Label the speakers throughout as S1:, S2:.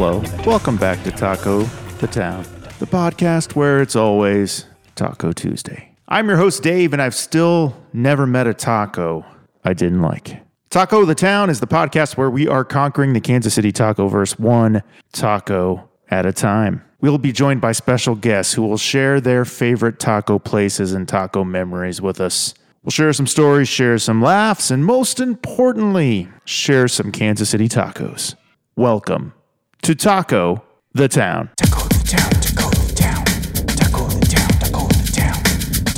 S1: Welcome back to Taco the Town, the podcast where it's always Taco Tuesday. I'm your host, Dave, and I've still never met a taco I didn't like. Taco the Town is the podcast where we are conquering the Kansas City taco verse one taco at a time. We'll be joined by special guests who will share their favorite taco places and taco memories with us. We'll share some stories, share some laughs, and most importantly, share some Kansas City tacos. Welcome to Taco the Town.
S2: Taco the town, taco the town, taco the town, taco the town,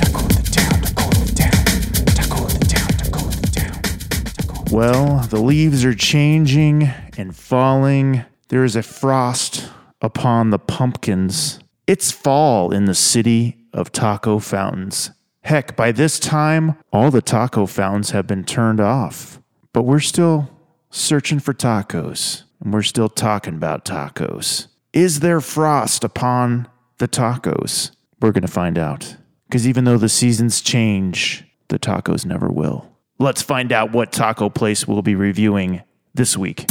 S2: taco the town, taco the town, taco the town, taco the town, taco
S1: Well, the leaves are changing and falling. There is a frost upon the pumpkins. It's fall in the city of taco fountains. Heck, by this time, all the taco fountains have been turned off. But we're still searching for tacos, and we're still talking about tacos. Is there frost upon the tacos? We're going to find out. Because even though the seasons change, the tacos never will. Let's find out what taco place we'll be reviewing this week.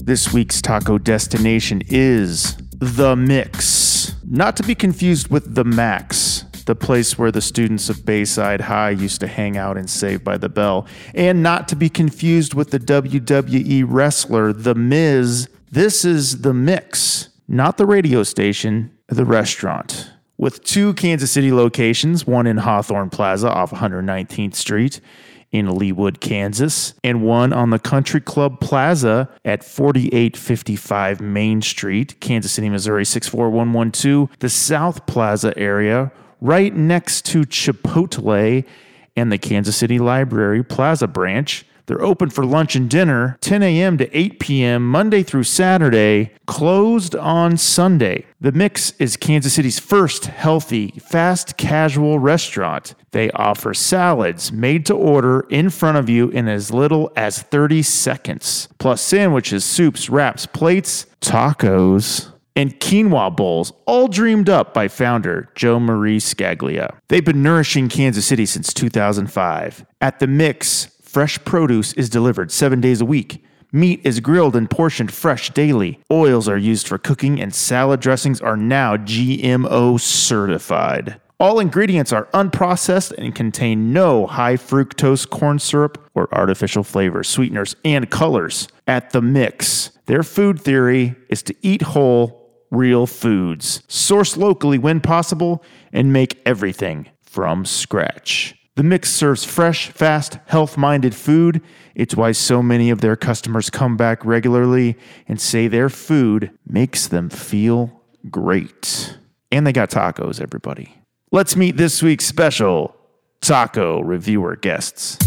S1: This week's taco destination is The Mix. Not to be confused with The Max, the place where the students of Bayside High used to hang out and save by the bell. And not to be confused with the WWE wrestler, The Miz. This is The Mix, not the radio station, the restaurant. With two Kansas City locations, one in Hawthorne Plaza off 119th Street in Leawood, Kansas, and one on the Country Club Plaza at 4855 Main Street, Kansas City, Missouri 64112, the South Plaza area, right next to Chipotle and the Kansas City Library Plaza branch. They're open for lunch and dinner, 10 a.m. to 8 p.m., Monday through Saturday, closed on Sunday. The Mix is Kansas City's first healthy, fast casual restaurant. They offer salads made to order in front of you in as little as 30 seconds, plus sandwiches, soups, wraps, plates, tacos and quinoa bowls, all dreamed up by founder Joe Marie Scaglia. They've been nourishing Kansas City since 2005. At the Mix, fresh produce is delivered seven days a week. Meat is grilled and portioned fresh daily. Oils are used for cooking, and salad dressings are now GMO certified. All ingredients are unprocessed and contain no high fructose corn syrup or artificial flavors, sweeteners, and colors at the mix. Their food theory is to eat whole, real foods, source locally when possible, and make everything from scratch. The Mix serves fresh, fast, health minded food. It's why so many of their customers come back regularly and say their food makes them feel great. And they got tacos, everybody. Let's meet this week's special taco reviewer guests.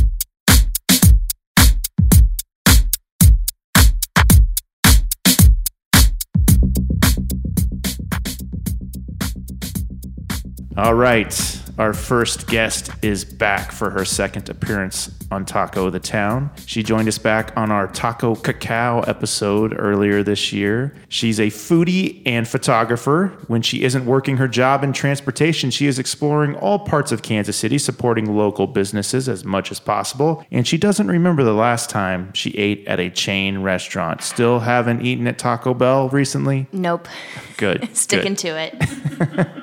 S1: All right. Our first guest is back for her second appearance on Taco the Town. She joined us back on our Taco Cacao episode earlier this year. She's a foodie and photographer. When she isn't working her job in transportation, she is exploring all parts of Kansas City, supporting local businesses as much as possible. And she doesn't remember the last time she ate at a chain restaurant. Still haven't eaten at Taco Bell recently?
S3: Nope.
S1: Good.
S3: Sticking
S1: good.
S3: to it.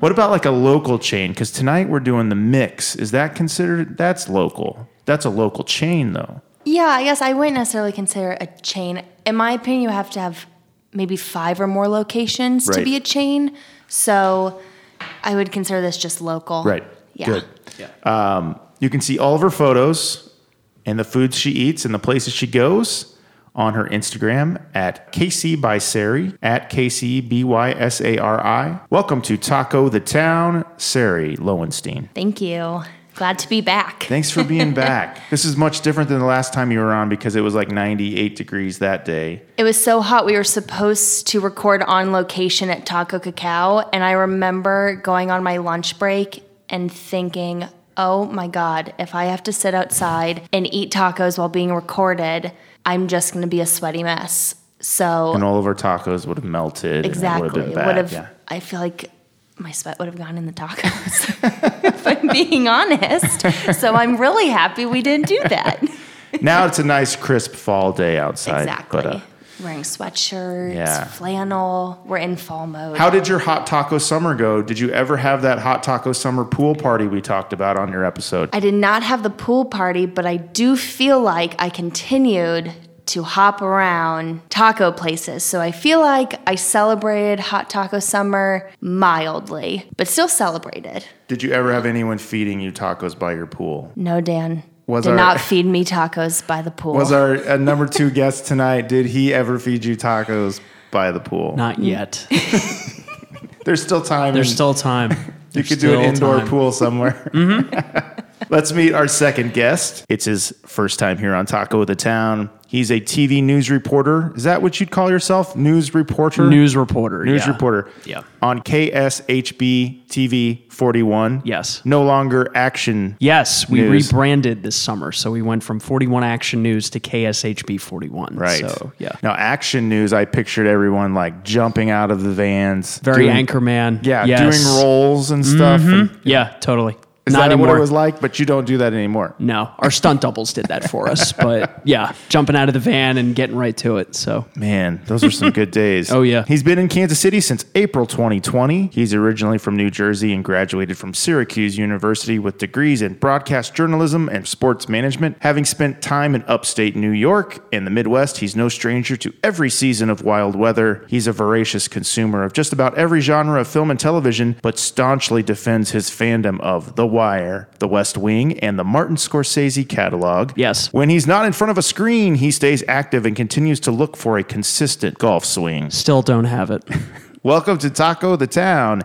S1: What about like a local chain? Because tonight we're doing the mix. Is that considered? That's local. That's a local chain, though.
S3: Yeah, I guess I wouldn't necessarily consider a chain. In my opinion, you have to have maybe five or more locations to
S1: Right.
S3: be a chain. So I would consider this just local. Yeah.
S1: Good. Um, you can see all of her photos and the foods she eats and the places she goes on her Instagram at KC by Sari at KC B Y S A R I. Welcome to Taco the Town, Sari Lowenstein.
S3: Thank you. Glad to be back.
S1: Thanks for being back. This is much different than the last time you were on because it was like 98 degrees that day.
S3: It was so hot. We were supposed to record on location at Taco Cacao. And I remember going on my lunch break and thinking, oh my God, if I have to sit outside and eat tacos while being recorded, I'm just going to be a sweaty mess. So,
S1: and all of our tacos would have melted.
S3: exactly.
S1: And it would have been bad.
S3: Would have,
S1: yeah.
S3: I feel like my sweat would have gone in the tacos, if I'm being honest. So I'm really happy we didn't do that.
S1: Now it's a nice crisp fall day outside.
S3: Exactly.
S1: But, uh,
S3: Wearing sweatshirts,
S1: Yeah.
S3: flannel. We're in fall mode.
S1: how did your hot taco summer go? Did you ever have that hot taco summer pool party we talked about on your episode?
S3: I did not have the pool party, but I do feel like I continued to hop around taco places. So I feel like I celebrated hot taco summer mildly, but still celebrated.
S1: Did you ever have anyone feeding you tacos by your pool?
S3: No, Dan.
S1: Was
S3: did
S1: our-
S3: not feed me tacos by the pool.
S1: Was our uh, number two guest tonight? Did he ever feed you tacos by the pool?
S4: Not yet.
S1: There's still time.
S4: There's
S1: and
S4: still time.
S1: you could do an indoor pool somewhere.
S4: Mm-hmm.
S1: Let's meet our second guest. It's his first time here on Taco of the Town. He's a TV news reporter. Is that what you'd call yourself? News reporter?
S4: News reporter.
S1: News
S4: yeah.
S1: reporter.
S4: Yeah.
S1: On KSHB TV 41.
S4: Yes.
S1: No longer action.
S4: Yes, we
S1: News.
S4: rebranded this summer, so we went from 41 Action News to KSHB 41.
S1: Right.
S4: So yeah,
S1: Now, action news, I pictured everyone like jumping out of the vans.
S4: very
S1: doing-
S4: anchorman.
S1: Yeah,
S4: Yes.
S1: doing rolls and stuff. And
S4: Yeah, totally.
S1: is
S4: Not
S1: that
S4: anymore.
S1: what it was like? But you don't do that anymore.
S4: No, our stunt doubles did that for us, but yeah, jumping out of the van and getting right to it. So
S1: Man, those are some good days.
S4: Oh, yeah.
S1: He's been in Kansas City since April 2020. He's originally from New Jersey and graduated from Syracuse University with degrees in broadcast journalism and sports management. Having spent time in upstate New York and the Midwest, he's no stranger to every season of wild weather. He's a voracious consumer of just about every genre of film and television, but staunchly defends his fandom of The Wire, The West Wing, and the Martin Scorsese catalog.
S4: Yes.
S1: When he's not in front of a screen, he stays active and continues to look for a consistent golf swing.
S4: still don't have it.
S1: Welcome to Taco the Town,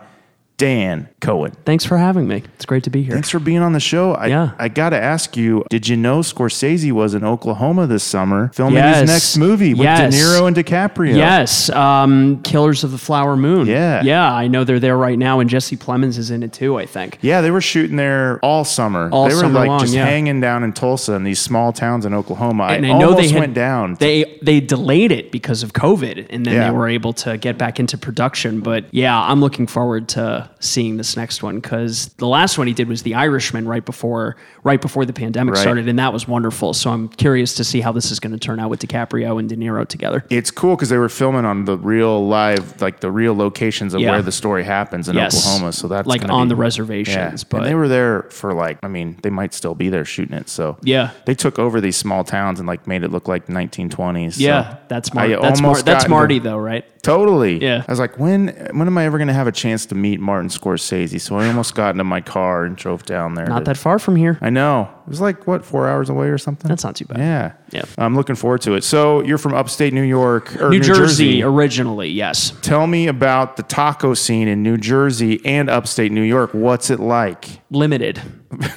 S1: Dan Cohen.
S4: Thanks for having me. It's great to be here.
S1: Thanks for being on the show. I,
S4: Yeah.
S1: I got to ask you, did you know Scorsese was in Oklahoma this summer filming his
S4: Yes.
S1: next movie with
S4: Yes.
S1: De Niro and DiCaprio?
S4: Yes, um, Killers of the Flower Moon.
S1: Yeah.
S4: yeah, I know they're there right now, and Jesse Plemons is in it too. I think.
S1: Yeah, they were shooting there all summer.
S4: All
S1: they were
S4: summer
S1: like
S4: long,
S1: just
S4: yeah.
S1: hanging down in Tulsa and these small towns in Oklahoma.
S4: And
S1: I,
S4: I, know
S1: almost
S4: they had,
S1: went down.
S4: They they delayed it because of COVID, and then
S1: Yeah.
S4: they were able to get back into production. But yeah, I'm looking forward to seeing this next one because the last one he did was The Irishman right before right before the pandemic
S1: Right.
S4: started, and that was wonderful. So I'm curious to see how this is going to turn out with DiCaprio and De Niro together.
S1: it's cool because they were filming on the real live, like the real locations of
S4: Yeah.
S1: where the story happens in
S4: Yes.
S1: Oklahoma. So that's
S4: Like
S1: gonna
S4: on
S1: be-
S4: the reservations, but-
S1: and they were there for like, I mean, they might still be there shooting it. So
S4: Yeah.
S1: they took over these small towns and like made it look like 1920s. so-
S4: Yeah, that's Mar-
S1: I
S4: that's Mar-
S1: almost
S4: that's
S1: got
S4: Marty
S1: into-
S4: though, right?
S1: Totally.
S4: Yeah.
S1: I was like, when when am I ever going to have a chance to meet Martin Scorsese? So I almost got into my car and drove down there.
S4: Not
S1: to-
S4: that far from here.
S1: I know. It was like what four hours away or something.
S4: That's not too bad.
S1: Yeah.
S4: Yeah.
S1: I'm looking forward to it. So you're from upstate New York or
S4: New, Jersey originally, yes.
S1: Tell me about the taco scene in New Jersey and upstate New York. What's it like?
S4: limited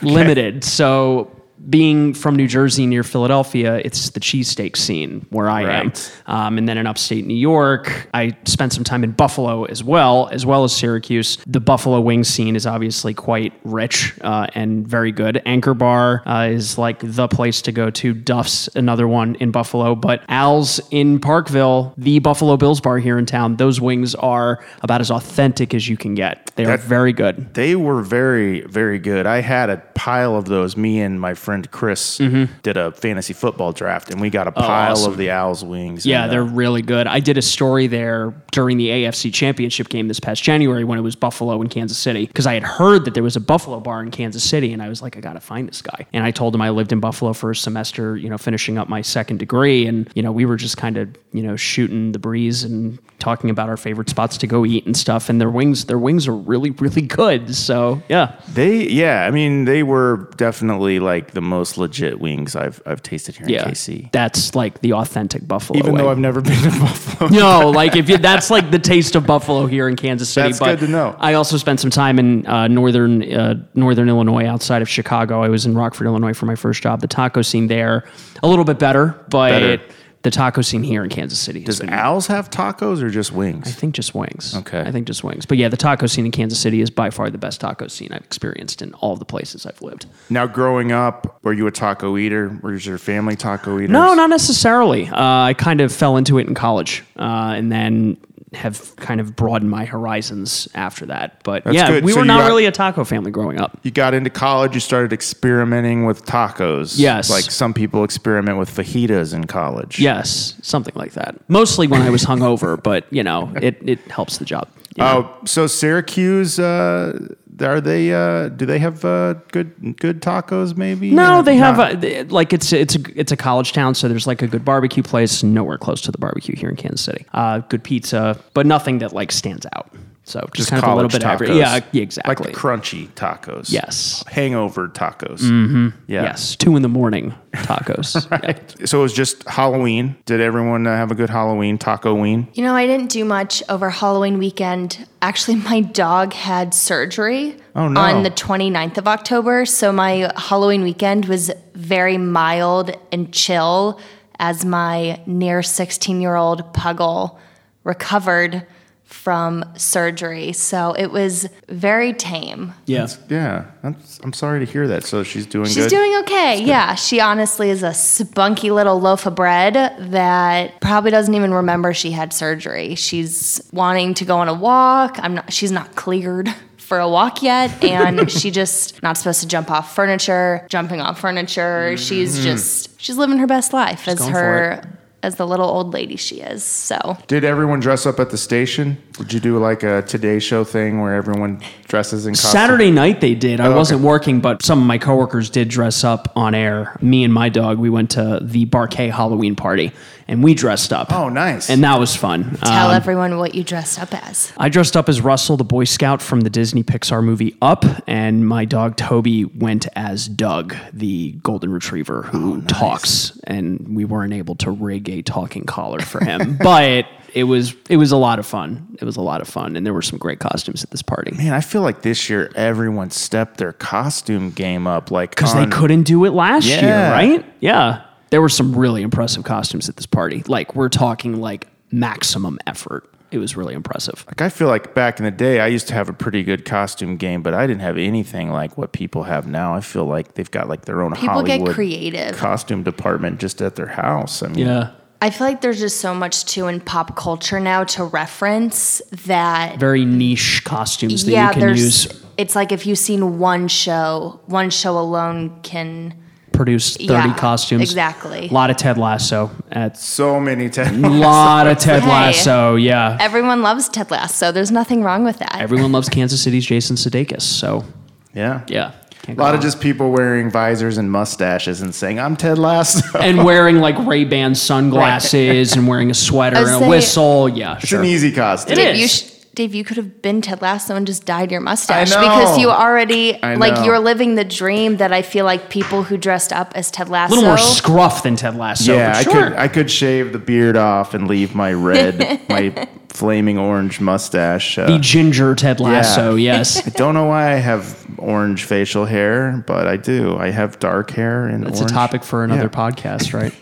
S4: limited so being from new jersey near philadelphia it's the cheesesteak scene where i
S1: Right.
S4: am um, and then in upstate new york i spent some time in buffalo as well as well as syracuse the buffalo wing scene is obviously quite rich uh, and very good anchor bar uh, is like the place to go to duff's another one in buffalo but al's in parkville the buffalo bills bar here in town those wings are about as authentic as you can get they are
S1: That-
S4: very good
S1: They were very, very good. I had a pile of those. Me and my friend Chris did a fantasy football draft, and we got a pile
S4: Mm-hmm. Oh, awesome.
S1: of the Owls wings.
S4: Yeah,
S1: and, uh,
S4: they're really good. I did a story there during the AFC Championship game this past January when it was Buffalo and Kansas City because I had heard that there was a Buffalo bar in Kansas City and I was like, I got to find this guy. And I told him I lived in Buffalo for a semester, you know, finishing up my second degree. And, you know, we were just kind of, you know, shooting the breeze and talking about our favorite spots to go eat and stuff. And their wings, their wings are really, really good. So, yeah.
S1: They yeah, I mean they were definitely like the most legit wings I've I've tasted here
S4: Yeah.
S1: in KC.
S4: That's like the authentic Buffalo.
S1: Even though
S4: wing.
S1: I've never been to Buffalo.
S4: No, like if you, that's like the taste of Buffalo here in Kansas City.
S1: That's
S4: but
S1: good to know.
S4: I also spent some time in uh, northern uh, northern Illinois, outside of Chicago. I was in Rockford, Illinois, for my first job. The taco scene there, a little bit better, but
S1: Better.
S4: the taco scene here in Kansas City.
S1: Does owls have tacos or just wings?
S4: I think just wings.
S1: Okay.
S4: I think just wings. But yeah, the taco scene in Kansas City is by far the best taco scene I've experienced in all the places I've lived.
S1: Now growing up, were you a taco eater? Were your family taco eaters?
S4: No, not necessarily. Uh, I kind of fell into it in college, uh, and then have kind of broadened my horizons after that. But
S1: That's
S4: yeah,
S1: good.
S4: we
S1: So
S4: were
S1: you
S4: not
S1: got-
S4: really a taco family growing up.
S1: You got into college, you started experimenting with tacos.
S4: Yes.
S1: Like some people experiment with fajitas in college.
S4: Yes, something like that. Mostly when I was hungover, but you know, it, it helps the job. you know?
S1: Oh, so Syracuse, uh, are they? Uh, do they have uh, good good tacos? Maybe
S4: No,
S1: Or
S4: they have
S1: not?
S4: a, they- like it's it's a it's a college town, so there's like a good barbecue place nowhere close to the barbecue here in Kansas City. Uh, good pizza, but nothing that like stands out. So just, kind of a little
S1: college
S4: bit of every,
S1: tacos.
S4: yeah, yeah,
S1: like
S4: exactly.
S1: the crunchy tacos.
S4: yes, Mm-hmm.
S1: hangover tacos. Yeah.
S4: yes, two in the morning tacos. Yeah.
S1: So it was just Halloween. Did everyone uh, have a good Halloween taco ween?
S3: You know, I didn't do much over Halloween weekend. Actually, my dog had surgery
S1: Oh, no.
S3: on the 29th of October. So my Halloween weekend was very mild and chill as my near 16 year old puggle recovered from surgery. So it was very tame.
S4: yeah.
S1: Yeah, that's, I'm sorry to hear that. So she's doing
S3: She's
S1: good.
S3: doing okay. Yeah. She honestly is a spunky little loaf of bread that probably doesn't even remember she had surgery. She's wanting to go on a walk. I'm not she's not cleared for a walk yet and she just not supposed to jump off furniture, jumping off furniture. She's just she's living her best life as
S4: going for
S3: her as the little old lady she is. So
S1: Did everyone dress up at the station? Did you do like a Today Show thing where everyone dresses in costume?
S4: Saturday night they did. I
S1: Oh, okay.
S4: wasn't working, but some of my coworkers did dress up on air. Me and my dog, we went to the Barquet Halloween party, and we dressed up.
S1: Oh, nice.
S4: And that was fun.
S3: tell
S4: Um,
S3: everyone what you dressed up as.
S4: I dressed up as Russell, the Boy Scout from the Disney Pixar movie Up, and my dog Toby went as Doug, the golden retriever
S1: Oh,
S4: who talks. And we weren't able to rig a talking collar for him, but it was it was a lot of fun. It was a lot of fun, and there were some great costumes at this party
S1: Man, I feel like this year everyone stepped their costume game up. Like
S4: because they
S1: on-
S4: couldn't do it last
S1: Yeah.
S4: year, right? Yeah, there were some really impressive costumes at this party. Like we're talking like maximum effort. It was really impressive.
S1: Like I feel like back in the day, I used to have a pretty good costume game, but I didn't have anything like what people have now. I feel like they've got like their own
S3: People get
S1: Hollywood
S3: creative.
S1: costume department just at their house. I mean,
S4: Yeah,
S3: I feel like there's just so much too in pop culture now to reference that
S4: very niche costumes that you can use
S3: It's like if you've seen one show, one show alone can.
S4: produced 30
S3: Yeah,
S4: costumes.
S3: exactly.
S4: A lot of Ted Lasso. That's
S1: so many times.
S4: a lot of Ted
S3: Hey.
S4: Lasso. Yeah.
S3: Everyone loves Ted Lasso. There's nothing wrong with that.
S4: Everyone loves Kansas City's Jason Sudeikis. So,
S1: Yeah.
S4: yeah.
S1: A lot of just people wearing visors and mustaches and saying, I'm Ted Lasso.
S4: And wearing like Ray Ban sunglasses and wearing a sweater
S3: I
S4: and
S3: was
S4: a
S3: saying-
S4: whistle. Yeah.
S1: It's
S4: Sure.
S1: an easy costume.
S4: It
S3: Dave,
S4: is.
S3: you sh- Dave, you could have been Ted Lasso and just dyed your mustache
S1: I know.
S3: because you already
S1: I know.
S3: like you're living the dream that I feel like people who dressed up as Ted
S4: A
S3: Lasso.
S4: little more scruff than Ted Lasso.
S1: Yeah,
S4: but
S1: I
S4: sure.
S1: could I could shave the beard off and leave my red, my flaming orange mustache.
S4: the
S1: Uh,
S4: ginger Ted Lasso. Yes.
S1: I don't know why I have orange facial hair, but I do. I have dark hair and
S4: That's
S1: orange
S4: a topic for another
S1: Yeah.
S4: podcast, right?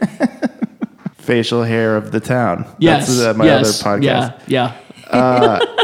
S1: facial hair of the town.
S4: yes.
S1: That's uh, my
S4: yes,
S1: other podcast.
S4: Yeah. Yeah.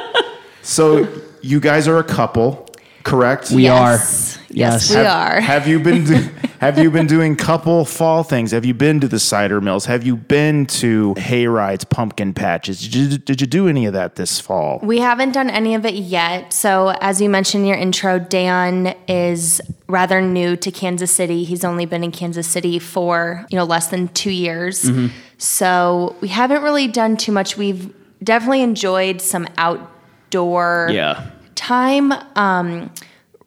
S1: So you guys are a couple, correct?
S4: We
S3: Yes.
S4: are.
S3: Yes, we
S1: have,
S3: are.
S1: Have you been do- have you been doing couple fall things? Have you been to the cider mills? Have you been to hay rides, pumpkin patches? Did you, did you do any of that this fall?
S3: We haven't done any of it yet. So, as you mentioned in your intro, Dan is rather new to Kansas City. He's only been in Kansas City for, you know, less than 2 years. So, we haven't really done too much. We've definitely enjoyed some outdoor
S4: Yeah.
S3: time. Um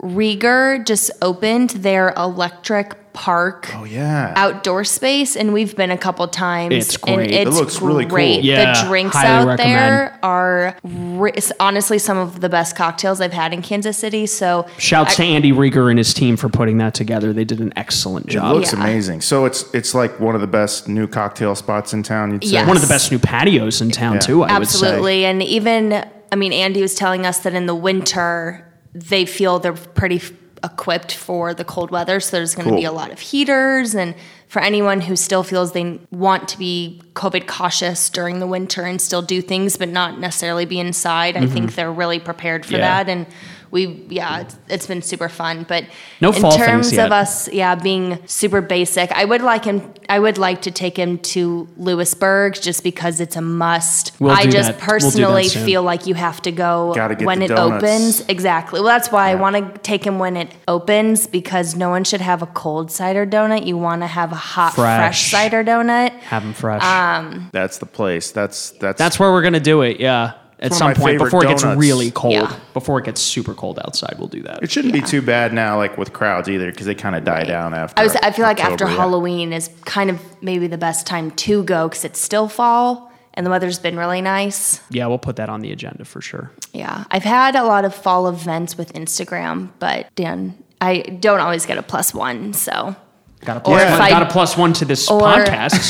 S3: Rieger just opened their electric park
S1: Oh yeah.
S3: outdoor space, and we've been a couple times.
S4: It's great.
S3: And
S4: It
S3: it's
S1: looks really cool.
S3: great.
S4: Yeah,
S3: the drinks
S4: highly
S3: out
S4: recommend.
S3: there are ri- s- honestly some of the best cocktails I've had in Kansas City. So
S4: Shouts
S3: I-
S4: to Andy Rieger and his team for putting that together. They did an excellent
S1: it
S4: job.
S1: looks
S3: yeah.
S1: amazing. So it's it's like one of the best new cocktail spots in town. You'd say.
S3: Yes.
S4: One of the best new patios in town,
S1: Yeah.
S4: too, I would say.
S3: absolutely, and even I mean, Andy was telling us that in the winter they feel they're pretty f- equipped for the cold weather, so there's going to be
S1: Cool.
S3: a lot of heaters and. For anyone who still feels they want to be COVID cautious during the winter and still do things, but not necessarily be inside, I think they're really prepared for
S4: Mm-hmm. Yeah.
S3: that. And we yeah, it's, it's been super fun. But
S4: No
S3: in
S4: fall things
S3: terms
S4: yet.
S3: of us, yeah, being super basic, I would like him. I would like to take him to Lewisburg just because it's a must.
S4: We'll
S3: I
S4: do
S3: just
S4: that. We'll do that
S3: personally
S4: soon.
S3: feel like you have to go
S1: Gotta get
S3: when
S1: the
S3: it
S1: donuts.
S3: opens. Exactly. Well, that's why I want to take him when it opens because no one should have a cold cider donut. You want to have a hot, fresh,
S4: Fresh.
S3: cider donut.
S4: Have them fresh.
S3: Uh,
S1: That's the place. That's that's
S4: That's where we're gonna do it. Yeah,
S1: one
S4: at
S1: of
S4: some
S1: my
S4: point
S1: favorite
S4: before it gets
S1: donuts.
S4: really cold.
S3: Yeah.
S4: Before it gets super cold outside, we'll do that.
S1: It shouldn't be too bad now, like with crowds either, because they kind of die down after.
S3: I was. I feel like after
S1: October, yeah.
S3: Halloween is kind of maybe the best time to go because it's still fall and the weather's been really nice.
S4: Yeah, we'll put that on the agenda for sure.
S3: Yeah, I've had a lot of fall events with Instagram, but Dan, I don't always get a plus one. So,
S4: Got a plus
S1: if
S4: one.
S3: I-
S4: got a plus one to this
S3: or-
S4: podcast.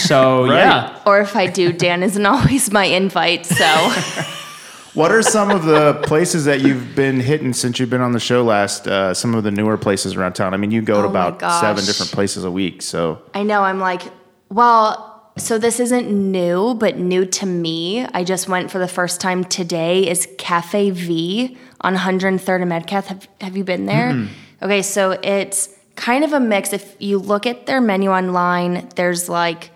S4: So
S1: Right.
S4: yeah,
S3: or if I do, Dan isn't always my invite. So.
S1: What are some of the places that you've been hitting since you've been on the show last? Uh, some of the newer places around town. I mean, you go to
S3: Oh my
S1: about seven
S3: gosh.
S1: different places a week, so
S3: I know. I'm like, well, so this isn't new, but new to me. I just went for the first time today. Is Cafe V on 103rd and Medcath? Have Have you been there? Okay, so it's kind of a mix. If you look at their menu online, there's like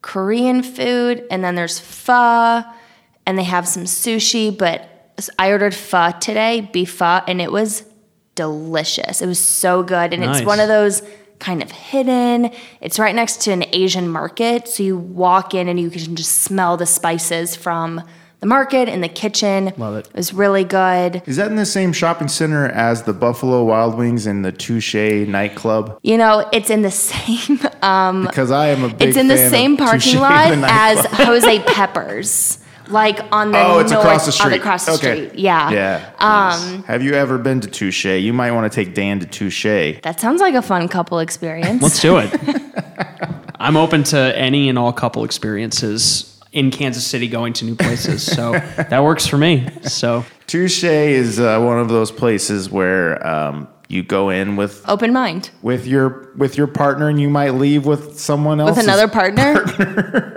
S3: Korean food, and then there's pho, and they have some sushi. But I ordered pho today, beef pho, and it was delicious. It was so good, and
S4: Nice.
S3: it's one of those kind of hidden. It's right next to an Asian market, so you walk in and you can just smell the spices from the market and the kitchen.
S4: Love it.
S3: It was really good.
S1: is that in the same shopping center as the Buffalo Wild Wings and the Touche nightclub?
S3: You know, it's in the same
S1: Because I am a big
S3: It's in the
S1: fan of
S3: same
S1: Touche
S3: parking
S1: and
S3: lot
S1: the nightclub.
S3: as Jose Peppers, like on the
S1: Oh, it's
S3: north,
S1: across the street.
S3: On the cross the
S1: Okay.
S3: street. Yeah.
S1: Yeah. Um, Have you ever been to Touche? You might want to take Dan to Touche.
S3: That sounds like a fun couple experience.
S4: let's do it. I'm open to any and all couple experiences in Kansas City, going to new places. So that works for me. So
S1: Touche is uh, one of those places where um, you go in with
S3: Open mind
S1: with your with your partner, and you might leave with someone else.
S3: with another partner.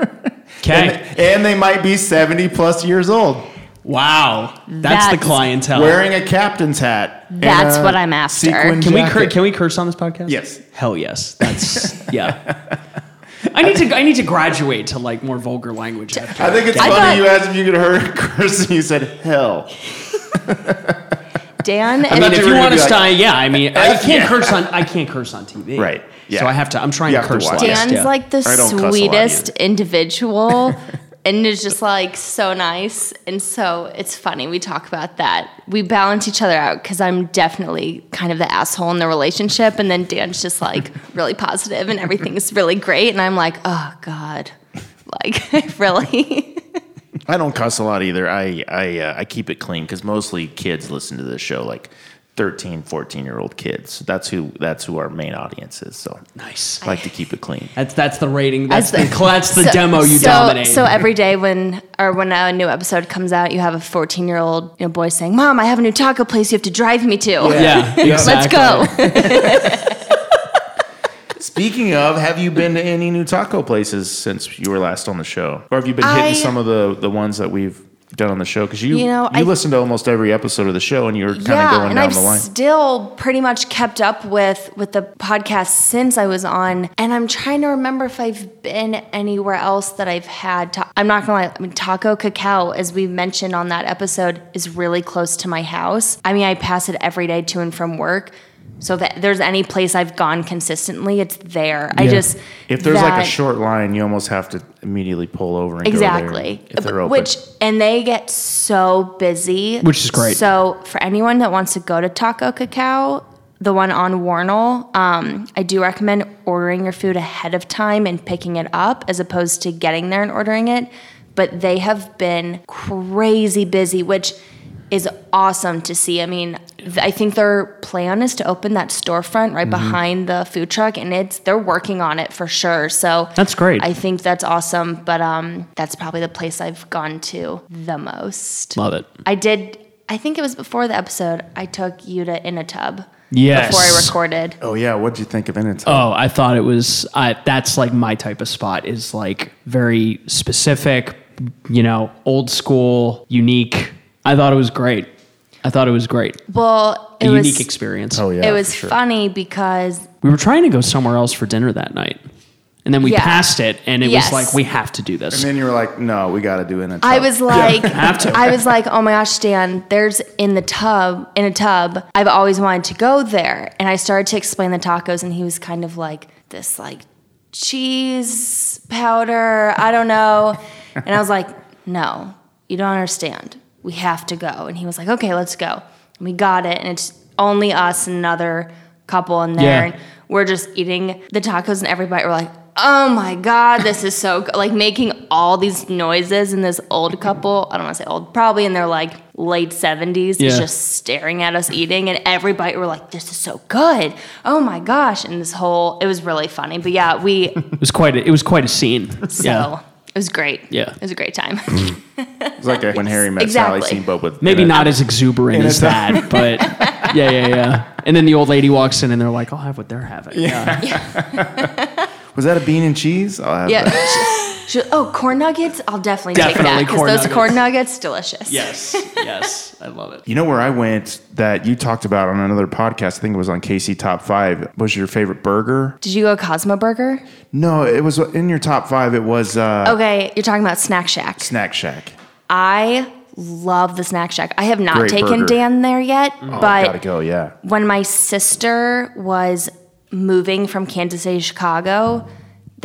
S4: okay,
S1: And they might be 70 plus years old,
S4: wow, that's, the
S3: That's-
S4: clientele.
S1: wearing a captain's hat. and
S3: That's
S1: a
S3: what I'm after.
S1: sequin
S4: Can we cur-
S1: jacket.
S4: can we curse on this podcast?
S1: Yes.
S4: Hell yes. That's yeah. I need to I need to graduate to like more vulgar language. After.
S1: I think it's
S3: I
S1: funny
S3: thought-
S1: you asked if you could hear a curse, and you said hell.
S3: Dan
S4: I
S3: and
S4: mean,
S1: you
S4: if
S1: were
S4: you
S1: gonna
S4: want
S1: be
S4: us to,
S1: like,
S4: yeah. I mean, I
S1: F
S4: can't
S1: yeah.
S4: curse on I can't curse on TV.
S1: Right, yeah.
S4: So I have to. I'm trying
S1: You
S4: to
S1: have to
S4: curse.
S1: watch
S4: less.
S1: it.
S3: Dan's
S4: yeah.
S3: like the
S1: I don't cuss a lot
S3: sweetest
S1: either.
S3: individual. And is just like so nice. And so it's funny. We talk about that. We balance each other out because I'm definitely kind of the asshole in the relationship. And then Dan's just like really positive and everything's really great. And I'm like, oh God. Like, really?
S1: I don't cuss a lot either. I I, uh, I keep it clean because mostly kids listen to this show, like 13, 14 year old kids. That's who that's who our main audience is. So
S4: nice.
S1: I like to keep it clean.
S4: That's that's the rating. That's the,
S3: That's the-
S4: that's the demo you
S3: so,
S4: dominate.
S3: So every day when or when a new episode comes out, you have a 14 year old you know, boy saying, Mom, I have a new taco place you have to drive me to.
S4: yeah,
S3: Let's
S4: exactly.
S3: go.
S1: Speaking of, have you been to any new taco places since you were last on the show, or have you been hitting
S3: I-
S1: some of the the ones that we've done on the show? Because you
S3: You know,
S1: you
S3: I-
S1: listen to almost every episode of the show, and you're kind of going
S3: and
S1: down
S3: I've
S1: the line.
S3: still pretty much kept up with with the podcast since I was on, and I'm trying to remember if I've been anywhere else that I've had. Ta- I'm not gonna lie. I mean, Taco Cacao, as we mentioned on that episode, is really close to my house. I mean, I pass it every day to and from work. So if there's any place I've gone consistently, it's there. I
S4: Yeah.
S3: just
S1: if there's like a
S3: that-
S1: short line, you almost have to immediately pull over and go
S3: Exactly.
S1: there if they're open.
S3: Which and they get so busy,
S4: Which is great.
S3: So for anyone that wants to go to Taco Cacao, the one on Warnell, um, I do recommend ordering your food ahead of time and picking it up as opposed to getting there and ordering it. But they have been crazy busy, which is awesome to see. I mean, th- I think their plan is to open that storefront
S4: Mm-hmm.
S3: right behind the food truck, and it's they're working on it for sure. So
S4: That's great.
S3: I think that's awesome, but um, that's probably the place I've gone to the most.
S4: Love it.
S3: I did. I think it was before the episode. I took you to in a tub
S4: Yes.
S3: before I recorded.
S1: oh yeah, what'd you think of Inatop?
S4: Oh, I thought it was. I that's like my type of spot is like very specific, you know, old school, unique. I thought it was great. I thought it was great.
S3: Well,
S4: A
S3: it was
S4: unique experience.
S1: Oh, yeah.
S3: it was
S1: for sure.
S3: funny because
S4: We were trying to go somewhere else for dinner that night. And then we
S3: Yeah.
S4: passed it and it
S3: Yes.
S4: was like we have to do this.
S1: And then you were like, no, we got to do it in a
S3: I
S1: tub."
S3: was like,
S4: Have to.
S3: I was like, oh my gosh, Dan, there's in the tub, in a tub. I've always wanted to go there. And I started to explain the tacos, and he was kind of like, this like cheese powder, I don't know. And I was like, no, you don't understand. We have to go. And he was like, okay, let's go. And we got it, and it's only us and another couple in there.
S4: Yeah.
S3: And we're just eating the tacos and every bite we're like oh my god this is so good like making all these noises and this old couple i don't want to say old probably in their like late 70s
S4: Yeah.
S3: is just staring at us eating and every bite we're like this is so good oh my gosh and this whole it was really funny but yeah we
S4: It was quite a, it was quite a scene.
S3: so
S4: Yeah.
S3: it was great
S4: Yeah. Mm.
S3: it was a great time
S1: It's like a when Harry met
S3: Exactly.
S1: Sally scene, but with
S4: Maybe
S1: in a-
S4: not as exuberant
S1: in a
S4: as that, but yeah, yeah, yeah. And then the old lady walks in and they're like, I'll have what they're having. Yeah.
S1: Was that a bean and cheese? I'll have
S3: yeah
S1: that.
S3: She- she- oh corn nuggets i'll definitely,
S4: Definitely
S3: take that because
S4: corn
S3: those
S4: nuggets.
S3: corn nuggets delicious
S4: Yes. Yes. I love it.
S1: You know where I went that you talked about on another podcast? I think it was on KC Top Five. Was your favorite burger?
S3: did you go cosmo burger
S1: No, it was in your top five. It was uh,
S3: okay you're talking about snack shack
S1: Snack Shack.
S3: I love the Snack Shack. I have not
S1: Great
S3: taken
S1: burger. Mm-hmm. Oh,
S3: Dan there yet,
S1: gotta
S3: but
S1: go. Yeah,
S3: when my sister was moving from Kansas City to Chicago,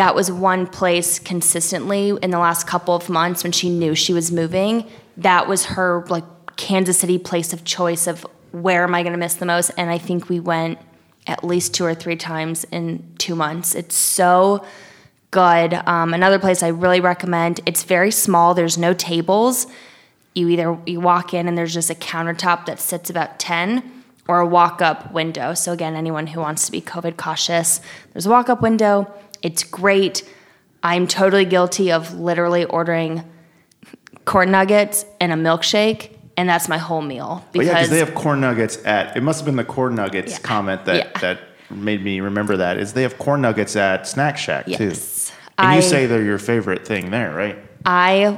S3: that was one place consistently in the last couple of months when she knew she was moving. That was her like Kansas City place of choice of where am I going to miss the most? And I think we went at least two or three times in two months. It's so good. Um, another place I really recommend. It's very small. There's no tables. You either you walk in and there's just a countertop that sits about ten, or a walk-up window. So again, anyone who wants to be COVID cautious, there's a walk-up window. It's great. I'm totally guilty of literally ordering corn nuggets and a milkshake, and that's my whole meal
S1: but yeah, because
S3: because
S1: they have corn nuggets at. It must have been the corn nuggets
S3: Yeah.
S1: comment that
S3: Yeah.
S1: that made me remember that. Is they have corn nuggets at Snack Shack
S3: Yes.
S1: too? And
S3: I-
S1: you say they're your favorite thing there, right?
S3: I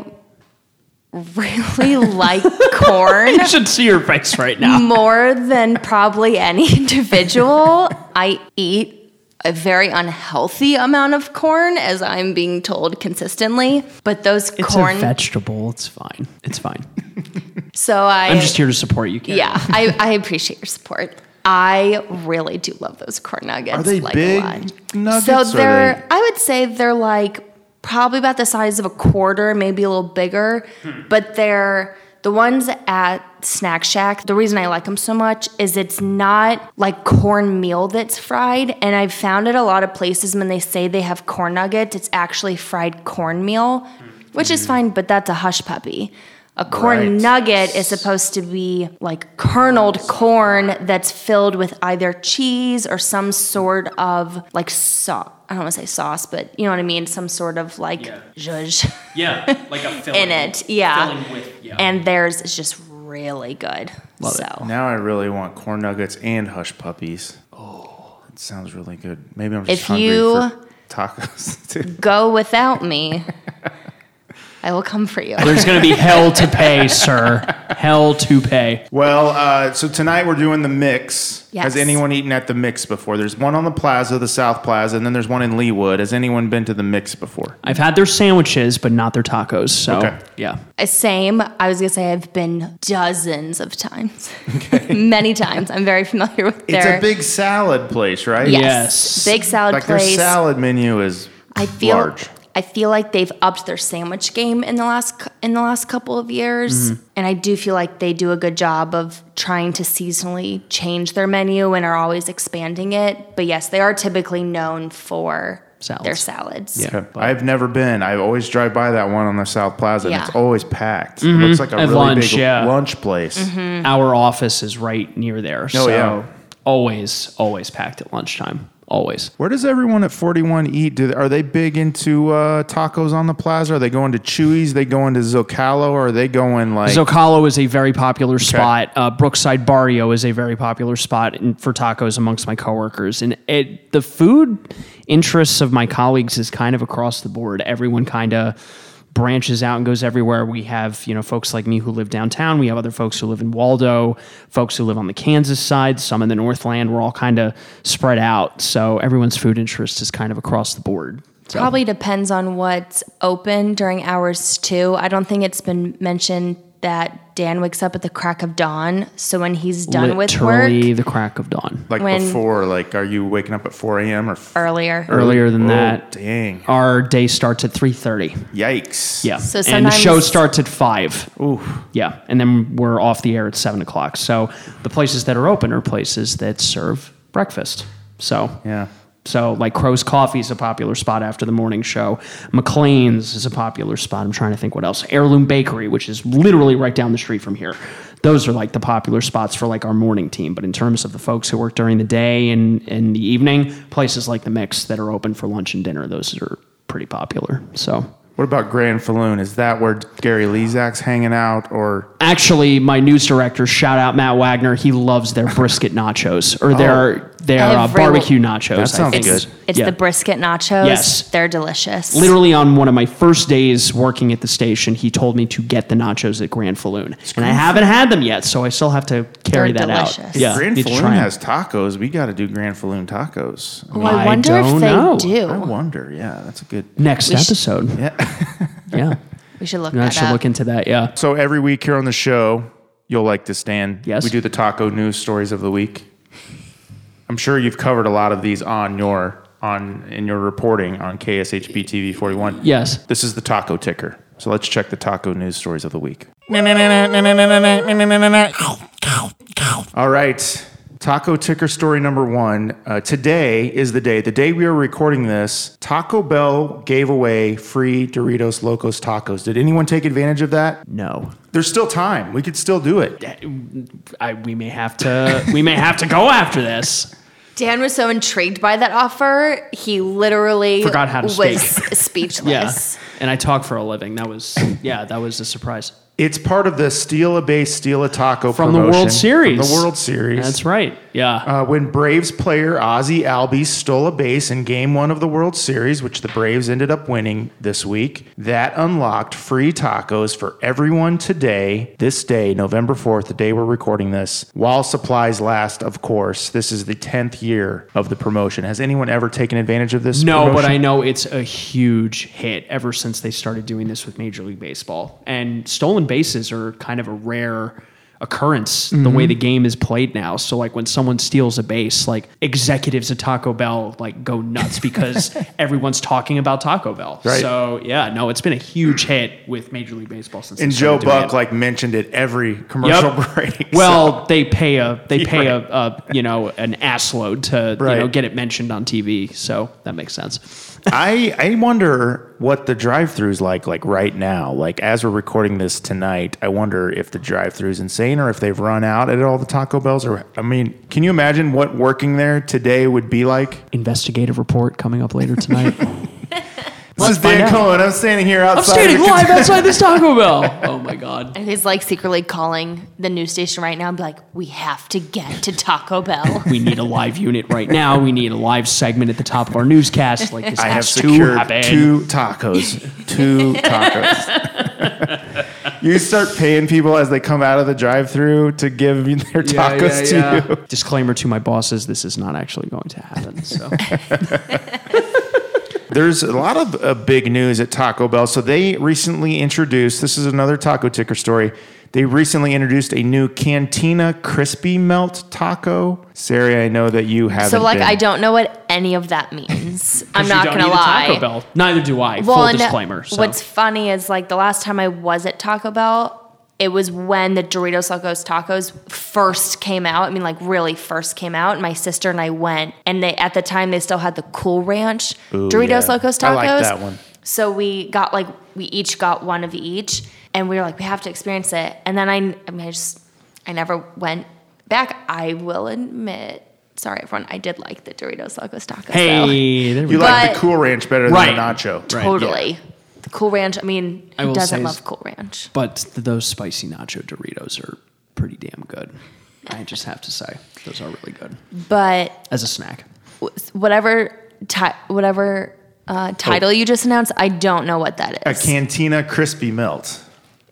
S3: really like corn.
S4: You should see her face right now.
S3: more than probably any individual, I eat a very unhealthy amount of corn, as I'm being told consistently. But those
S4: It's a
S3: corn,
S4: vegetable. It's fine. It's fine.
S3: so I,
S4: I'm just here to support you. Karen.
S3: yeah, I, I appreciate your support. I really do love those corn nuggets.
S1: Are they
S3: like
S1: big
S3: a lot.
S1: nuggets?
S3: So
S1: or
S3: they're,
S1: are they-
S3: I would say they're like probably about the size of a quarter, maybe a little bigger,
S1: Hmm.
S3: but they're the ones at Snack Shack. The reason I like them so much is it's not like cornmeal that's fried. And I've found at a lot of places when they say they have corn nuggets, it's actually fried cornmeal,
S1: Hmm.
S3: which is fine, but that's a hush puppy. A corn
S1: Right.
S3: nugget is supposed to be like kerneled corn that's filled with either cheese or some sort of like sauce. I don't want to say sauce, but you know what I mean? Some sort of like
S4: Yeah.
S3: zhuzh
S4: Yeah. Like a filling.
S3: in it. Yeah.
S4: Filling with- yeah.
S3: And theirs is just really good.
S4: Love it.
S3: so.
S1: Now I really want corn nuggets and hush puppies. Oh, that sounds really good. Maybe I'm just
S3: If
S1: hungry
S3: you-
S1: for tacos too.
S3: Go without me. I will come for you.
S4: There's going to be hell to pay, sir. Hell to pay.
S1: Well, uh, so tonight we're doing the mix.
S3: Yes.
S1: Has anyone eaten at the mix before? There's one on the plaza, the South Plaza, and then there's one in Leewood. Has anyone been to the mix before?
S4: I've had their sandwiches, but not their tacos. So,
S1: Okay.
S4: yeah.
S3: Same. I was gonna say I've been dozens of times, many times. I'm very familiar with
S1: It's
S3: their
S1: a big salad place, right?
S4: Yeah.
S3: yes,
S4: Yes.
S3: big salad
S1: Like their
S3: place.
S1: salad menu is
S3: I feel
S1: large.
S3: I feel like they've upped their sandwich game in the last cou- in the last couple of years,
S4: Mm-hmm.
S3: and I do feel like they do a good job of trying to seasonally change their menu and are always expanding it. But yes, they are typically known for
S4: Salads.
S3: their salads.
S4: Yeah.
S1: Okay. I've never been. I always drive by that one on the South Plaza,
S3: Yeah.
S1: and it's always packed. It looks like a
S4: Mm-hmm. At
S1: really
S4: lunch,
S1: big
S4: yeah.
S1: lunch place.
S3: Mm-hmm. Mm.
S4: Our office is right near there. Oh, so,
S1: yeah.
S4: always, always packed at lunchtime. Always.
S1: Where does everyone at 41 eat? Do they, are they big into uh, tacos on the plaza? Are they going to Chewy's? They going to Zocalo? Or are they going like
S4: Zocalo is a very popular spot. Uh, Brookside Barrio is a very popular spot in, for tacos amongst my coworkers, and it, the food interests of my colleagues is kind of across the board. Everyone kind of branches out and goes everywhere. We have, you know, folks like me who live downtown. We have other folks who live in Waldo, folks who live on the Kansas side, some in the Northland. We're all kind of spread out. So everyone's food interest is kind of across the board. So-
S3: Probably depends on what's open during hours too. I don't think it's been mentioned that Dan wakes up at the crack of dawn. So when he's done with work
S4: literally the crack of dawn.
S1: Like
S3: When-
S1: before, like are you waking up at 4 a.m. or f-
S3: earlier,
S4: Earlier than
S1: Oh,
S4: that,
S1: Dang.
S4: our day starts at three thirty.
S1: Yikes.
S4: Yeah.
S3: So
S4: and the
S3: sometimes-
S4: show starts at five.
S1: Ooh.
S4: Yeah. And then we're off the air at seven o'clock. So the places that are open are places that serve breakfast. So
S1: Yeah.
S4: So like Crow's Coffee is a popular spot after the morning show. McLean's is a popular spot. I'm trying to think what else. Heirloom Bakery, which is literally right down the street from here. Those are like the popular spots for like our morning team. But in terms of the folks who work during the day and and the evening, places like the Mix that are open for lunch and dinner, those are pretty popular. So
S1: What about Grand Falloon? Is that where Gary Lezak's hanging out or
S4: actually my news director shout out matt wagner he loves their brisket nachos or their their uh,
S3: Every-
S4: barbecue nachos
S1: Oh. That sounds
S4: I think.
S1: good.
S3: it's
S4: Yeah.
S3: the brisket nachos.
S4: Yes.
S3: They're delicious.
S4: literally on one of my first days working at the station he told me to get the nachos at grand falloon and i haven't had them yet so i still have to carry
S3: They're
S4: that out
S3: delicious.
S4: yeah
S1: Grand
S4: need to
S1: Falloon
S4: try 'em.
S1: has tacos. We got to do Grand Falloon tacos. I, mean,
S3: Oh, I
S4: I
S3: wonder
S4: don't
S3: if they
S4: know.
S1: I
S3: do.
S1: wonder. Yeah, that's a good.
S4: next
S3: We should-
S4: episode
S1: Yeah.
S4: yeah
S3: We should look
S4: i
S3: that
S4: should
S3: up.
S4: look into that yeah
S1: so every week here on the show, you'll like this, Dan.
S4: Yes.
S1: We do the taco news stories of the week. I'm sure you've covered a lot of these on your on in your reporting on KSHB TV 41.
S4: yes
S1: This is the taco ticker. So let's check the taco news stories of the week. All right. Taco ticker story number one. Uh, today is the day. The day we are recording this, Taco Bell gave away free Doritos Locos tacos. Did anyone take advantage of that?
S4: no
S1: There's still time. We could still do it.
S4: I, we may have to we may have to go after this
S3: Dan was so intrigued by that offer, he literally
S4: Forgot how to
S3: was
S4: speak. yeah
S3: speechless.
S4: and i talk for a living that was yeah that was a surprise
S1: It's part of the Steal a Base, Steal a Taco
S4: from the
S1: promotion.
S4: World Series.
S1: From the World Series.
S4: That's right. Yeah.
S1: Uh, when Braves player Ozzy Albies stole a base in Game One of the World Series, which the Braves ended up winning this week, that unlocked free tacos for everyone today. This day, November fourth, the day we're recording this, while supplies last. Of course, this is the tenth year of the promotion. Has anyone ever taken advantage of this?
S4: no, but
S1: promotion?
S4: I know it's a huge hit ever since they started doing this with Major League Baseball. And stolen bases are kind of a rare occurrence
S1: Mm-hmm.
S4: the way the game is played now. So like when someone steals a base, like executives at Taco Bell like go nuts because everyone's talking about Taco Bell.
S1: Right.
S4: So yeah, no, it's been a huge hit with Major League Baseball since they
S1: And Joe
S4: started doing
S1: Buck
S4: it.
S1: like mentioned it every commercial
S4: Yep.
S1: break.
S4: Well, they pay a they pay
S1: Right.
S4: a, a you know an ass load to you know
S1: Right.
S4: get it mentioned on TV, so that makes sense.
S1: I I wonder what the drive-through is like like right now. Like as we're recording this tonight, I wonder if the drive-through is insane or if they've run out at all the Taco Bells. Or I mean, can you imagine what working there today would be like?
S4: Investigative report coming up later tonight.
S1: This is Dan
S4: find out.
S1: Cohen. I'm standing here
S4: I'm
S1: outside.
S4: standing live outside this Taco Bell. Oh my god!
S3: And he's like secretly calling the news station right now and be like, we have to get to Taco Bell.
S4: We need a live unit right now. We need a live segment at the top of our newscast. Like this
S1: I have
S4: has to
S1: secured
S4: happen.
S1: two tacos. two tacos. you start paying people as they come out of the drive-through to give their tacos to you.
S4: Disclaimer to my bosses: This is not actually going to happen. So
S1: There's a lot of uh, big news at Taco Bell. So they recently introduced this is another taco ticker story. They recently introduced a new Cantina Crispy Melt taco. Sari, I know that you haven't.
S3: so, like,
S1: been.
S3: I don't know what any of that means. I'm
S4: You
S3: not
S4: don't
S3: going to
S4: need a
S3: lie.
S4: Taco Bell. Neither do I.
S3: Well,
S4: Full
S3: and
S4: disclaimer. So.
S3: What's funny is like the last time I was at Taco Bell, it was when the Doritos Locos Tacos first came out. I mean, like really first came out. My sister and I went, and they at the time they still had the Cool Ranch Doritos
S1: yeah.
S3: Locos Tacos.
S1: I like that one.
S3: So we got like we each got one of each, and we were like, we have to experience it. And then I, I mean, I just I never went back. I will admit. Sorry, everyone. I did like the Doritos Locos Tacos. though.
S4: hey, there we
S1: You
S4: go.
S1: like the
S3: But-
S1: Cool Ranch better than
S4: Right.
S1: the nacho.
S4: Right.
S3: Totally. The Cool Ranch. I mean,
S4: I
S3: who
S4: will
S3: doesn't
S4: say
S3: love
S4: s-
S3: Cool Ranch?
S4: but th- those spicy nacho Doritos are pretty damn good. I just have to say, those are really good
S3: But
S4: as a snack.
S3: whatever, ti whatever uh, title you just announced, I don't know what that
S1: A
S3: is.
S1: Cantina crispy melt.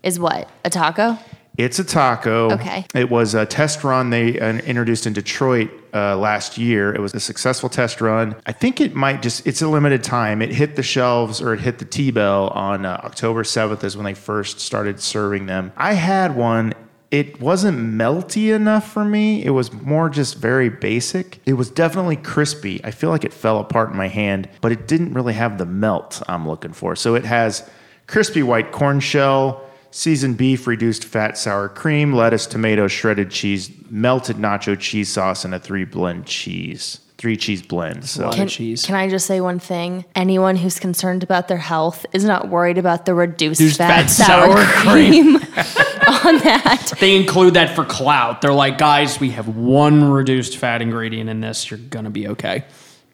S3: Is what a taco?
S1: It's a taco.
S3: Okay.
S1: It was a test run they uh, introduced in Detroit uh, last year. It was a successful test run. I think it might just, it's a limited time. It hit the shelves or it hit the T Bell on uh, October 7th, is when they first started serving them. I had one. It wasn't melty enough for me. It was more just very basic. It was definitely crispy. I feel like it fell apart in my hand, but it didn't really have the melt I'm looking for. So it has crispy white corn shell, seasoned beef, reduced fat, sour cream, lettuce, tomato, shredded cheese, melted nacho cheese sauce, and a three blend cheese, three cheese blend. So
S4: Can-
S3: Can,
S4: cheese.
S3: can I just say one thing? Anyone who's concerned about their health is not worried about the reduced
S4: Reduced
S3: fat,
S4: fat
S3: sour,
S4: sour
S3: cream on that.
S4: They include that for clout. They're like, guys, we have one reduced fat ingredient in this. You're gonna be okay.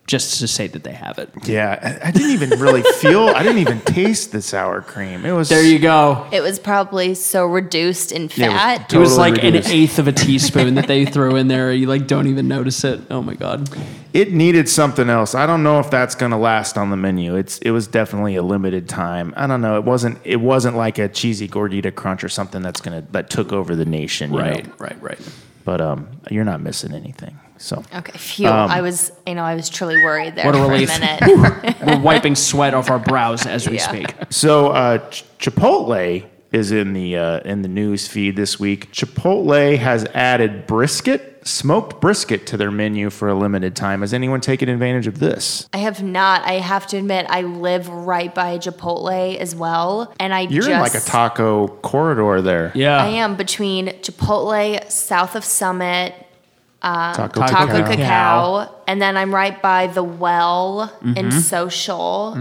S4: Just to say that they have it.
S1: yeah, I, I didn't even really feel. I didn't even taste the sour cream. It was
S4: There you go.
S3: It was probably so reduced in
S1: Yeah, it was
S3: fat.
S4: it was
S1: Totally
S4: like
S1: reduced.
S4: an eighth of a teaspoon that they throw in there. You like don't even notice it. Oh my god.
S1: It needed something else. I don't know if that's gonna last on the menu. It's it was definitely a limited time. I don't know. It wasn't it wasn't like a cheesy gordita crunch or something that's gonna that took over the nation. you know?
S4: right, right.
S1: But um, you're not missing anything. So
S3: okay, phew. I was, you know, I was truly worried there
S4: What a
S3: for
S4: relief.
S3: a minute.
S4: We're wiping sweat off our brows as we
S3: Yeah.
S4: speak.
S1: So uh, Ch- Chipotle is in the uh, in the news feed this week. Chipotle has added brisket, smoked brisket, to their menu for a limited time. Has anyone taken advantage of this?
S3: I have not. I have to admit, I live right by Chipotle as well, and I
S1: You're
S3: just
S1: in like a taco corridor there.
S4: Yeah.
S3: I am between Chipotle, south of Summit,
S1: taco, Oh,
S4: Taco
S3: Taco
S1: Cacao.
S4: Cacao.
S3: Cacao, and then I'm right by the Well in
S1: Mm-hmm.
S3: Social,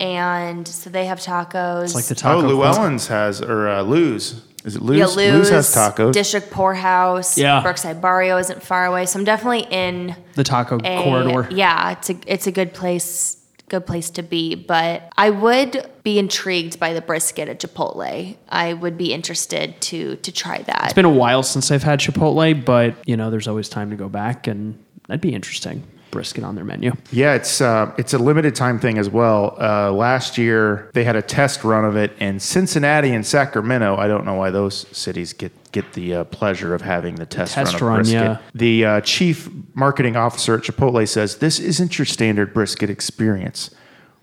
S3: and so they have tacos.
S4: It's like the
S1: Oh,
S4: taco.
S1: Llewellyn's has or uh, Lou's. Is it Lou's?
S3: yeah, Lou's,
S1: has tacos.
S3: District Poorhouse,
S4: Yeah.
S3: Brookside Barrio isn't far away, so I'm definitely in
S4: The taco
S3: a
S4: corridor.
S3: Yeah, it's a it's a good place. Good place to be, but I would be intrigued by the brisket at Chipotle. I would be interested to to try that.
S4: It's been a while since I've had Chipotle, but you know, there's always time to go back, and that'd be interesting. Brisket on their menu.
S1: Yeah, it's uh, it's a limited time thing as well. Uh, last year they had a test run of it in Cincinnati and Sacramento. I don't know why those cities get get the uh, pleasure of having the test,
S4: Test
S1: run. Of
S4: run,
S1: brisket.
S4: yeah.
S1: The uh, chief marketing officer at Chipotle says this isn't your standard brisket experience.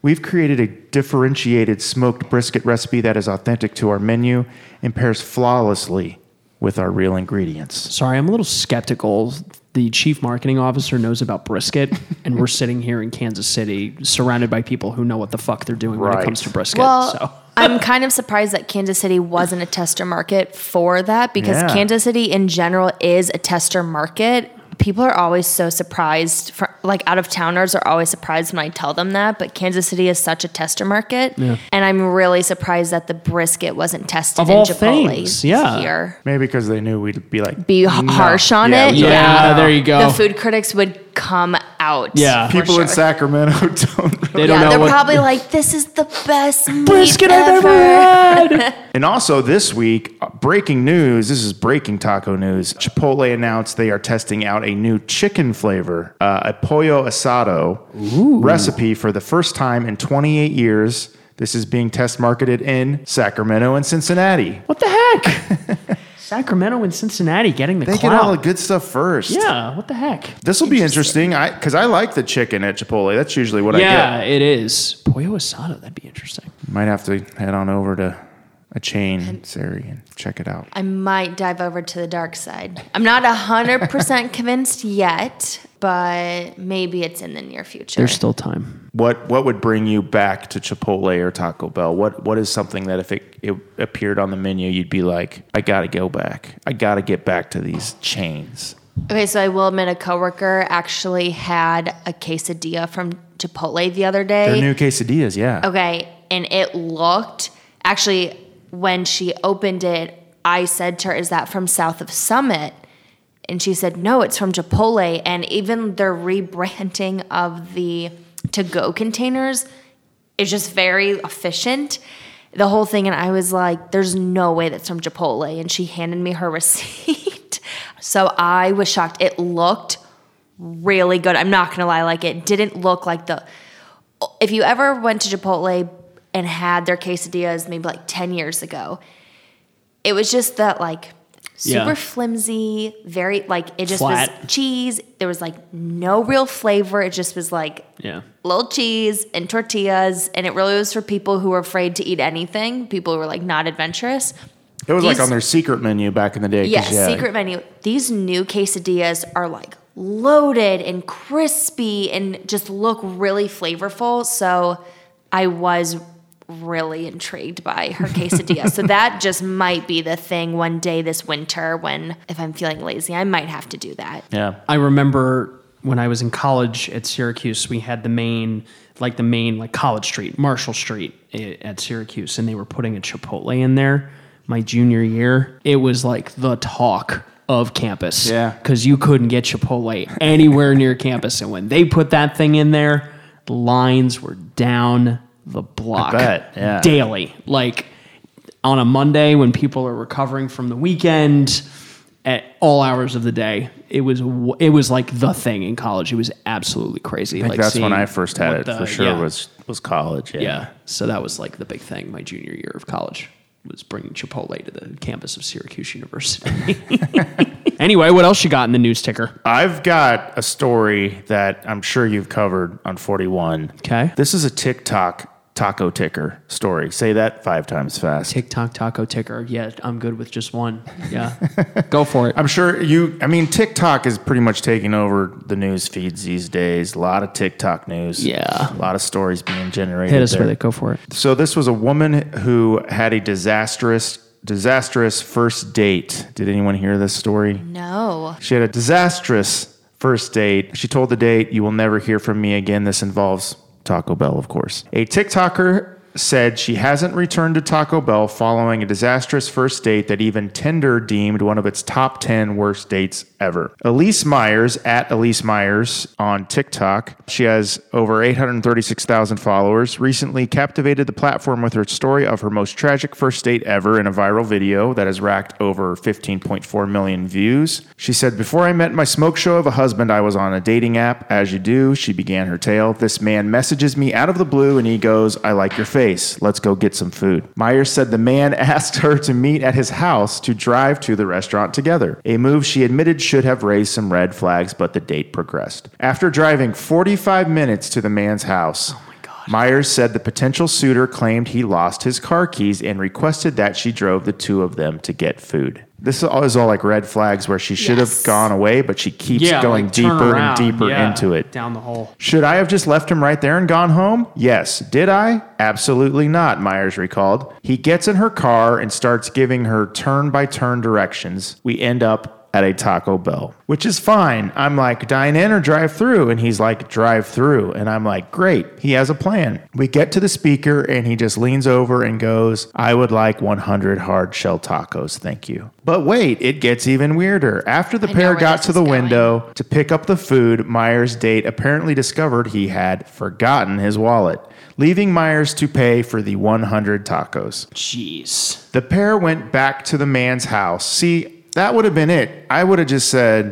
S1: We've created a differentiated smoked brisket recipe that is authentic to our menu and pairs flawlessly with our real ingredients.
S4: Sorry, I'm a little skeptical. The chief marketing officer knows about brisket, and we're sitting here in Kansas City, surrounded by people who know what the fuck they're doing when
S1: Right.
S4: it comes to brisket.
S3: Well,
S4: so.
S3: I'm kind of surprised that Kansas City wasn't a tester market for that because
S1: Yeah.
S3: Kansas City in general is a tester market. People are always so surprised, for, like out of towners are always surprised when I tell them that. But Kansas City is such a tester market, and I'm really surprised that the brisket wasn't tested
S4: Of
S3: in
S4: all
S3: Chipotle
S4: things, yeah.
S3: here.
S1: Maybe because they knew we'd be like
S3: Be h- harsh on
S1: Yeah,
S3: it,
S1: we-
S4: yeah,
S3: Yeah.
S4: there you go.
S3: The food critics would come out.
S4: Oh. Yeah.
S3: for
S1: People in
S3: sure.
S1: Sacramento don't really
S4: they don't
S3: Yeah,
S4: know
S3: they're
S4: what
S3: probably like, "This is the best meat
S4: brisket I've ever had.
S1: And also this week, uh, breaking news. This is breaking taco news. Chipotle announced they are testing out a new chicken flavor, uh, a pollo asado recipe for the first time in 28 years. This is being test marketed in Sacramento and Cincinnati.
S4: what the heck? Sacramento and Cincinnati getting the
S1: They get
S4: clout.
S1: all the good stuff first.
S4: yeah, what the heck?
S1: This will be interesting. I because I like the chicken at Chipotle. That's usually what I
S4: yeah,
S1: get.
S4: it is. Pollo asada, that'd be interesting.
S1: Might have to head on over to a chain, Sari, and check it out.
S3: I might dive over to the dark side. I'm not 100% convinced yet, but maybe it's in the near future.
S4: There's still time.
S1: What what would bring you back to Chipotle or Taco Bell? What what is something that if it, it appeared on the menu, you'd be like, I gotta go back. I gotta get back to these chains.
S3: okay, so I will admit a coworker actually had a quesadilla from Chipotle the other day.
S1: Their new quesadillas, yeah.
S3: Okay. And it looked actually when she opened it, I said to her, Is that from South of Summit? And she said, No, it's from Chipotle. And even their rebranding of the to go containers is just very efficient. The whole thing. And I was like, There's no way that's from Chipotle. And she handed me her receipt. so I was shocked. It looked really good. I'm not gonna lie, like it didn't look like the if you ever went to Chipotle and had their quesadillas maybe like 10 years ago, it was just that like super
S4: Yeah.
S3: flimsy, very like it just
S4: Flat.
S3: was cheese. There was like no real flavor. It just was like
S4: Yeah.
S3: little cheese and tortillas. And it really was for people who were afraid to eat anything, people who were like not adventurous.
S1: It was like
S3: These-
S1: on their secret menu back in the day. 'cause
S3: Yes,
S1: you had-
S3: secret menu. These new quesadillas are like loaded and crispy and just look really flavorful. So I was really intrigued by her quesadilla. so that just might be the thing one day this winter when if I'm feeling lazy, I might have to do that.
S1: Yeah.
S4: I remember when I was in college at Syracuse, we had the main, like the main, like College Street, Marshall Street i- at Syracuse, and they were putting a Chipotle in there. My junior year, it was like the talk of campus.
S1: Yeah.
S4: because you couldn't get Chipotle anywhere near campus, and when they put that thing in there, the lines were down the block
S1: bet, yeah.
S4: daily, like on a Monday when people are recovering from the weekend at all hours of the day. It was w- it was like the thing in college. It was absolutely crazy.
S1: I think
S4: like
S1: that's when
S4: seeing
S1: I first had
S4: what
S1: it
S4: the-
S1: for sure
S4: yeah.
S1: was was college. Yeah.
S4: yeah. So that was like the big thing my junior year of college was bringing Chipotle to the campus of Syracuse University. anyway, what else you got in the news ticker?
S1: I've got a story that I'm sure you've covered on 41.
S4: Okay.
S1: This is a TikTok taco ticker story. Say that five times fast.
S4: TikTok taco ticker. Yeah, I'm good with just one. Yeah. Go for it.
S1: I'm sure you, I mean, TikTok is pretty much taking over the news feeds these days. A lot of TikTok news.
S4: Yeah.
S1: A lot of stories being generated.
S4: Hit us
S1: there.
S4: with it. Go for it.
S1: So this was a woman who had a disastrous, disastrous first date. Did anyone hear this story?
S3: No.
S1: She had a disastrous first date. She told the date, You will never hear from me again. This involves Taco Bell, of course. A TikToker said she hasn't returned to Taco Bell following a disastrous first date that even Tinder deemed one of its top 10 worst dates ever. Elise Myers, at Elise Myers on TikTok, she has over 836,000 followers, recently captivated the platform with her story of her most tragic first date ever in a viral video that has racked over 15.4 million views. She said, Before I met my smoke show of a husband, I was on a dating app. As you do, she began her tale. This man messages me out of the blue and he goes, I like your face. Let's go get some food. Myers said the man asked her to meet at his house to drive to the restaurant together, a move she admitted should have raised some red flags, but the date progressed. After driving 45 minutes to the man's house, Myers said the potential suitor claimed he lost his car keys and requested that she drove the two of them to get food. This is all, is all like red flags where she should have
S3: Yes.
S1: gone away, but she keeps going deeper and deeper into it.
S4: Down the hole.
S1: Should I have just left him right there and gone home? Yes. Did I? Absolutely not, Myers recalled. He gets in her car and starts giving her turn by turn directions. We end up at a Taco Bell, which is fine. I'm like, dine in or drive through? And he's like, drive through. And I'm like, great. He has a plan. We get to the speaker and he just leans over and goes, I would like 100 hard shell tacos. Thank you. But wait, it gets even weirder. After the
S3: I know
S1: pair
S3: where
S1: got
S3: this
S1: to
S3: is
S1: the
S3: going.
S1: window, to pick up the food, Myers' date apparently discovered he had forgotten his wallet, leaving Myers to pay for the 100 tacos.
S4: Jeez.
S1: The pair went back to the man's house. See, that would have been it. I would have just said,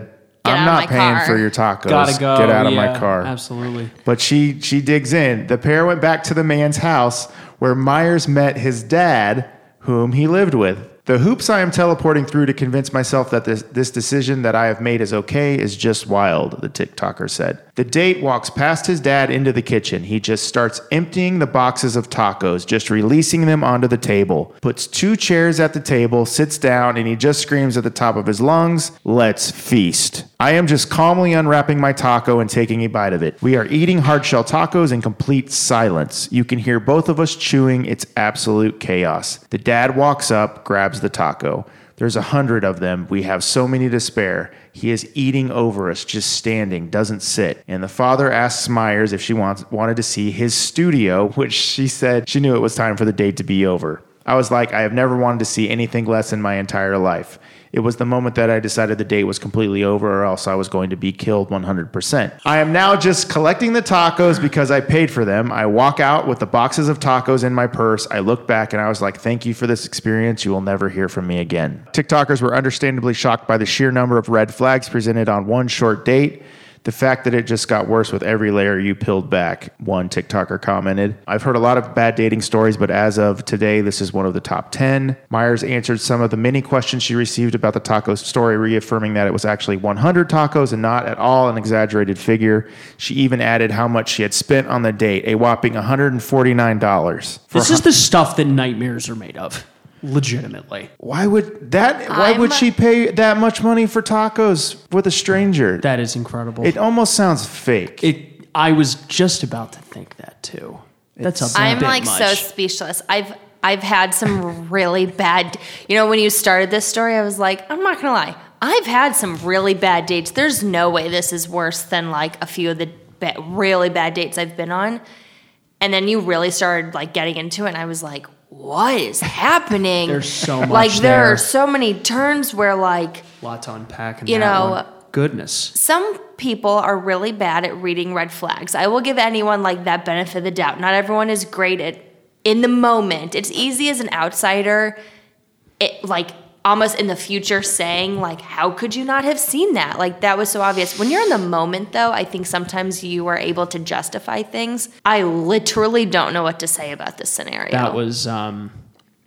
S3: Get
S1: I'm
S3: out
S1: not
S3: of my
S1: paying
S3: car."
S1: for your tacos.
S4: Gotta go.
S1: Get out of my
S4: yeah,
S1: car.
S4: Absolutely.
S1: But she she digs in. The pair went back to the man's house where Myers met his dad, whom he lived with. The hoops I am teleporting through to convince myself that this, this decision that I have made is okay is just wild, the TikToker said. The date walks past his dad into the kitchen. He just starts emptying the boxes of tacos, just releasing them onto the table. Puts two chairs at the table, sits down, and he just screams at the top of his lungs, Let's feast. I am just calmly unwrapping my taco and taking a bite of it. We are eating hard shell tacos in complete silence. You can hear both of us chewing. It's absolute chaos. The dad walks up, grabs the taco. There's a hundred of them. We have so many to spare. He is eating over us, just standing, doesn't sit. And the father asks Myers if she wants, wanted to see his studio, which she said she knew it was time for the date to be over. I was like, I have never wanted to see anything less in my entire life. It was the moment that I decided the date was completely over, or else I was going to be killed 100%. I am now just collecting the tacos because I paid for them. I walk out with the boxes of tacos in my purse. I look back and I was like, thank you for this experience. You will never hear from me again. TikTokers were understandably shocked by the sheer number of red flags presented on one short date. The fact that it just got worse with every layer you peeled back, one TikToker commented. I've heard a lot of bad dating stories, but as of today, this is one of the top 10. Myers answered some of the many questions she received about the taco story, reaffirming that it was actually 100 tacos and not at all an exaggerated figure. She even added how much she had spent on the date, a whopping $149. For
S4: This is the stuff that nightmares are made of, legitimately.
S1: why would that why
S3: I'm-
S1: would she pay that much money for tacos with a stranger?
S4: That is incredible.
S1: it almost sounds fake.
S4: It. I was just about to think that too. That's a
S3: I'm
S4: bit
S3: like
S4: much.
S3: so speechless. I've I've had some really bad. You know, when you started this story, I was like, I'm not gonna lie. I've had some really bad dates. There's no way this is worse than like a few of the ba- really bad dates I've been on. And then you really started like getting into it, and I was like, what is happening?
S4: There's so
S3: like
S4: much
S3: there
S4: there.
S3: are so many turns where like
S4: lot to unpack. In
S3: You
S4: that
S3: know-
S4: one. goodness.
S3: some people are really bad at reading red flags. I will give anyone like that benefit of the doubt. Not everyone is great at in the moment. It's easy as an outsider, it like almost in the future saying like, "How could you not have seen that?" Like that was so obvious. When you're in the moment, though, I think sometimes you are able to justify things. I literally don't know what to say about this scenario.
S4: That was um,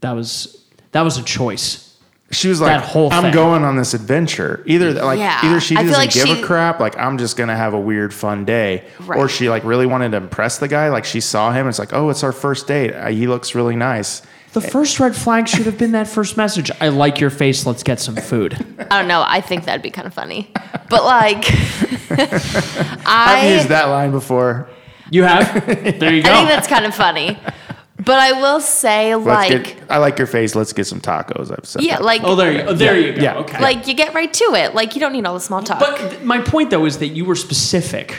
S4: that was that was a choice.
S1: she was like,
S4: that whole
S1: "I'm
S4: thing.
S1: going on this adventure." Either like
S3: Yeah.
S1: either she
S3: I feel
S1: doesn't
S3: like
S1: give
S3: she-
S1: a crap, like I'm just gonna have a weird fun day,
S3: Right.
S1: or she like really wanted to impress the guy, like she saw him, and it's like, "Oh, it's our first date. Uh, he looks really nice."
S4: The first red flag should have been that first message. I like your face. Let's get some food.
S3: I don't know. I think that'd be kind of funny, but like, I
S1: I've used that line before.
S4: You have. There you go.
S3: I think that's kind of funny. But I will say,
S1: Let's
S3: like,
S1: get, I like your face. Let's get some tacos. I've said,
S3: yeah,
S1: that.
S3: like,
S4: oh, there you. Oh, there you go.
S1: yeah.
S4: Okay.
S3: like you get right to it. Like, you don't need all the small talk.
S4: But th- my point though is that you were specific.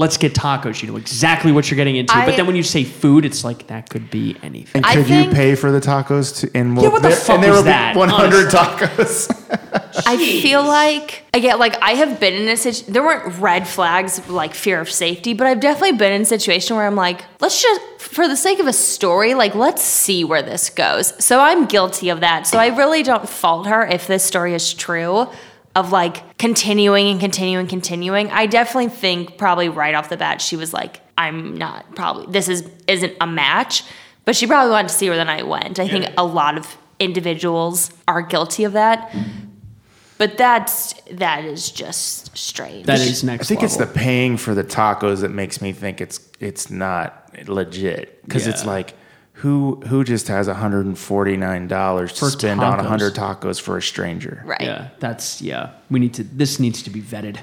S4: Let's get tacos. You know exactly what you're getting into.
S3: I-
S4: but then when you say food, it's like that could be anything.
S1: And
S3: I
S1: could
S3: think-
S1: you pay for the tacos? To, and we'll,
S4: what the
S1: there-
S4: fuck
S1: and there
S4: was
S1: will be
S4: that,
S1: 100 tacos.
S3: I feel like again, like I have been in a situation. There weren't red flags like fear of safety, but I've definitely been in a situation where I'm like, let's just for the sake of a story, like let's see where this goes. So I'm guilty of that. So I really don't fault her if this story is true. Of like continuing and continuing, continuing. I definitely think probably right off the bat she was like, "I'm not probably this is isn't a match," but she probably wanted to see where the night went. I think a lot of individuals are guilty of that. But that's that is just strange.
S4: That is
S1: I
S4: next.
S1: think it's the
S4: level.
S1: paying for the tacos that makes me think it's it's not legit because it's
S4: Yeah.
S1: like who who just has hundred and forty nine dollars to
S4: For
S1: spend on on
S4: tacos.
S1: hundred tacos for a stranger.
S3: right.
S4: Yeah, that's yeah. We need to. This needs to be vetted.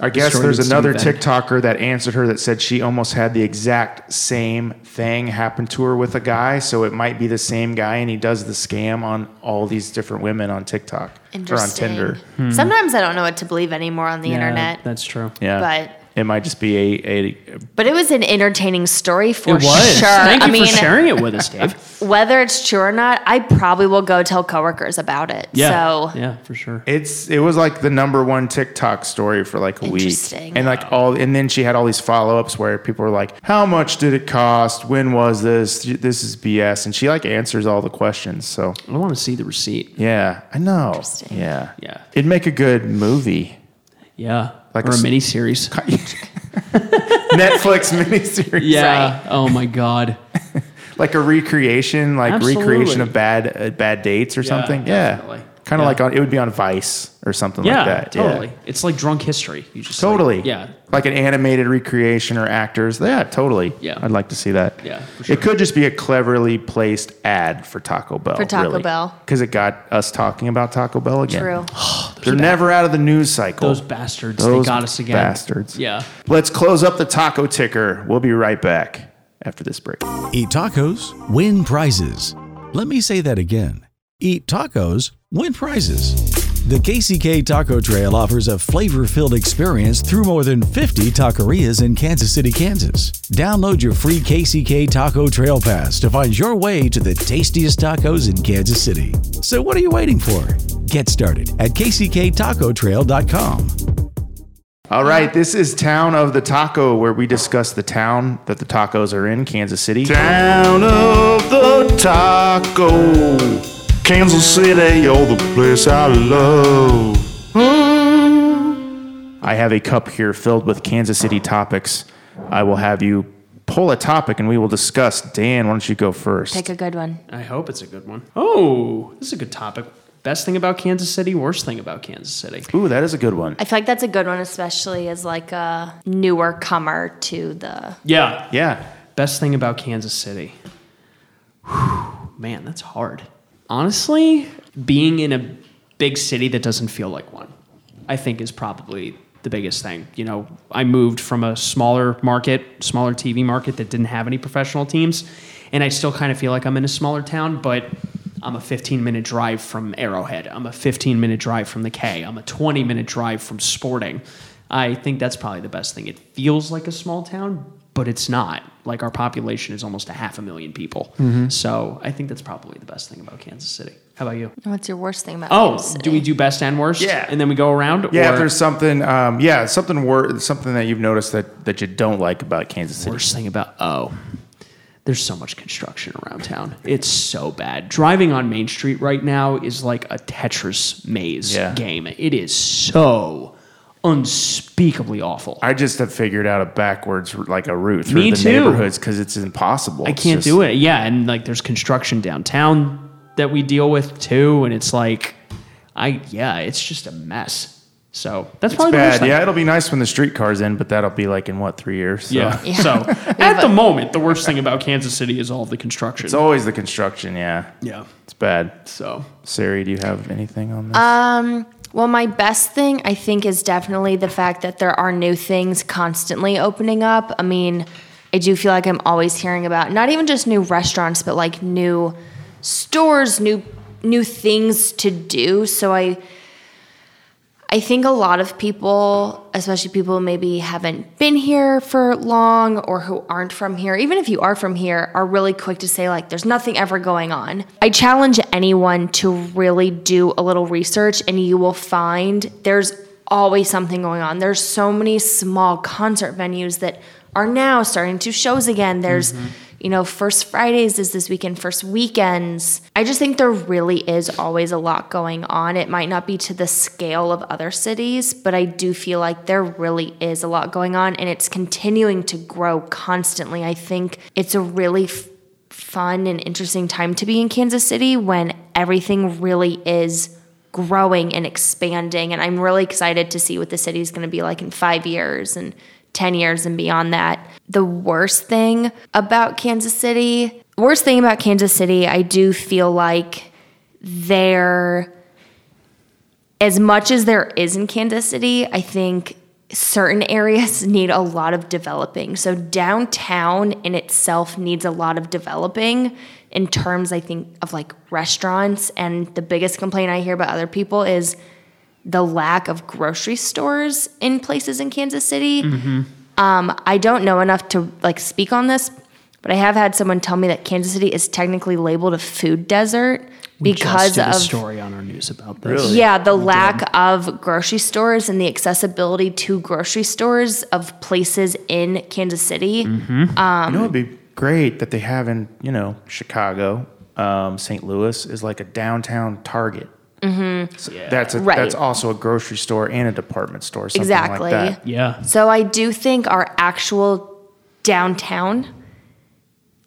S1: I
S4: This
S1: guess
S4: story
S1: there's
S4: needs to be
S1: another
S4: vetted.
S1: TikToker that answered her that said she almost had the exact same thing happen to her with a guy, so it might be the same guy, and he does the scam on all these different women on TikTok or on
S3: Interesting.
S1: Tinder.
S3: Sometimes I don't know what to believe anymore on the
S4: Hmm. Yeah,
S3: internet.
S4: That's true.
S1: Yeah,
S3: But-
S1: it might just be a, a
S3: But it was an entertaining story for
S4: It was.
S3: sure.
S4: Thank
S3: I
S4: you
S3: mean,
S4: for sharing it with us, Dave.
S3: whether it's true or not, I probably will go tell coworkers about it.
S4: Yeah.
S3: So
S4: yeah, for sure.
S1: It's it was like the number one TikTok story for like a
S3: Interesting.
S1: week, and like all, and then she had all these follow ups where people were like, "How much did it cost? When was this? This is BS." And she like answers all the questions. So
S4: I want to see the receipt.
S1: yeah, I know.
S3: Interesting.
S1: Yeah,
S4: Yeah.
S1: It'd make a good movie,
S4: Yeah,
S1: Like
S4: or
S1: a s-
S4: a, mini series.
S1: Netflix miniseries.
S4: Yeah. Oh my god.
S1: like a recreation, like
S4: Absolutely.
S1: recreation of bad uh, bad dates or something. Yeah,
S4: definitely.
S1: kind of
S4: Yeah.
S1: like on it would be on Vice or something
S4: Yeah,
S1: like that. Yeah.
S4: totally. It's like drunk history. You just like-
S1: Totally.
S4: yeah.
S1: Like an animated recreation or actors. Yeah, totally.
S4: Yeah.
S1: I'd like to see that.
S4: Yeah, for sure.
S1: It could just be a cleverly placed ad for Taco Bell.
S3: For Taco Bell.
S1: Because it got us talking about Taco Bell again.
S3: true.
S1: They're never out of the news cycle.
S4: Those bastards.
S1: Those
S4: they got us again.
S1: Bastards.
S4: Yeah.
S1: Let's close up the taco ticker. We'll be right back after this break.
S5: Eat tacos, win prizes. Let me say that again. Eat tacos, win prizes. The KCK Taco Trail offers a flavor filled experience through more than 50 taquerias in Kansas City, Kansas. Download your free KCK Taco Trail Pass to find your way to the tastiest tacos in Kansas City. So, what are you waiting for? Get started at kcktacotrail.com.
S1: All right, this is Town of the Taco, where we discuss the town that the tacos are in, Kansas City.
S6: Town of the Taco. oh, Kansas City, you're the place I love.
S1: Hmm. I have a cup here filled with Kansas City topics. I will have you pull a topic and we will discuss. Dan, why don't you go first?
S3: Pick a good one.
S4: I hope it's a good one. Oh, this is a good topic. Best thing about Kansas City, worst thing about Kansas City.
S1: Ooh, that is a good one.
S3: I feel like that's a good one, especially as like a newer comer to the.
S4: Yeah.
S1: Yeah.
S4: Best thing about Kansas City. Whew, man, that's hard. Honestly, being in a big city that doesn't feel like one, I think is probably the biggest thing. You know, I moved from a smaller market, smaller TV market that didn't have any professional teams, and I still kind of feel like I'm in a smaller town, but I'm a 15 minute drive from Arrowhead. I'm a 15 minute drive from the K. I'm a 20 minute drive from Sporting. I think that's probably the best thing. It feels like a small town, but it's not. Like our population is almost a half a million people.
S1: Mm-hmm.
S4: So I think that's probably the best thing about Kansas City. How about you?
S3: What's your worst thing about
S4: Oh,
S3: Kansas
S4: do we do best and worst?
S1: Yeah.
S4: And then we go around?
S1: Yeah,
S4: Or
S1: if there's something, um, yeah, something wor- something that you've noticed that, that you don't like about Kansas City.
S4: worst thing about oh. There's so much construction around town. It's so bad. Driving on Main Street right now is like a Tetris maze
S1: Yeah.
S4: game. It is so unspeakably awful.
S1: I just have figured out a backwards like a route through
S4: Me
S1: the
S4: too.
S1: neighborhoods because it's impossible.
S4: I can't do it. Yeah, and like there's construction downtown that we deal with too, and it's like, I yeah, it's just a mess. So that's
S1: It's
S4: probably the worst
S1: bad.
S4: thing.
S1: Yeah, it'll be nice when the streetcar's in, but that'll be like in what three years? So.
S4: Yeah. So at the moment, the worst thing about Kansas City is all the construction.
S1: it's always the construction. Yeah,
S4: yeah.
S1: it's bad.
S4: So
S1: Sari, do you have anything on this?
S3: Um, Well, my best thing, I think, is definitely the fact that there are new things constantly opening up. I mean, I do feel like I'm always hearing about not even just new restaurants, but like new stores, new new things to do. So I I think a lot of people, especially people who maybe haven't been here for long or who aren't from here, even if you are from here, are really quick to say, like, there's nothing ever going on. I challenge anyone to really do a little research and you will find there's always something going on. There's so many small concert venues that are now starting to shows again. There's, you know, First Fridays is this weekend, First Weekends. I just think there really is always a lot going on. It might not be to the scale of other cities, but I do feel like there really is a lot going on and it's continuing to grow constantly. I think it's a really f- fun and interesting time to be in Kansas City when everything really is growing and expanding. And I'm really excited to see what the city is going to be like in five years and 10 years and beyond that. The worst thing about Kansas City, worst thing about Kansas City, I do feel like they're, as much as there is in Kansas City, I think certain areas need a lot of developing. So downtown in itself needs a lot of developing in terms I think of like restaurants and the biggest complaint I hear about other people is the lack of grocery stores in places in Kansas City.
S4: Mm-hmm.
S3: Um, I don't know enough to like speak on this, but I have had someone tell me that Kansas City is technically labeled a food desert because
S4: just did
S3: of
S4: a story on our news about this.
S3: yeah, the lack of grocery stores and the accessibility to grocery stores of places in Kansas City.
S1: you know, it'd be great that they have in you know Chicago, um, St. Louis is like a downtown Target. Mm-hmm. So That's a,
S3: Right.
S1: that's also a grocery store and a department store. Something
S3: Exactly.
S1: Like that.
S4: Yeah.
S3: So I do think our actual downtown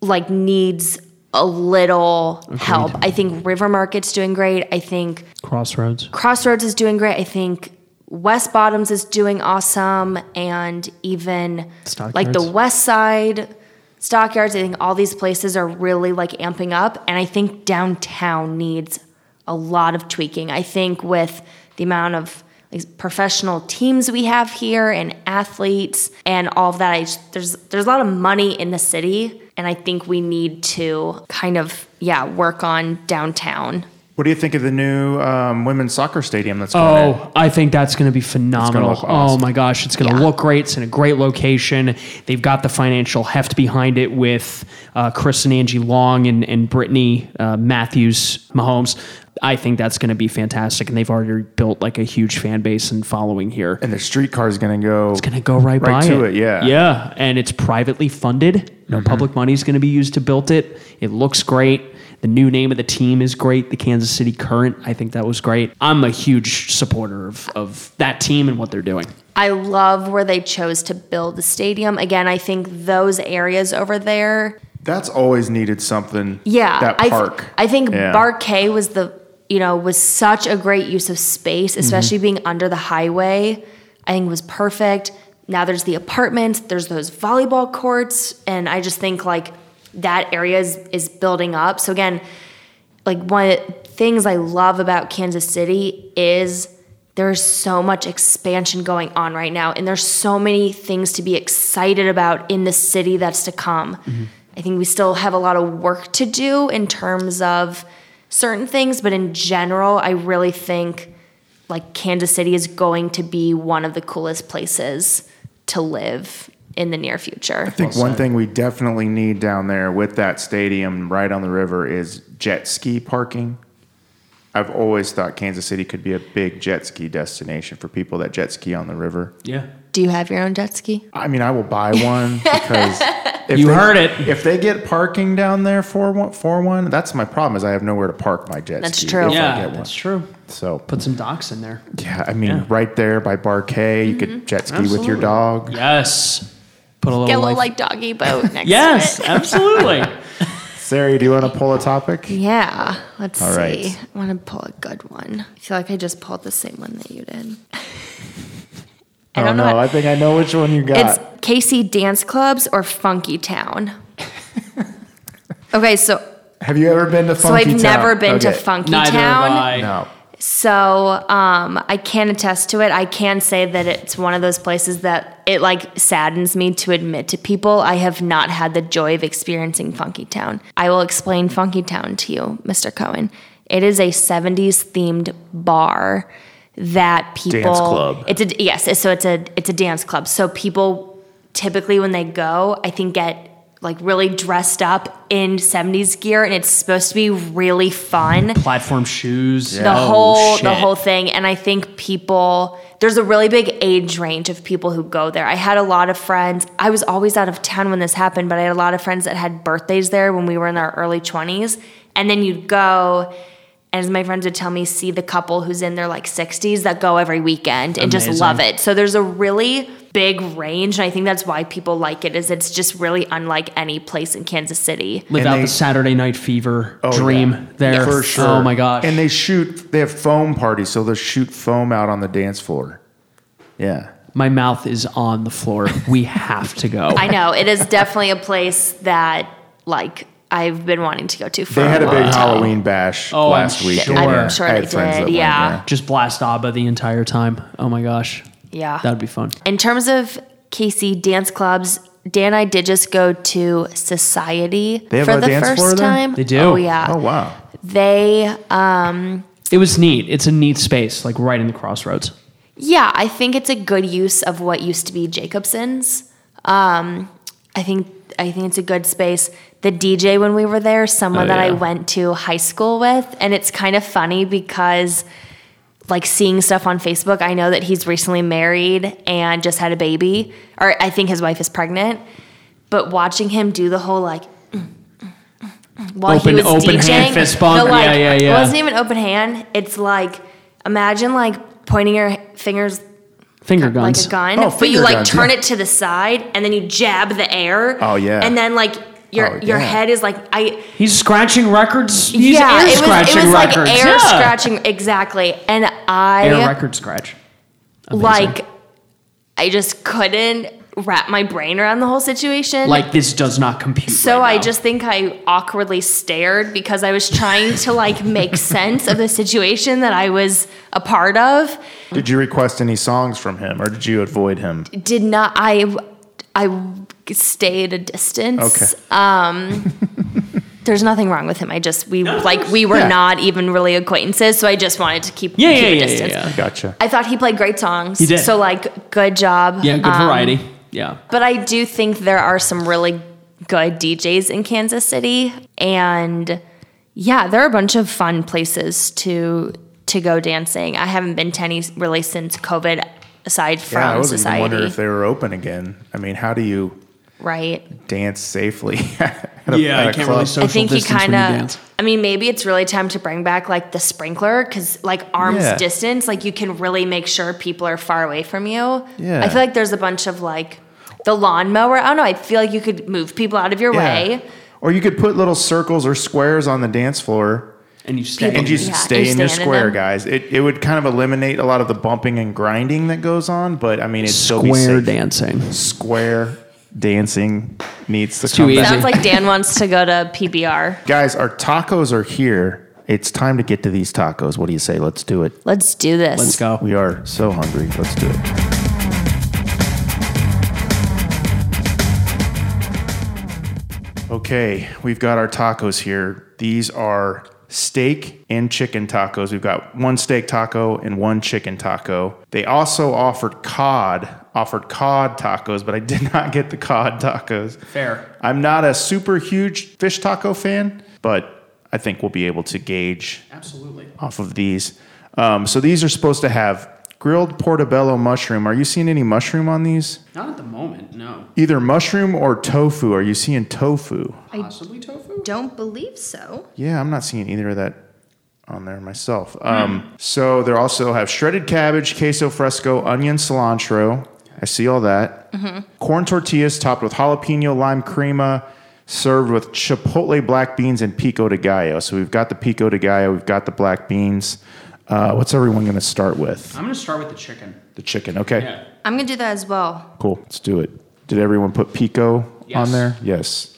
S3: like needs a little help. I think River Market's doing great. I think
S4: Crossroads.
S3: Crossroads is doing great. I think West Bottoms is doing awesome, and even like the
S4: Stockyards.
S3: West Side Stockyards. I think all these places are really like amping up, and I think downtown needs a lot of tweaking. I think with the amount of like, professional teams we have here and athletes and all of that, I just, there's there's a lot of money in the city, and I think we need to kind of yeah work on downtown.
S1: What do you think of the new um, women's soccer stadium that's going in?
S4: Oh, I think that's going to be phenomenal.
S1: look awesome.
S4: Oh my gosh, it's going to look great. It's in a great location. They've got the financial heft behind it with uh, Chris and Angie Long and and Brittany uh, Matthews Mahomes. I think that's going to be fantastic, and they've already built like a huge fan base and following here.
S1: and the streetcar is going to go. It's
S4: gonna go right,
S1: Right
S4: by
S1: to it, yeah. Mm-hmm.
S4: yeah, and it's privately funded. No public money is gonna be used to build it. It looks great. The new name of the team is great. The Kansas City Current. I think that was great. I'm a huge supporter of, of that team and what they're doing.
S3: I love where they chose to build the stadium. Again, I think those areas over there.
S1: That's always needed something.
S3: Yeah.
S1: That
S3: I th-
S1: park.
S3: I think
S1: Yeah.
S3: Barquet was the, you know, was such a great use of
S1: Mm-hmm.
S3: space, especially being under the highway. I think was perfect. Now there's the apartments, there's those volleyball courts, and I just think like that area is, is building up. So again, like one of the things I love about Kansas City is there's so much expansion going on right now, and there's so many things to be excited about in the city that's to come.
S4: Mm-hmm.
S3: I think we still have a lot of work to do in terms of certain things, but in general, I really think like Kansas City is going to be one of the coolest places to live in the near future.
S1: I think one thing we definitely need down there with that stadium right on the river is jet ski parking. I've always thought Kansas City could be a big jet ski destination for people that jet ski on the river.
S4: Yeah.
S3: Do you have your own jet ski?
S4: Oh,
S1: I mean, I will buy one because if
S4: You
S1: they-
S4: heard it.
S1: If they get parking down there for one, for one, that's my problem. Is I have nowhere to park my jet
S3: That's
S1: ski.
S3: true.
S1: If I
S4: Yeah,
S1: get one.
S4: that's true.
S1: So
S4: Put some docs in there.
S1: yeah, I mean,
S4: Yeah.
S1: right there by Barquet, you
S3: Mm-hmm.
S1: could jet ski with your
S4: Absolutely.
S1: dog.
S4: Yes. Put a little,
S3: Get a little
S4: life-
S3: like doggy boat next
S4: Yes,
S3: to it.
S4: absolutely.
S1: Sari, do you want to pull a topic?
S3: Yeah, let's
S1: All
S3: see.
S1: right.
S3: I want to pull a good one. I feel like I just pulled the same one that you did. I
S1: oh
S3: don't
S1: no,
S3: know.
S1: I think I know which one you got.
S3: It's KC Dance Clubs or Funky Town. okay, so
S1: Have you ever been to
S3: so
S1: Funky Town?
S3: I've never been to
S1: Okay.
S3: Funky
S4: Neither
S3: Town.
S4: have I.
S1: No.
S3: So um, I can attest to it. I can say that it's one of those places that it like saddens me to admit to people I have not had the joy of experiencing Funky Town. I will explain Funky Town to you, Mr. Cohen. It is a 70s themed bar that people
S1: Dance club.
S3: It's a yes, so it's a it's a dance club. So people typically when they go, I think get like really dressed up in 70s gear and it's supposed to be really fun
S4: Platform shoes.
S3: the
S4: Oh,
S3: whole the
S4: shit.
S3: whole thing and i think people there's a really big age range of people who go there i had a lot of friends i was always out of town when this happened but i had a lot of friends that had birthdays there when we were in our early 20s and then you'd go and as my friends would tell me see the couple who's in their like 60s that go every weekend and just
S4: Amazing.
S3: love it so there's a really big range and i think that's why people like it is it's just really unlike any place in kansas city
S4: Live
S1: And
S4: out
S1: they- Oh,
S4: the Saturday night fever dream
S1: yeah.
S4: there.
S1: For sure.
S4: Oh my gosh.
S1: And they shoot, they have foam parties, so they'll shoot foam out on the dance floor. Yeah.
S4: my mouth is on the floor. We have to go.
S3: I know it is definitely a place that like I've been wanting to go to for
S1: They had a big
S3: long time.
S1: Halloween bash
S4: Oh, I'm
S1: last week.
S4: sure.
S1: and
S4: I'm
S3: sure
S1: I had
S3: they
S1: friends
S3: did,
S1: that went
S3: yeah.
S1: there.
S4: Just blast ABBA the entire time. Oh my gosh.
S3: Yeah.
S4: That'd be fun.
S3: In terms of KC dance clubs, Dan and I did just go to Society
S1: They have
S3: for
S1: a
S3: the
S1: dance
S3: first
S1: floor there?
S3: time.
S4: They do?
S3: Oh yeah.
S1: Oh wow.
S3: They
S4: It was neat. It's a neat space, like right in the crossroads.
S3: Yeah, I think it's a good use of what used to be Jacobson's. Um, I think I think it's a good space. The DJ when we were there, someone
S4: Oh,
S3: that I
S4: yeah.
S3: went to high school with, and it's kind of funny because like seeing stuff on Facebook, I know that he's recently married and just had a baby, or I think his wife is pregnant. But watching him do the whole like while
S4: Open-
S3: he was
S4: open
S3: DJing,
S4: hand fist bump.
S3: the, like,
S4: Yeah, yeah,
S3: It
S4: yeah.
S3: wasn't even open hand. It's like imagine like pointing your fingers
S4: Finger
S3: like
S4: guns.
S3: a gun,
S1: Oh,
S3: but you
S1: finger
S3: like
S1: guns,
S3: turn
S1: yeah.
S3: it to the side and then you jab the air.
S1: Oh, yeah.
S3: And then like your
S1: Oh,
S3: your
S1: yeah.
S3: head is like I
S4: He's scratching records. He's
S3: yeah
S4: air
S3: it was
S4: scratching
S3: it was like
S4: records.
S3: air
S4: yeah.
S3: scratching exactly and I
S4: Air record scratch. Amazing.
S3: like I just couldn't wrap my brain around the whole situation.
S4: like this does not compute.
S3: so
S4: right
S3: I
S4: now.
S3: just think I awkwardly stared because I was trying to like make sense of the situation that I was a part of.
S1: Did you request any songs from him, or did you avoid him?
S3: Did not I I stayed a distance.
S1: Okay.
S3: There's nothing wrong with him. I just we like we were
S1: Yeah.
S3: not even really acquaintances, so I just wanted to keep
S4: yeah,
S3: keep
S4: yeah,
S3: a
S4: yeah, yeah,
S3: distance.
S4: yeah.
S1: gotcha.
S3: I thought he played great songs.
S4: He did.
S3: So like good job.
S4: Yeah, good
S3: Um,
S4: variety. Yeah.
S3: But I do think there are some really good DJs in Kansas City and yeah, there are a bunch of fun places to to go dancing. I haven't been to any really since COVID aside from
S1: yeah, I was even
S3: society.
S1: wondering if they were open again. I mean, how do you?
S3: right?
S1: dance safely.
S4: Yeah, I can't really
S3: I
S4: social
S3: think you
S4: distance when
S3: kind
S4: you dance.
S3: of. I mean, maybe it's really time to bring back like the sprinkler because like arms
S1: Yeah.
S3: distance, like you can really make sure people are far away from you.
S1: Yeah.
S3: I feel like there's a bunch of like the lawnmower. I don't know. I feel like you could move people out of your way.
S1: Or you could put little circles or squares on the dance floor
S4: and you stay.
S1: and just
S3: Yeah,
S1: stay
S3: and
S1: in your
S3: stand in
S1: square,
S3: them.
S1: guys. It, it would kind of eliminate a lot of the bumping and grinding that goes on, but I mean, it's still be
S4: square
S1: safe.
S4: dancing.
S1: Square dancing needs to
S4: too
S1: come back.
S4: easy.
S3: Sounds like Dan wants to go to PBR.
S1: Guys, our tacos are here. It's time to get to these tacos. What do you say? Let's do it.
S3: Let's do this.
S4: Let's go.
S1: We are so hungry. Let's do it. Okay, we've got our tacos here. These are steak and chicken tacos. We've got one steak taco and one chicken taco. They also offered cod, offered cod tacos, but I did not get the cod tacos.
S4: Fair.
S1: I'm not a super huge fish taco fan, but I think we'll be able to gauge
S4: Absolutely.
S1: off of these. Um, so these are supposed to have grilled portobello mushroom. Are you seeing any mushroom on these?
S4: Not at the moment, no.
S1: Either mushroom or tofu. Are you seeing tofu?
S4: Possibly tofu?
S3: Don't believe so.
S1: Yeah, I'm not seeing either of that on there myself. Um, So they also have shredded cabbage, queso fresco, onion, cilantro. I see all that. Corn tortillas topped with jalapeno, lime crema, served with chipotle black beans and pico de gallo. So we've got the pico de gallo, we've got the black beans. Uh, what's everyone going to start with?
S4: I'm going to start with the chicken.
S1: The chicken. Okay,
S3: I'm gonna do that as well.
S1: cool. Let's do it. Did everyone put pico on
S4: Yes.
S1: there? Yes.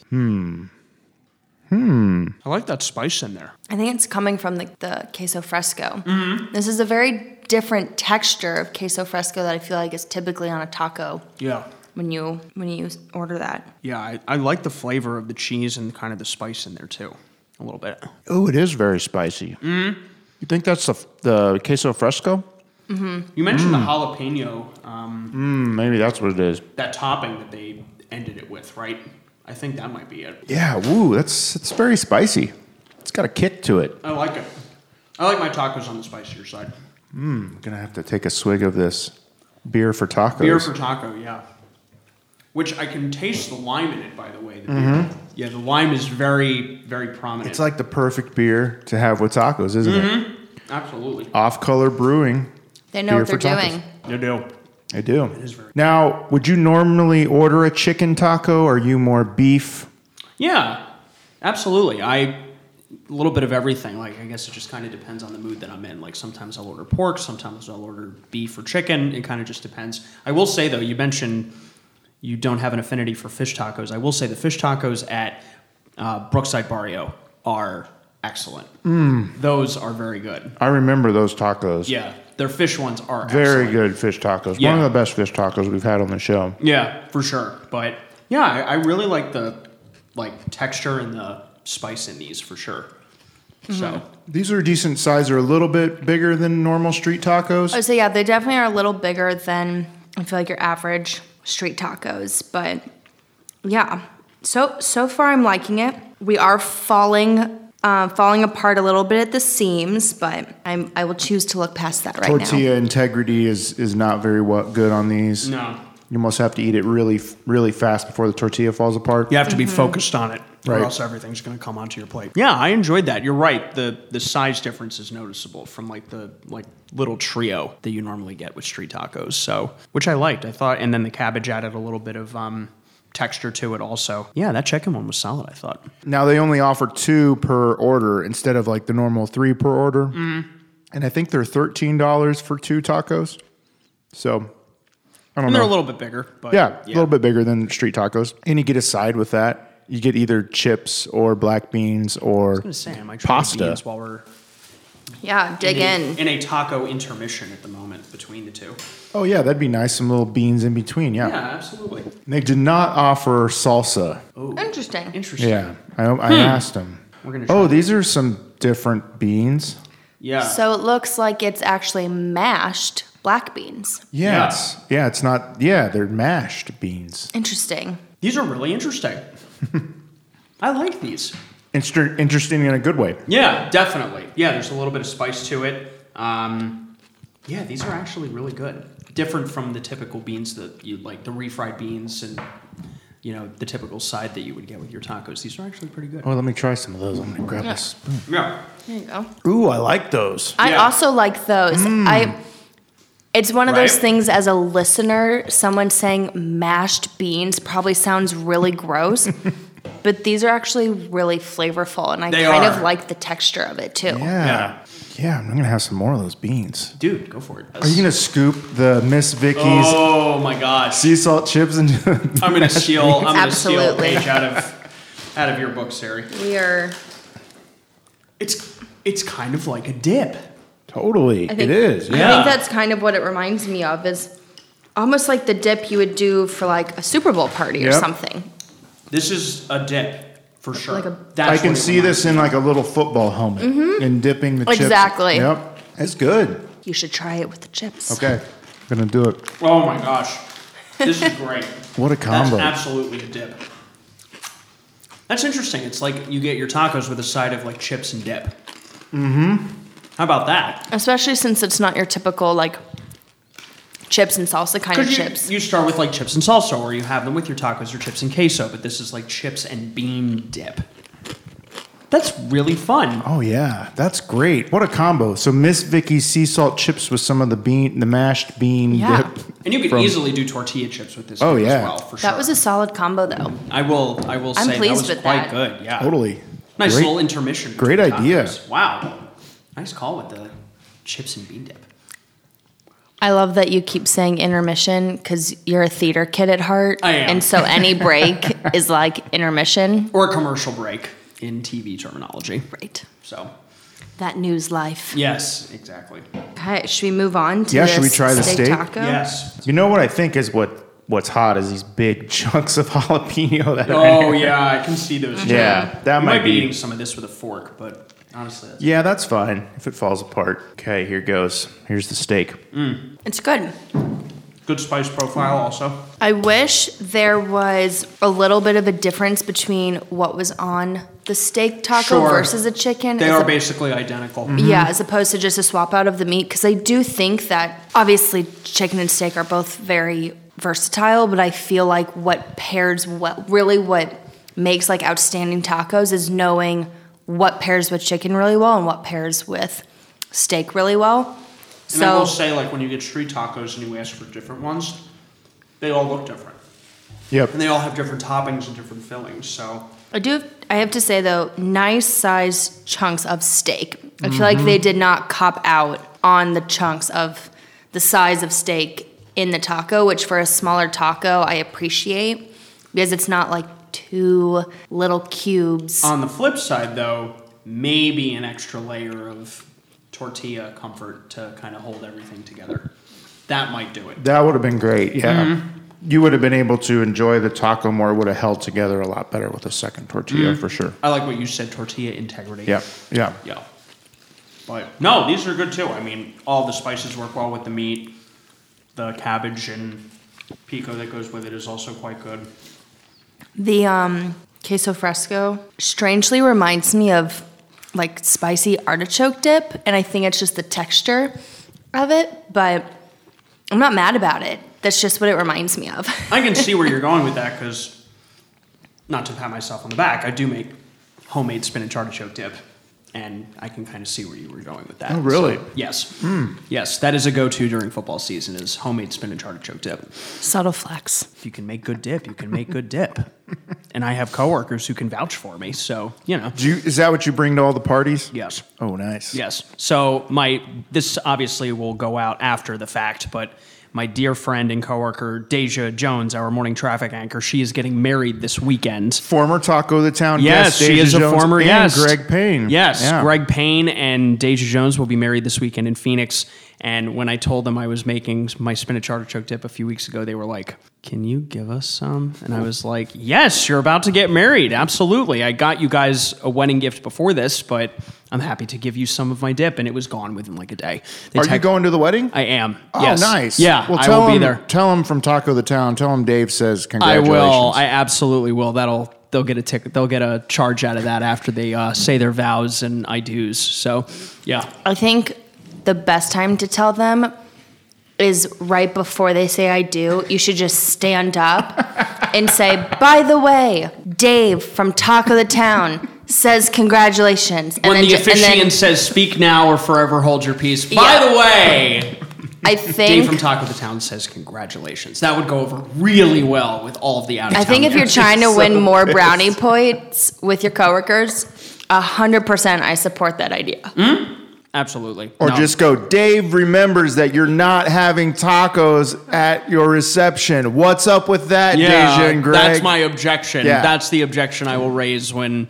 S4: I like that spice in there.
S3: I think it's coming from the, the queso fresco.
S4: Mm-hmm.
S3: This is a very different texture of queso fresco that I feel like is typically on a taco
S4: Yeah.
S3: when you when you order that.
S4: Yeah, I, I like the flavor of the cheese and kind of the spice in there too, a little bit.
S6: Oh, it is very spicy. Mm.
S4: Mm-hmm.
S6: You think that's the the queso fresco?
S4: You mentioned the jalapeno, um,
S6: Maybe that's what it is.
S4: that topping that they ended it with, right? I think that might be it.
S1: Yeah, woo, that's it's very spicy. It's got a kick to it.
S4: I like it. I like my tacos on the spicier side.
S1: gonna have to take a swig of this beer for tacos.
S4: Beer for taco, yeah. Which I can taste the lime in it, by the way. The beer. Yeah, the lime is very, very prominent.
S1: it's like the perfect beer to have with tacos, isn't
S4: Mm-hmm.
S1: it?
S4: absolutely.
S1: Off color brewing.
S3: They know
S1: Beer
S3: what they're
S1: for tacos.
S3: doing.
S4: You do.
S1: I do.
S4: very-
S1: Now, would you normally order a chicken taco? Or are you more beef?
S4: Yeah, absolutely. I a little bit of everything. Like I guess it just kind of depends on the mood that I'm in. Like sometimes I'll order pork, sometimes I'll order beef or chicken. It kind of just depends. I will say though, you mentioned you don't have an affinity for fish tacos. I will say the fish tacos at uh, Brookside Barrio are excellent. Those are very good.
S6: I remember those tacos.
S4: Yeah, their fish ones are
S6: Very
S4: excellent.
S6: good fish tacos.
S4: Yeah.
S6: One of the best fish tacos we've had on the show.
S4: Yeah, for sure. But yeah, I, I really like the like texture and the spice in these for sure. So
S1: These are decent size. They're a little bit bigger than normal street tacos.
S3: Oh, so yeah, they definitely are a little bigger than I feel like your average street tacos, but yeah. So so far I'm liking it. We are falling uh, falling apart a little bit at the seams, but I'm I will choose to look past that right now.
S1: Tortilla integrity is is not very wa- good on these.
S4: No.
S1: You almost have to eat it really, f- really fast before the tortilla falls apart.
S4: You have to be focused on it,
S1: Right.
S4: or else everything's going to come onto your plate. Yeah, I enjoyed that. You're right. the The size difference is noticeable from like the like little trio that you normally get with street tacos. So, which I liked. I thought, and then the cabbage added a little bit of um, texture to it. Also, yeah, that chicken one was solid. I thought.
S1: Now they only offer two per order instead of like the normal three per order.
S4: Mm-hmm.
S1: And I think they're thirteen dollars for two tacos. So I don't
S4: And
S1: know.
S4: they're a little bit bigger, but
S1: yeah, a little bit bigger than street tacos. And you get a side with that. You get either chips or black beans or
S4: I'm gonna say, I might try
S1: pasta.
S4: beans while we're
S3: Yeah, dig
S1: Mm-hmm.
S3: in.
S4: a- in a taco intermission at the moment between the two.
S1: oh yeah, that'd be nice. Some little beans in between. Yeah.
S4: Yeah, absolutely.
S1: They did not offer salsa.
S3: Interesting.
S4: Interesting.
S1: Yeah, I, I asked them.
S4: Hmm. We're gonna try
S1: Oh,
S4: that.
S1: these are some different beans.
S4: Yeah.
S3: So it looks like it's actually mashed black beans.
S1: Yeah,
S4: Yeah.
S1: It's, yeah, it's not. Yeah, they're mashed beans.
S3: Interesting.
S4: these are really interesting. I like these.
S1: Inter- interesting in a good way.
S4: Yeah, definitely. Yeah, there's a little bit of spice to it. Um, yeah, these are actually really good. Different from the typical beans that you like, the refried beans and you know, the typical side that you would get with your tacos. These are actually pretty good.
S1: Oh, let me try some of those. I'm gonna grab this.
S4: Yeah.
S7: There you go.
S1: Ooh, I like those.
S7: I
S4: Yeah. Mm.
S7: also like those. I. It's one of those
S4: Right?
S7: things as a listener, someone saying mashed beans probably sounds really gross, but these are actually really flavorful, and I
S4: They
S7: kind of
S4: are.
S7: like the texture of it too.
S1: Yeah. yeah. I'm gonna have some more of those beans.
S4: Dude, go for it.
S1: Are you gonna scoop the Miss Vicky's
S4: oh my gosh.
S1: sea salt chips into?
S4: I'm gonna steal I'm gonna steal a
S7: Absolutely.
S4: page out of out of your book, Sari.
S7: We are.
S4: It's it's kind of like a dip.
S1: totally,
S7: I think,
S1: it is.
S7: I
S4: yeah.
S7: think that's kind of what it reminds me of is almost like the dip you would do for like a Super Bowl party or
S1: Yep.
S7: something.
S4: This is a dip for sure.
S7: Like a-
S4: That's
S1: I can
S4: what it
S1: see
S4: reminds
S1: this in like a little football helmet and dipping the chips.
S7: Mm-hmm. Exactly.
S1: Yep, it's good.
S7: You should try it with the chips.
S1: Okay, gonna do it.
S4: me. Oh my gosh. This is great.
S1: What a combo!
S4: That's absolutely a dip. That's interesting. It's like you get your tacos with a side of like chips and dip. Mm-hmm. How about that?
S7: Especially since it's not your typical like chips and salsa kind of
S4: Because you,
S7: chips.
S4: you start with like chips and salsa, or you have them with your tacos or chips and queso, but this is like chips and bean dip. That's really fun.
S1: Oh yeah, that's great. What a combo! So Miss Vicky's sea salt chips with some of the bean, the mashed bean
S7: Yeah.
S1: dip.
S4: And you could
S1: From-
S4: easily do tortilla chips with this
S1: Oh,
S4: dip
S1: yeah.
S4: as well, for sure.
S7: that was a solid combo though.
S4: I will I will
S7: I'm
S4: say that
S7: pleased
S4: was
S7: with
S4: quite
S7: that.
S4: good. Yeah.
S1: Totally.
S4: Nice
S1: Great.
S4: little intermission.
S1: great
S4: with the
S1: idea.
S4: tacos. Wow. Nice call with the chips and bean dip.
S7: I love that you keep saying intermission because you're a theater kid at heart.
S4: I am.
S7: And so any break is like intermission.
S4: Or a commercial break in TV terminology.
S7: Right.
S4: So
S7: That news life.
S4: yes, exactly.
S7: Okay, should we move on to
S1: Yeah,
S7: this
S1: should we try the steak?
S7: taco?
S4: Yes.
S1: You know what I think is what what's hot is these big chunks of jalapeno that are in
S4: Oh
S1: here.
S4: yeah, I can see those.
S1: Yeah, that
S4: I
S1: might,
S4: might be
S1: be.
S4: eating some of this with a fork, but honestly, that's
S1: Yeah, that's fine if it falls apart. Okay, here goes. Here's the steak.
S7: It's good.
S4: good spice profile also.
S7: I wish there was a little bit of a difference between what was on the steak taco
S4: Sure.
S7: versus a chicken.
S4: They
S7: as
S4: are
S7: a- Mm.
S4: basically identical.
S7: Yeah, as opposed to just a swap out of the meat. Because I do think that obviously chicken and steak are both very versatile, but I feel like what pairs well, really what makes like outstanding tacos is knowing what pairs with chicken really well and what pairs with steak really well.
S4: And I will say, like when you get street tacos and you ask for different ones, they all look different,
S1: Yep.
S4: and they all have different toppings and different fillings. So
S7: I do. I have to say though, nice sized chunks of steak. I feel like they did not cop out on the chunks of the size of steak in the taco, which for a smaller taco I appreciate because it's not like two little cubes.
S4: on the flip side, though, maybe an extra layer of tortilla comfort to kind of hold everything together. That might do it.
S1: That would have been great. Yeah.
S4: Mm-hmm.
S1: You would have been able to enjoy the taco more, would have held together a lot better with a second tortilla for sure.
S4: I like what you said, tortilla integrity.
S1: Yeah. Yeah.
S4: Mm. Yeah. But no, these are good too. I mean, all the spices work well with the meat. The cabbage and pico that goes with it is also quite good.
S7: The um, queso fresco strangely reminds me of like spicy artichoke dip, and I think it's just the texture of it, but I'm not mad about it. That's just what it reminds me of.
S4: I can see where you're going with that because, not to pat myself on the back, I do make homemade spinach artichoke dip, and I can kind of see where you were going with that.
S1: Oh, really? Hmm.
S4: So, yes. Yes, that is a go-to during football season is homemade spinach artichoke dip.
S7: Subtle flex.
S4: If you can make good dip, you can make good dip. And I have coworkers who can vouch for me, so you know.
S1: Do you, is that what you bring to all the parties?
S4: Yes.
S1: Oh, nice.
S4: Yes. So my this obviously will go out after the fact, but my dear friend and coworker Deja Jones, our morning traffic anchor, she is getting married this weekend.
S1: Former Taco the Town
S4: Yes,
S1: guest.
S4: she
S1: Deja
S4: is a
S1: Jones
S4: former
S1: and
S4: yes.
S1: Greg Payne.
S4: Yes,
S1: Yeah.
S4: Greg Payne and Deja Jones will be married this weekend in Phoenix. And when I told them I was making my spinach artichoke dip a few weeks ago, they were like, "Can you give us some?" And I was like, "Yes, you're about to get married. Absolutely. I got you guys a wedding gift before this, but I'm happy to give you some of my dip." And it was gone within like a day. They
S1: Are you
S4: text-
S1: going to the wedding?
S4: I am.
S1: Oh,
S4: yes.
S1: nice.
S4: Yeah,
S1: Well,
S4: I
S1: tell
S4: will be
S1: him,
S4: there.
S1: Tell him from Taco the Town. Tell him Dave says
S4: I
S1: congratulations.
S4: will. I absolutely will. That'll they'll get a ticket. They'll get a charge out of that after they uh, say their vows and I do's. So yeah,
S7: I think the best time to tell them is right before they say I do. You should just stand up and say, by the way, Dave from Taco the Town says congratulations. And
S4: when the
S7: ju- and
S4: officiant says "Speak now or forever hold your peace," by
S7: Yeah.
S4: the way,
S7: I
S4: Dave from
S7: think,
S4: Taco the Town says congratulations. That would go over really well with all of the out of
S7: I think if you're trying to win more brownie points with your coworkers, uh, 100% I support that idea.
S4: absolutely
S1: Or
S4: No.
S1: just go, Dave remembers that you're not having tacos at your reception. What's up with that, Deja and Greg?
S4: That's my objection.
S1: Yeah.
S4: That's the objection I will raise when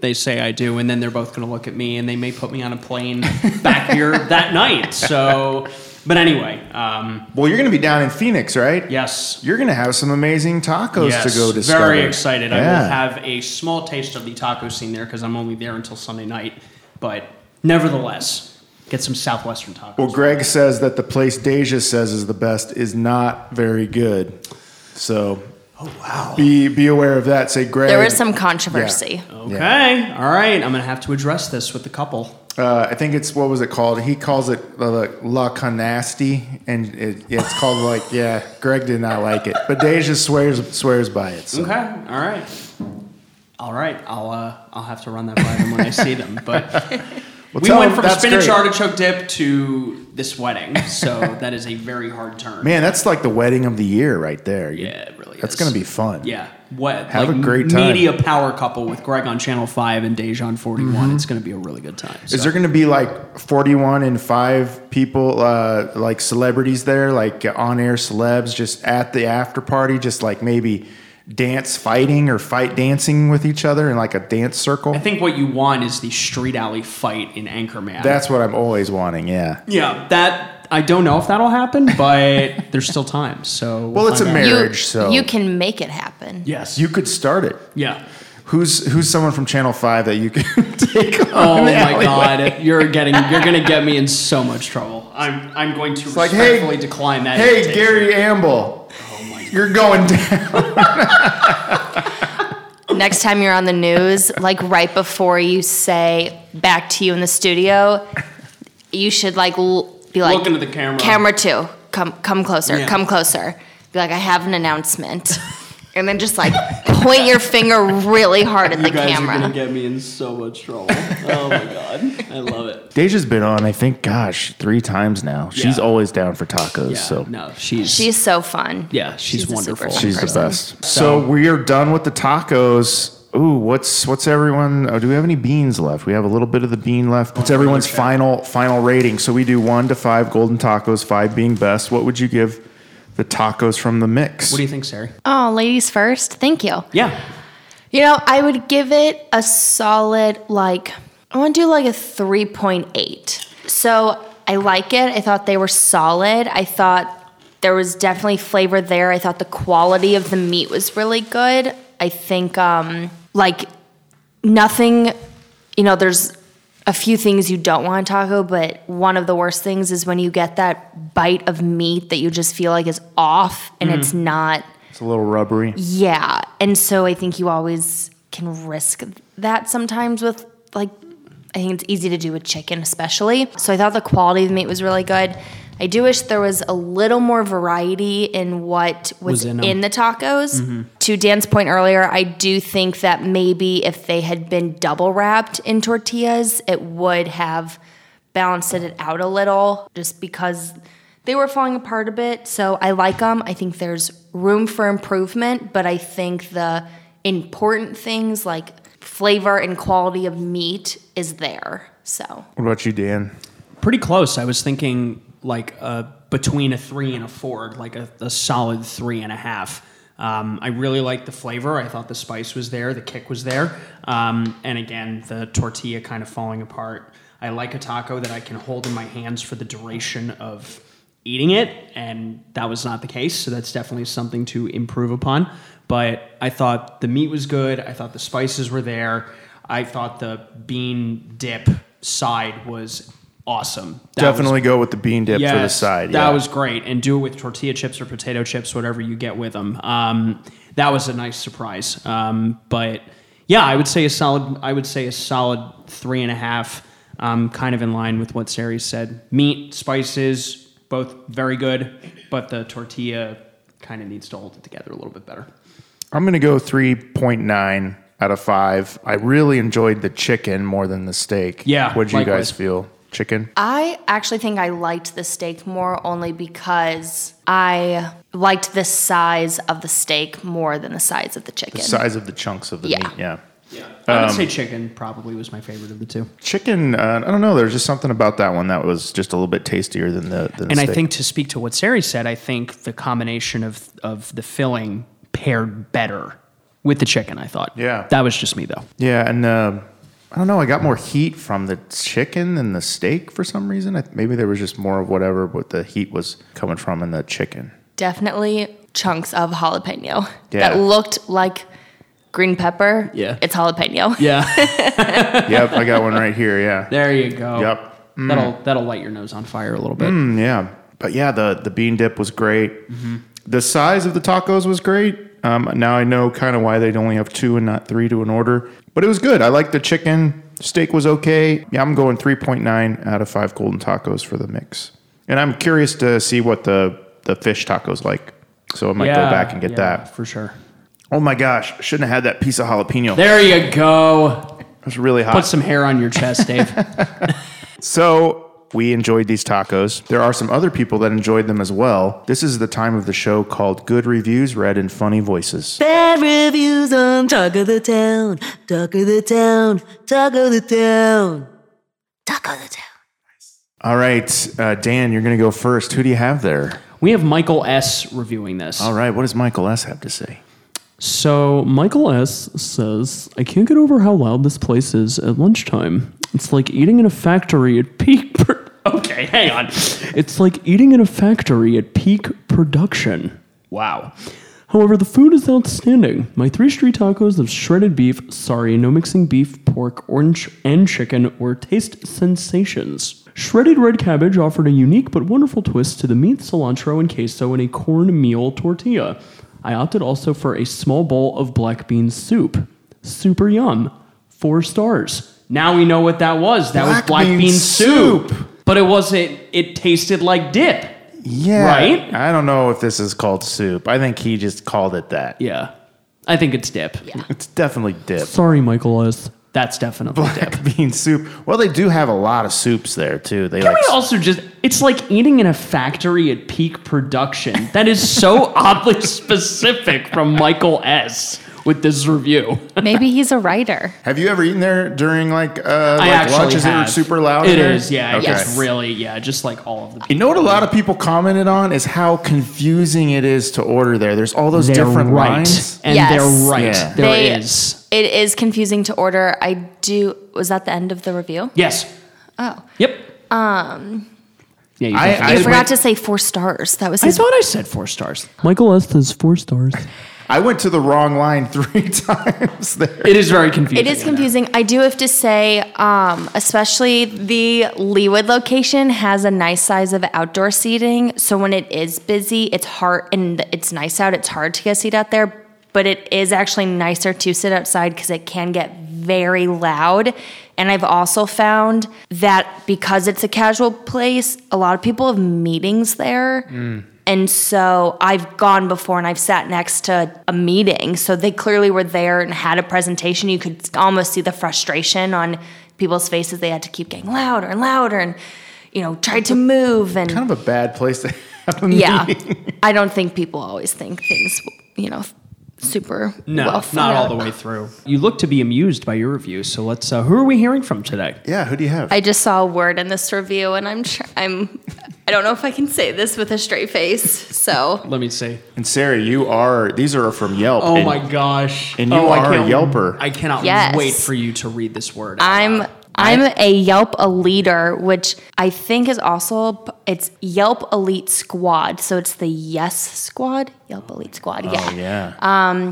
S4: they say I do, and then they're both going to look at me, and they may put me on a plane back here that night. So, but anyway, um,
S1: Well, you're going to be down in Phoenix, right?
S4: yes.
S1: You're going to have some amazing tacos
S4: Yes,
S1: to go discover.
S4: very excited. I
S1: Yeah.
S4: will have a small taste of the taco scene there because I'm only there until Sunday night. But nevertheless, get some southwestern tacos.
S1: Well, Greg says that the place Deja says is the best is not very good. So, oh wow, be be aware of that. Say Greg.
S7: There was some controversy.
S4: okay, all right. I'm gonna have to address this with the couple.
S1: Uh, I think it's what was it called? He calls it uh, like La Canasti, and it, yeah, it's called like yeah. Greg did not like it, but Deja swears swears by it. So.
S4: Okay, all right, all right. I'll uh, I'll have to run that by them when I see them. But we
S1: tell
S4: went
S1: them
S4: from
S1: that's
S4: spinach
S1: great.
S4: artichoke dip to this wedding, so that is a very hard turn.
S1: Man, that's like the wedding of the year right there. You-
S4: Yeah, it really
S1: That's
S4: is.
S1: gonna be fun.
S4: Yeah. What?
S1: Have
S4: like,
S1: a great time.
S4: Media power couple with Greg on Channel 5 and Deja on 41. It's going to be a really good time.
S1: Mm-hmm. Is there going to be like 41 and five people, uh, like celebrities there, like on air celebs just at the after party, just like maybe dance fighting or fight dancing with each other in like a dance circle?
S4: I think what you want is the street alley fight in Anchorman.
S1: That's what I'm always wanting. Yeah.
S4: yeah. That I don't know if that'll happen, but there's still time. So
S1: Well, it's a
S4: find out.
S1: marriage,
S7: You,
S1: so
S7: you can make it happen.
S4: Yes.
S1: you could start it.
S4: yeah.
S1: Who's who's someone from Channel Five that you can take on?
S4: Oh
S1: the
S4: my
S1: alleyway?
S4: God! You're getting you're gonna get me in so much trouble. I'm I'm going to
S1: Like,
S4: respectfully
S1: hey,
S4: decline that.
S1: hey,
S4: invitation.
S1: Gary Amble, you're going down.
S7: Next time you're on the news, like right before you say back to you in the studio, you should like l- be like
S4: Look into the camera.
S7: Camera two, come come closer,
S4: Yeah.
S7: come closer. Be like I have an announcement, and then just like point your finger really hard at
S4: You
S7: the
S4: guys are
S7: camera.
S4: gonna get me in so much trouble. Oh my God! I love it.
S3: Deja's been on, I think, gosh, three times now. She's
S4: Yeah.
S3: always down for tacos. so
S4: no, she's
S7: She's so fun.
S4: yeah, she's,
S7: she's a super
S4: wonderful.
S7: fan.
S3: she's the
S7: Person.
S3: best.
S1: So we are done with the tacos. Ooh, what's what's everyone? Oh, do we have any beans left? We have a little bit of the bean left. What's everyone's final final rating? So we do one to five golden tacos, five being best. What would you give the tacos from the mix?
S4: What do you think, Sari?
S7: Oh, ladies first. Thank you.
S4: Yeah,
S7: You know, I would give it a solid, like, I want to do like a 3.8. So I like it. I thought they were solid. I thought there was definitely flavor there. I thought the quality of the meat was really good. I think, um, like, nothing, you know, there's a few things you don't want in taco, but one of the worst things is when you get that bite of meat that you just feel like is off and it's not.
S1: it's a little rubbery.
S7: Yeah. And so I think you always can risk that sometimes with like I think it's easy to do with chicken especially. So I thought the quality of the meat was really good. I do wish there was a little more variety in what was,
S4: Was in
S7: in,
S4: 'em. Mm-hmm.
S7: the tacos. To Dan's point earlier, I do think that maybe if they had been double wrapped in tortillas, it would have balanced it out a little just because they were falling apart a bit. So I like them. I think there's room for improvement, but I think the important things like flavor and quality of meat is there. So
S1: What about you, Dan?
S4: pretty close. I was thinking like uh, between a three and a four, like a, a solid three and a half. Um, I really liked the flavor. I thought the spice was there, the kick was there, um, and again, the tortilla kind of falling apart. I like a taco that I can hold in my hands for the duration of eating it, and that was not the case. So that's definitely something to improve upon. But I thought the meat was good. I thought the spices were there. I thought the bean dip side was awesome. That
S1: Definitely
S4: was,
S1: go with the bean dip for the
S4: Yes,
S1: side.
S4: That
S1: yeah.
S4: was great, and do it with tortilla chips or potato chips, whatever you get with them. Um, that was a nice surprise. Um, but yeah, I would say a solid. I would say a solid three and a half. Um, kind of in line with what Sari said. Meat, spices, both very good, but the tortilla kind of needs to hold it together a little bit better.
S1: I'm going to go 3.9 out of 5. I really enjoyed the chicken more than the steak.
S4: Yeah,
S1: What do you guys
S4: likewise.
S1: feel? Chicken?
S3: I actually think I liked the steak more only because I liked the size of the steak more than the size of the chicken.
S1: Size of the chunks of the
S3: Yeah.
S1: meat. Yeah.
S4: I
S1: Um,
S4: would say chicken probably was my favorite of the two.
S1: Chicken, uh, I don't know. There's just something about that one that was just a little bit tastier than the. Than the
S4: And I
S1: steak.
S4: think to speak to what Sari said, I think the combination of of the filling paired better with the chicken. I thought.
S1: Yeah.
S4: That was just me though.
S1: Yeah, and uh, I don't know. I got more heat from the chicken than the steak for some reason. I, maybe there was just more of whatever, but the heat was coming from in the chicken.
S3: Definitely chunks of jalapeno
S1: Yeah.
S3: that looked like green pepper.
S4: Yeah.
S3: It's jalapeno.
S4: Yeah.
S1: Yep, I got one right here. Yeah.
S4: there you go.
S1: Yep.
S4: That'll that'll light your nose on fire a little bit.
S1: Mm, yeah, but yeah, the the bean dip was great.
S4: Mm-hmm.
S1: The size of the tacos was great. Um, now I know kind of why they'd only have two and not three to an order, but it was good. I liked the chicken. Steak was okay. Yeah, I'm going 3.9 out of five golden tacos for the mix. And I'm curious to see what the the fish tacos like. So I might go back and get
S4: yeah,
S1: that.
S4: for sure.
S1: Oh my gosh, shouldn't have had that piece of jalapeno. It
S4: There you go.
S1: was really hot.
S4: Put some hair on your chest, Dave.
S1: So we enjoyed these tacos. There are some other people that enjoyed them as well. This is the time of the show called Good Reviews Read in Funny Voices.
S8: Bad reviews on Talk of the Town, Talk of the Town, Talk of the Town, Talk of the Town.
S1: All right, uh, Dan, you're going to go first. Who do you have there?
S4: we have Michael S. reviewing this.
S1: All right, what does Michael S. have to say?
S4: So Michael S says, I can't get over how loud this place is at lunchtime. It's like eating in a factory at peak. Pro- okay, hang on. It's like eating in a factory at peak production. Wow. However, the food is outstanding. My three street tacos of shredded beef, sorry, no mixing beef, pork, orange, and chicken were taste sensations. Shredded red cabbage offered a unique but wonderful twist to the meat, cilantro, and queso in a cornmeal tortilla. I opted also for a small bowl of black bean soup. Super yum. Four stars. Now we know what that was. That
S1: Black
S4: was black
S1: bean
S4: bean, soup.
S1: soup.
S4: But it wasn't, it tasted like dip.
S1: Yeah.
S4: Right?
S1: I don't know if this is called soup. I think he just called it that.
S4: Yeah. I think it's dip.
S1: It's definitely dip.
S4: Sorry, Michael S. That's definitely dip.
S1: Black bean soup. Well, they do have a lot of soups there too. They
S4: Can
S1: like
S4: we also just, it's like eating in a factory at peak production. That is so oddly specific from Michael S. with this review.
S3: Maybe he's a writer.
S1: Have you ever eaten there during like uh
S4: I
S1: like
S4: actually
S1: lunch? Is
S4: have.
S1: it super loud?
S4: It
S1: in there?
S4: is, yeah.
S1: Okay.
S4: It's really, yeah, just like all of the
S1: You know what a lot of people commented on is how confusing it is to order there. There's all those different
S4: right.
S1: lines.
S4: And
S3: Yes.
S4: they're right.
S1: Yeah.
S4: There
S3: They-
S4: is.
S3: It is confusing to order. I do. Was that the end of the review?
S4: Yes. Oh. Yep. Um. Yeah, you definitely-
S1: I,
S3: I
S1: I,
S3: forgot
S1: went,
S3: to say four stars. That was
S4: I
S3: his.
S4: thought I said four stars. Michael S says four stars.
S1: I went to the wrong line three times there.
S4: It is very confusing.
S3: It is confusing. I do have to say, um, especially the Leewood location has a nice size of outdoor seating. So when it is busy, it's hard and it's nice out. It's hard to get a seat out there, but it is actually nicer to sit outside because it can get very loud. And I've also found that because it's a casual place, a lot of people have meetings there. And so I've gone before and I've sat next to a meeting. So they clearly were there and had a presentation. You could almost see the frustration on people's faces. They had to keep getting louder and louder and, you know, tried to move. And
S1: Kind of a bad place to have a
S3: yeah,
S1: meeting.
S3: I don't think people always think things, you know, super
S4: No,
S3: well
S4: not
S3: thought
S4: all
S3: out.
S4: the way through. You look to be amused by your review. So let's. Uh, who are we hearing from today?
S1: Yeah, who do you have?
S3: I just saw a word in this review and I'm, tr- I'm, I don't know if I can say this with a straight face. So
S4: Let me see.
S1: and Sarah, you are these are from Yelp.
S4: Oh
S1: and
S4: my gosh!
S1: and you
S4: oh, I
S1: are a
S4: can't-
S1: Yelper.
S4: I cannot
S3: Yes.
S4: wait for you to read this word.
S3: I'm I'm a Yelp Eliter, which I think is also it's Yelp Elite Squad. So it's the Yes Squad, Yelp Elite Squad. Yeah.
S1: Yeah.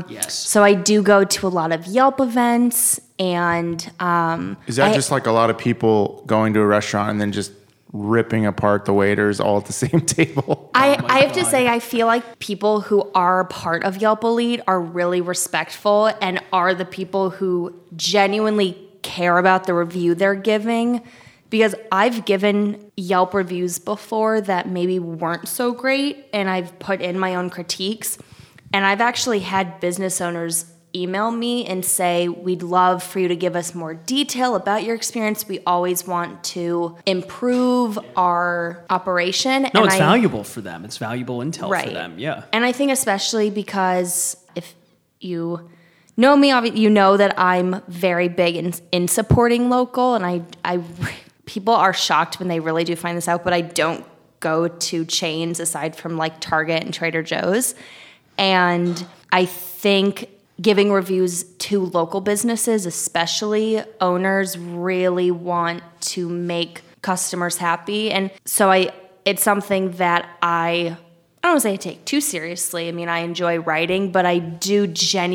S4: yes.
S3: So I do go to a lot of Yelp events, and um,
S1: is that
S3: I-
S1: just like a lot of people going to a restaurant and then just ripping apart the waiters all at the same table?
S3: I,
S4: Oh
S3: I have to say, I feel like people who are a part of Yelp Elite are really respectful and are the people who genuinely care about the review they're giving. Because I've given Yelp reviews before that maybe weren't so great, and I've put in my own critiques.
S7: And I've actually had business owners email me and say, We'd love for you to give us more detail about your experience. We always want to improve our operation.
S4: No,
S7: And
S4: it's
S7: I-
S4: valuable for them. It's valuable intel
S7: Right.
S4: for them. Yeah.
S7: And I think especially because if you know me, obvi- you know that I'm very big in, in supporting local, and I, I, people are shocked when they really do find this out. But I don't go to chains aside from like Target and Trader Joe's, and I think giving reviews to local businesses, especially owners, really want to make customers happy, and so I, it's something that I I don't want to say I take too seriously. I mean, I enjoy writing, but I do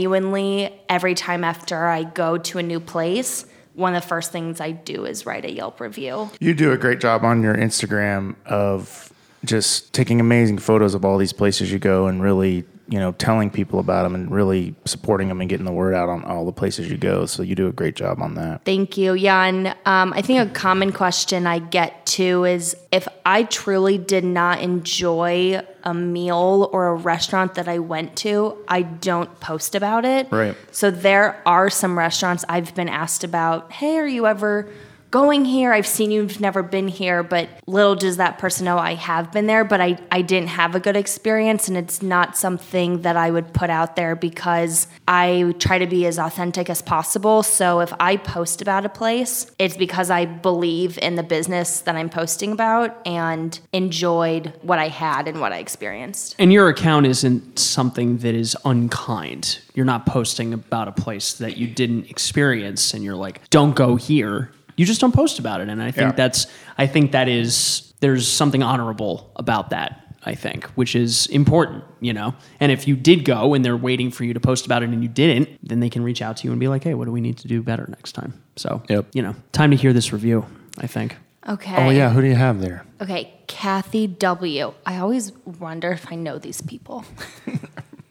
S7: genuinely every time after I go to a new place, one of the first things I do is write a Yelp review.
S1: You do a great job on your Instagram of just taking amazing photos of all these places you go and really, you know, telling people about them and really supporting them and getting the word out on all the places you go. So you do a great job on that.
S7: Thank you, Jan. Um, I think a common question I get too is if I truly did not enjoy a meal or a restaurant that I went to, I don't post about it.
S1: Right.
S7: So there are some restaurants I've been asked about, hey, are you ever going here? I've seen you've never been here, but little does that person know I have been there, but I, I didn't have a good experience and it's not something that I would put out there because I try to be as authentic as possible. So if I post about a place, it's because I believe in the business that I'm posting about and enjoyed what I had and what I experienced.
S4: And your account isn't something that is unkind. You're not posting about a place that you didn't experience and you're like, don't go here. You just don't post about it. And I think
S1: Yeah.
S4: that's, I think that is, there's something honorable about that. I think, which is important, you know. And if you did go and they're waiting for you to post about it and you didn't, then they can reach out to you and be like, "Hey, what do we need to do better next time?" So,
S1: Yep.
S4: you know, time to hear this review. I think.
S7: Okay.
S1: Oh yeah, who do you have there?
S7: Okay, Kathy W. I always wonder if I know these people.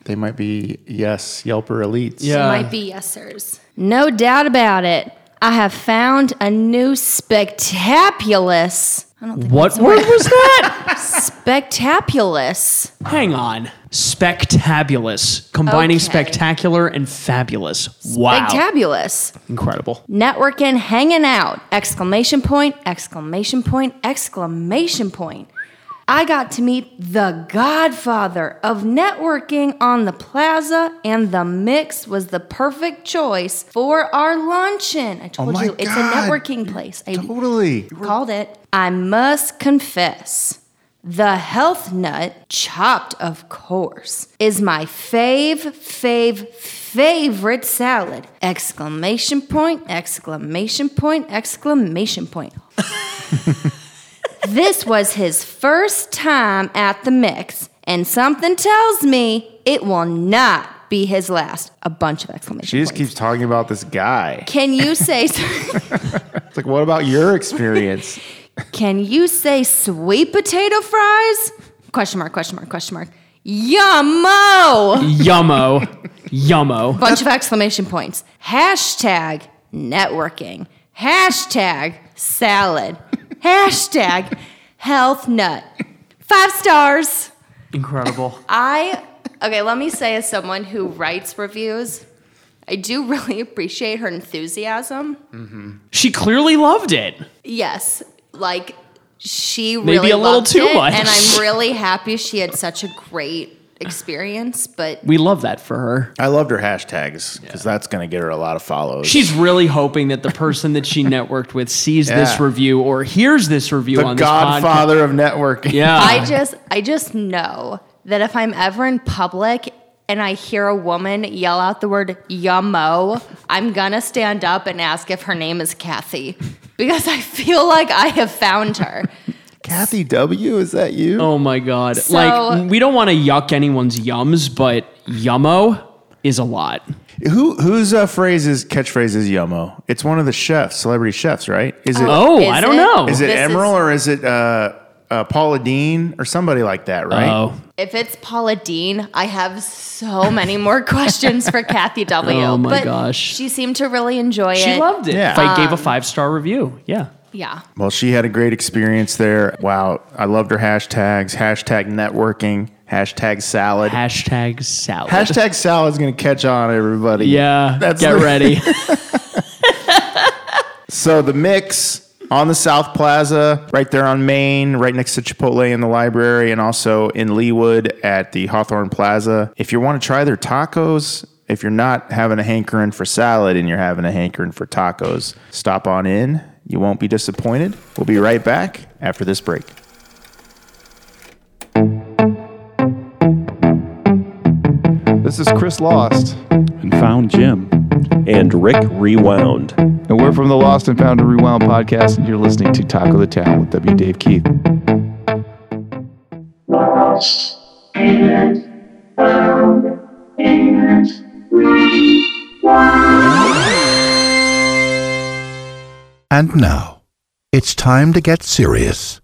S1: They might be yes, Yelper elites.
S4: Yeah.
S7: Might be yesers. No doubt about it. I have found a new spectapulous. I don't think
S4: What word was that?
S7: spectapulous.
S4: Hang on. Spectabulous. Combining
S7: Okay.
S4: spectacular and fabulous. Wow.
S7: Spectabulous.
S4: Incredible.
S7: Networking, hanging out. Exclamation point, exclamation point, exclamation point. I got to meet the godfather of networking on the plaza, and the mix was the perfect choice for our luncheon. I told
S1: Oh my
S7: you, it's a
S1: God.
S7: networking place. I
S1: Totally.
S7: called it. I must confess, the health nut, chopped, of course, is my fave, fave, favorite salad! Exclamation point! Exclamation point! Exclamation point! this was his first time at the mix, and something tells me it will not be his last. A bunch of exclamation
S1: She just
S7: points.
S1: keeps talking about this guy.
S7: Can you say?
S1: It's like, what about your experience?
S7: Can you say sweet potato fries? Question mark, question mark, question mark. Yummo!
S4: Yummo. Yummo.
S7: Bunch of exclamation points. Hashtag networking. Hashtag salad. Hashtag health nut. Five stars.
S4: Incredible.
S7: I, okay, let me say, as someone who writes reviews, I do really appreciate her enthusiasm.
S4: She clearly loved it.
S7: Yes, like she really
S4: a little
S7: loved
S4: too
S7: it,
S4: much.
S7: and I'm really happy she had such a great experience. But
S4: We love that for her.
S1: I loved her hashtags because that's going to get her a lot of follows.
S4: She's really hoping that the person that she networked with sees this
S1: Yeah.
S4: review or hears this review
S1: the
S4: on this podcast.
S1: godfather of networking.
S4: Yeah.
S7: I just, I just know that if I'm ever in public and I hear a woman yell out the word "yummo," I'm gonna stand up and ask if her name is Kathy because I feel like I have found her.
S1: Kathy W. Is that you?
S4: oh my god.
S7: So-
S4: like we don't want to yuck anyone's yums, but yummo is a lot.
S1: Who whose uh, phrase is catchphrase is Yomo? It's one of the chefs, celebrity chefs, right? Is it is
S4: Oh,
S7: Is
S4: I don't
S7: it-
S4: know.
S1: it
S7: This is-
S1: Emerald or is it uh, uh, Paula Dean or somebody like that? Right?
S4: Oh.
S7: If it's Paula Dean, I have so many more questions for Kathy W.
S4: Oh my
S7: but
S4: gosh.
S7: She seemed to really enjoy it.
S4: She loved it.
S1: Yeah.
S4: If I gave a five star review. Yeah.
S7: Yeah.
S1: Well, she had a great experience there. Wow, I loved her hashtags, hashtag networking, Hashtag salad.
S4: Hashtag salad.
S1: Hashtag salad's gonna catch on, everybody.
S4: yeah.
S1: That's
S4: get
S1: the-
S4: ready.
S1: So the mix on the South Plaza, right there on Main, right next to Chipotle in the library, and also in Leewood at the Hawthorne Plaza. If you want to try their tacos, if you're not having a hankering for salad and you're having a hankering for tacos, stop on in. You won't be disappointed. We'll be right back after this break.
S9: This is Chris Lost,
S10: and found Jim.
S11: and Rick Rewound.
S9: and we're from the Lost and Found and Rewound podcast, and you're listening to Taco the Town with W. Dave Keith.
S12: And now, it's time to get serious.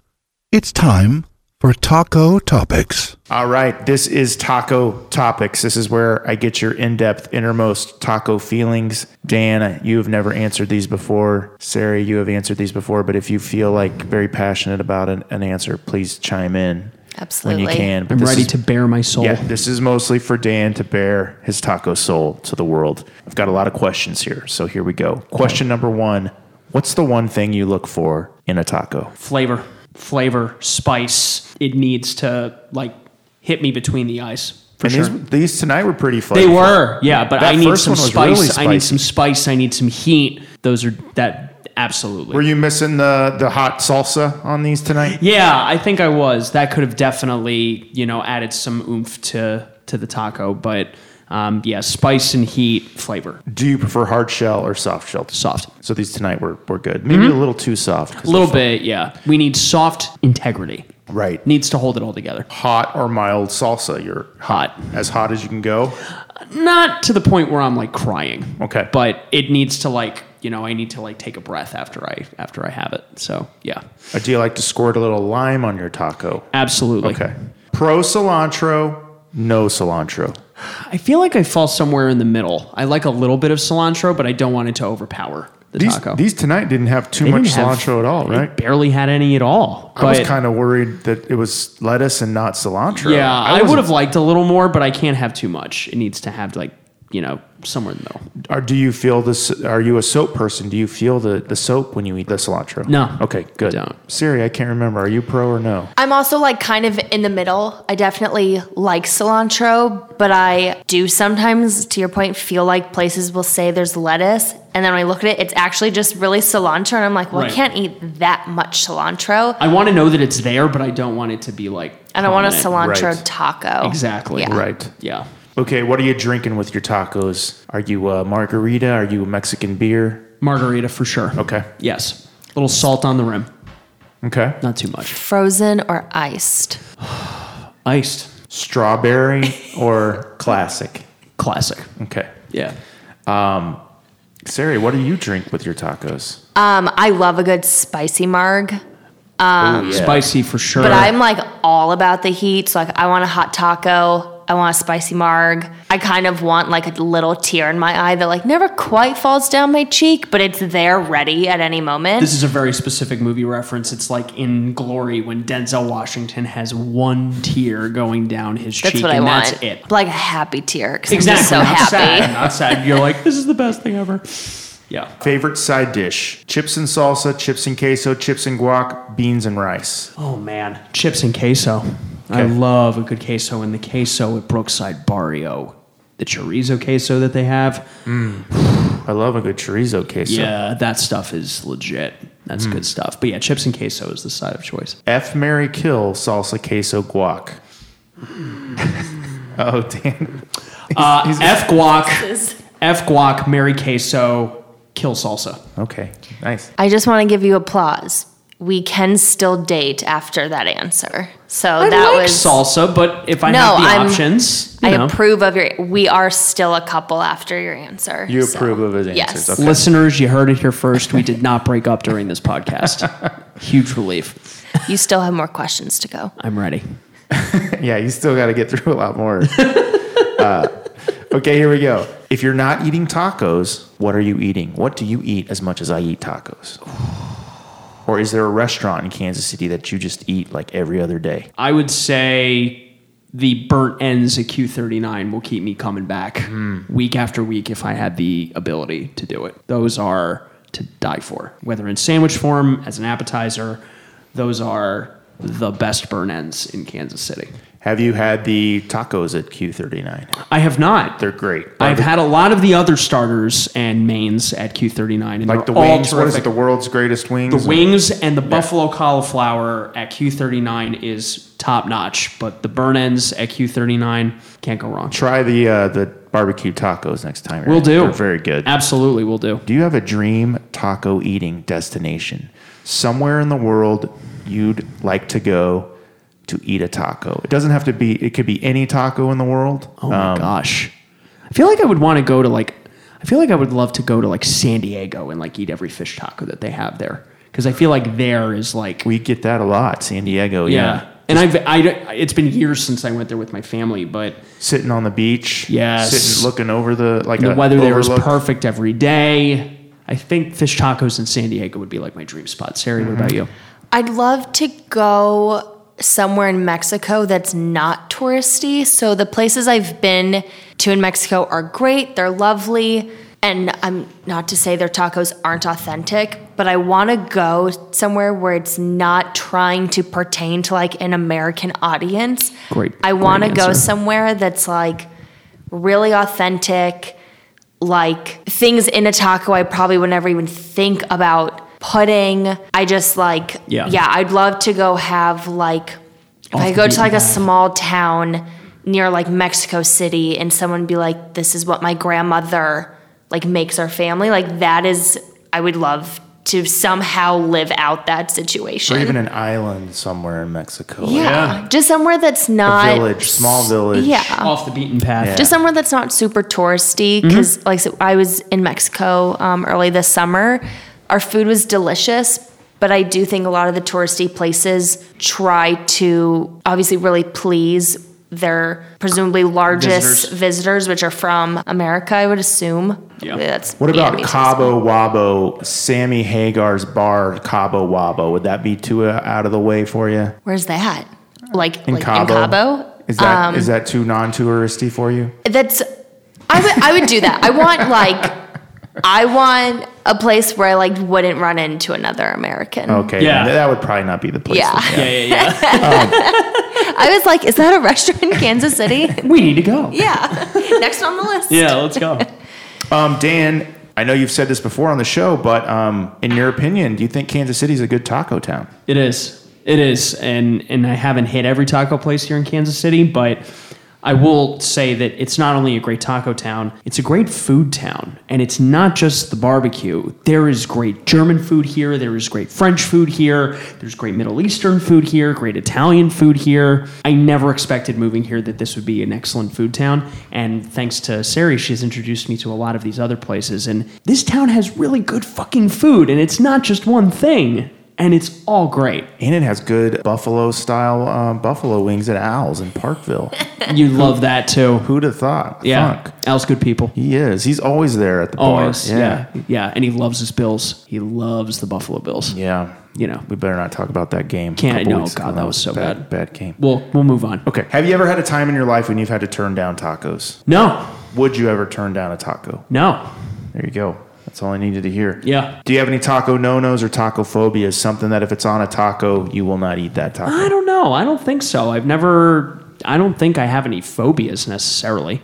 S12: It's time for Taco Topics.
S1: All right, this is Taco Topics. This is where I get your in depth, innermost taco feelings. Dan, you have never answered these before. Sarah, you have answered these before, but if you feel like very passionate about an, an answer, please chime in when
S3: Absolutely.
S1: you can. But
S4: I'm
S1: this
S4: ready
S1: is-
S4: to bare my soul.
S1: Yeah, this is mostly for Dan to bear his taco soul to the world. I've got a lot of questions here, so here we go. Question number one What's the one thing you look for in a taco?
S4: Flavor, flavor, spice. It needs to like hit me between the eyes for
S1: and
S4: sure.
S1: these, these tonight were pretty fun.
S4: They were, yeah, but
S1: That
S4: I need
S1: first
S4: some
S1: one was
S4: spice.
S1: really
S4: I
S1: spicy.
S4: need some spice. I need some heat. Those are that absolutely.
S1: Were you missing the the hot salsa on these tonight?
S4: yeah, I think I was. That could have definitely, you know, added some oomph to to the taco. But um, yeah, spice and heat, flavor,
S1: Do you prefer hard shell or soft shell?
S4: soft,
S1: So these tonight were, were good. Maybe a little too soft. 'cause
S4: a little bit. Yeah, we need soft integrity.
S1: they're Right.
S4: Needs to hold it all together.
S1: Hot or mild salsa. You're
S4: Hot.
S1: as hot as you can go.
S4: not to the point where I'm like crying.
S1: Okay.
S4: But it needs to like, you know, I need to like take a breath after I after I have it. So yeah.
S1: Or Uh, do you like to squirt a little lime on your taco?
S4: Absolutely.
S1: Okay. Pro cilantro, no cilantro.
S4: I feel like I fall somewhere in the middle. I like a little bit of cilantro, but I don't want it to overpower the
S1: These,
S4: taco.
S1: these tonight didn't have too
S4: They
S1: much
S4: didn't have-
S1: cilantro at all,
S4: they
S1: right?
S4: barely had any at all. But
S1: I was kind of worried that it was lettuce and not cilantro.
S4: yeah, I,
S1: wasn't-
S4: would have liked a little more, but I can't have too much. It needs to have like, you know, somewhere in the middle.
S1: Or do you feel this? Are you a soap person? Do you feel the, the soap when you eat the cilantro?
S4: No.
S1: Okay, good.
S4: Don't.
S1: Siri, I can't remember. Are you pro or no?
S3: I'm also like kind of in the middle. I definitely like cilantro, but I do sometimes, to your point, feel like places will say there's lettuce. And then when I look at it, it's actually just really cilantro. And I'm like, well,
S4: Right.
S3: I can't eat that much cilantro.
S4: I want to know that it's there, but I don't want it to be like
S3: I don't want a
S4: prominent.
S3: cilantro
S1: Right.
S3: taco.
S4: Exactly.
S3: Yeah.
S1: Right.
S4: Yeah.
S1: Okay, what are you drinking with your tacos? Are you a margarita? Are you a Mexican beer?
S4: Margarita for sure.
S1: Okay.
S4: Yes. A little salt on the rim.
S1: Okay.
S4: Not too much.
S3: Frozen or iced?
S4: Iced.
S1: Strawberry or classic?
S4: Classic.
S1: Okay.
S4: Yeah.
S1: Siri, what do you drink with your tacos?
S3: Um, I love a good spicy marg,
S1: Ooh, yeah.
S4: Spicy for sure.
S3: but I'm like all about the heat. So like, I want a hot taco. I want a spicy marg. I kind of want like a little tear in my eye that like never quite falls down my cheek, but it's there ready at any moment.
S4: this is a very specific movie reference. It's like in Glory when Denzel Washington has one tear going down his
S3: that's
S4: cheek,
S3: what I
S4: and
S3: want.
S4: that's it.
S3: Like a happy tear. Because
S4: Exactly.
S3: I'm
S4: not
S3: just so
S4: sad.
S3: happy.
S4: Not sad. You're like, this is the best thing ever. Yeah.
S1: Favorite side dish? Chips and salsa, chips and queso, chips and guac, beans and rice.
S4: Oh man, chips and queso. I
S1: Okay.
S4: love a good queso, and the queso at Brookside Barrio, the chorizo queso that they have.
S1: I love a good chorizo queso.
S4: Yeah, that stuff is legit. That's good stuff. But yeah, chips and queso is the side of choice.
S1: F Mary Kill salsa queso guac. oh Dan.
S4: Uh, F guac, F guac, Mary queso, kill salsa.
S1: Okay. Nice.
S3: I just want to give you applause. We can still date after that answer. So
S4: I
S3: that
S4: like
S3: was
S4: salsa, but if I
S3: No,
S4: have the
S3: I'm-
S4: options, you
S3: I
S4: know.
S3: approve of your. We are still a couple after your answer.
S1: You
S3: so-
S1: approve of his answers.
S3: Yes.
S1: Okay.
S4: Listeners, you heard it here first. We did not break up during this podcast. Huge relief.
S3: You still have more questions to go.
S4: I'm ready.
S1: Yeah, you still got to get through a lot more. uh, okay, here we go. If you're not eating tacos, what are you eating? What do you eat as much as I eat tacos? Or is there a restaurant in Kansas City that you just eat like every other day?
S4: I would say the burnt ends at Q39 will keep me coming back
S1: Hmm.
S4: week after week if I had the ability to do it. Those are to die for, whether in sandwich form, as an appetizer, those are the best burnt ends in Kansas City.
S1: Have you had the tacos at Q39?
S4: I have not.
S1: They're great.
S4: I've
S1: Barbe-
S4: had a lot of the other starters and mains at Q39, and
S1: like the
S4: they're all
S1: wings. What is
S4: terrific.
S1: it? The world's greatest wings.
S4: The wings and the buffalo cauliflower at Q39 is top notch, but the burn ends at Q39 can't go wrong.
S1: Try the uh, the barbecue tacos next time.
S4: We'll do.
S1: They're very good.
S4: Absolutely, we'll do.
S1: Do you have a dream taco eating destination? Somewhere in the world you'd like to go to eat a taco. It doesn't have to be, it could be any taco in the world. Um,
S4: Oh my gosh, I feel like I would want to go to like. I feel like I would love to go to like San Diego and like eat every fish taco that they have there because I feel like there is like
S1: We get that a lot, San Diego. Yeah.
S4: yeah. And I've I, don't- it's been years since I went there with my family, but
S1: Sitting on the beach.
S4: Yes.
S1: Sitting, looking over the, like
S4: the
S1: a
S4: weather there was
S1: overlook.
S4: perfect every day. I think fish tacos in San Diego would be like my dream spot. Sari, what about you?
S3: I'd love to go somewhere in Mexico that's not touristy. So the places I've been to in Mexico are great, they're lovely. And I'm not to say their tacos aren't authentic, but I want to go somewhere where it's not trying to pertain to like an American audience.
S4: Great-
S3: I want to
S4: great
S3: go
S4: answer.
S3: somewhere that's like really authentic, like things in a taco I probably would never even think about putting. I just like,
S4: Yeah.
S3: I'd love to go have like, if I
S4: the
S3: go to
S4: beaten
S3: like a
S4: path.
S3: small town near like Mexico City and someone be like, this is what my grandmother like makes our family, like that is, I would love to somehow live out that situation.
S1: Or even an island somewhere in Mexico.
S3: yeah. Just somewhere that's not.
S1: Village, small village.
S3: Yeah.
S4: Off the beaten path.
S3: just somewhere that's not super touristy
S1: Mm-hmm.
S3: because like so i was in mexico um, early this summer our food was delicious but i do think a lot of the touristy places try to obviously really please their presumably largest visitors,
S4: Visitors.
S3: which are from america i would assume
S4: Yeah.
S3: that's
S1: What about
S3: Vietnamese as
S1: Cabo Wabo, Sammy Hagar's bar, Cabo Wabo? Would that be too uh, out of the way for you?
S3: well. where's that like
S1: In
S3: like
S1: Cabo?
S3: in cabo
S1: Is that is that too non-touristy for you?
S3: That's I would I would do that. I want like I want a place where I like wouldn't run into another American.
S1: Okay,
S4: Yeah.
S1: th- that would probably not be the place.
S3: Yeah.
S1: to go.
S4: yeah, yeah. yeah.
S3: I was like, is that a restaurant in Kansas City?
S4: we need to go.
S3: yeah. Next on the list.
S4: Yeah, let's go.
S1: Um, Dan, I know you've said this before on the show, but um, in your opinion, do you think Kansas City's a good taco town?
S4: It is. It is. And and I haven't hit every taco place here in Kansas City, but I will say that it's not only a great taco town, it's a great food town. And it's not just the barbecue. There is great German food here, there is great French food here, there's great Middle Eastern food here, great Italian food here. I never expected moving here that this would be an excellent food town. And thanks to Sari, she's introduced me to a lot of these other places. And this town has really good fucking food, and it's not just one thing. And it's all great.
S1: And it has good buffalo style um, buffalo wings at Owls in Parkville.
S4: You love that too.
S1: Who'd have thought?
S4: Yeah.
S1: Fuck.
S4: Al's good people.
S1: He is. He's always there at the bar.
S4: Always. Yeah. yeah. And he loves his Bills. He loves the Buffalo Bills.
S1: Yeah.
S4: You know.
S1: We better not talk about that game. a
S4: Can't-
S1: couple
S4: no,
S1: weeks ago.
S4: God, that was so
S1: bad.
S4: bad.
S1: Bad game.
S4: We'll we'll move on.
S1: Okay. Have you ever had a time in your life when you've had to turn down tacos?
S4: No.
S1: Would you ever turn down a taco?
S4: No.
S1: There you go. That's all I needed to hear.
S4: Yeah.
S1: Do you have any taco no nos or taco phobias? Something that if it's on a taco, you will not eat that
S4: I
S1: taco.
S4: don't know. I don't think so. I've never I don't think I have any phobias necessarily.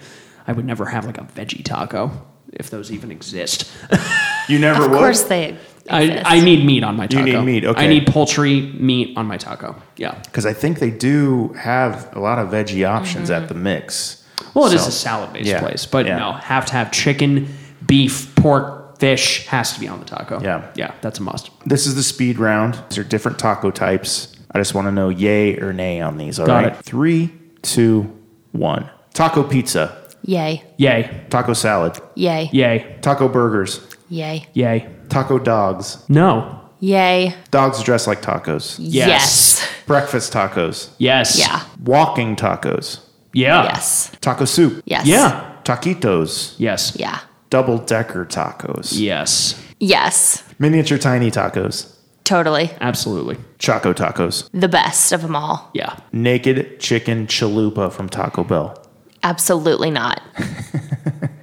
S4: I would never have like a veggie taco if those even exist.
S1: You never
S3: Of
S1: would.
S3: course they
S4: I, I need meat on my taco.
S1: need meat, okay.
S4: I need poultry meat on my taco. Yeah.
S1: Because I think they do have a lot of veggie options at the mix.
S4: Mm-hmm. Well, it is
S1: So,
S4: a salad based
S1: yeah,
S4: place, but
S1: yeah.
S4: no, have to have chicken, beef, pork, fish has to be on the taco.
S1: Yeah.
S4: Yeah, that's a must.
S1: This is the speed round. These are different taco types. I just want to know yay or nay on these. All right,
S4: Got it.
S1: Three, two, one. Taco pizza,
S3: Yay.
S4: Yay.
S1: taco salad,
S3: Yay.
S4: Yay.
S1: taco burgers,
S3: Yay.
S4: Yay.
S1: taco dogs,
S4: No.
S3: Yay.
S1: dogs dressed like tacos,
S3: Yes.
S4: Yes.
S1: breakfast tacos,
S4: Yes.
S3: Yeah.
S1: walking tacos,
S4: Yeah.
S3: Yes.
S1: taco soup,
S3: Yes.
S4: Yeah.
S1: taquitos,
S4: Yes.
S3: Yeah.
S1: double decker tacos,
S4: Yes.
S3: Yes.
S1: miniature tiny tacos,
S3: Totally.
S4: Absolutely.
S1: Choco tacos.
S3: The best of them all.
S4: Yeah.
S1: Naked chicken chalupa from Taco Bell.
S3: Absolutely not.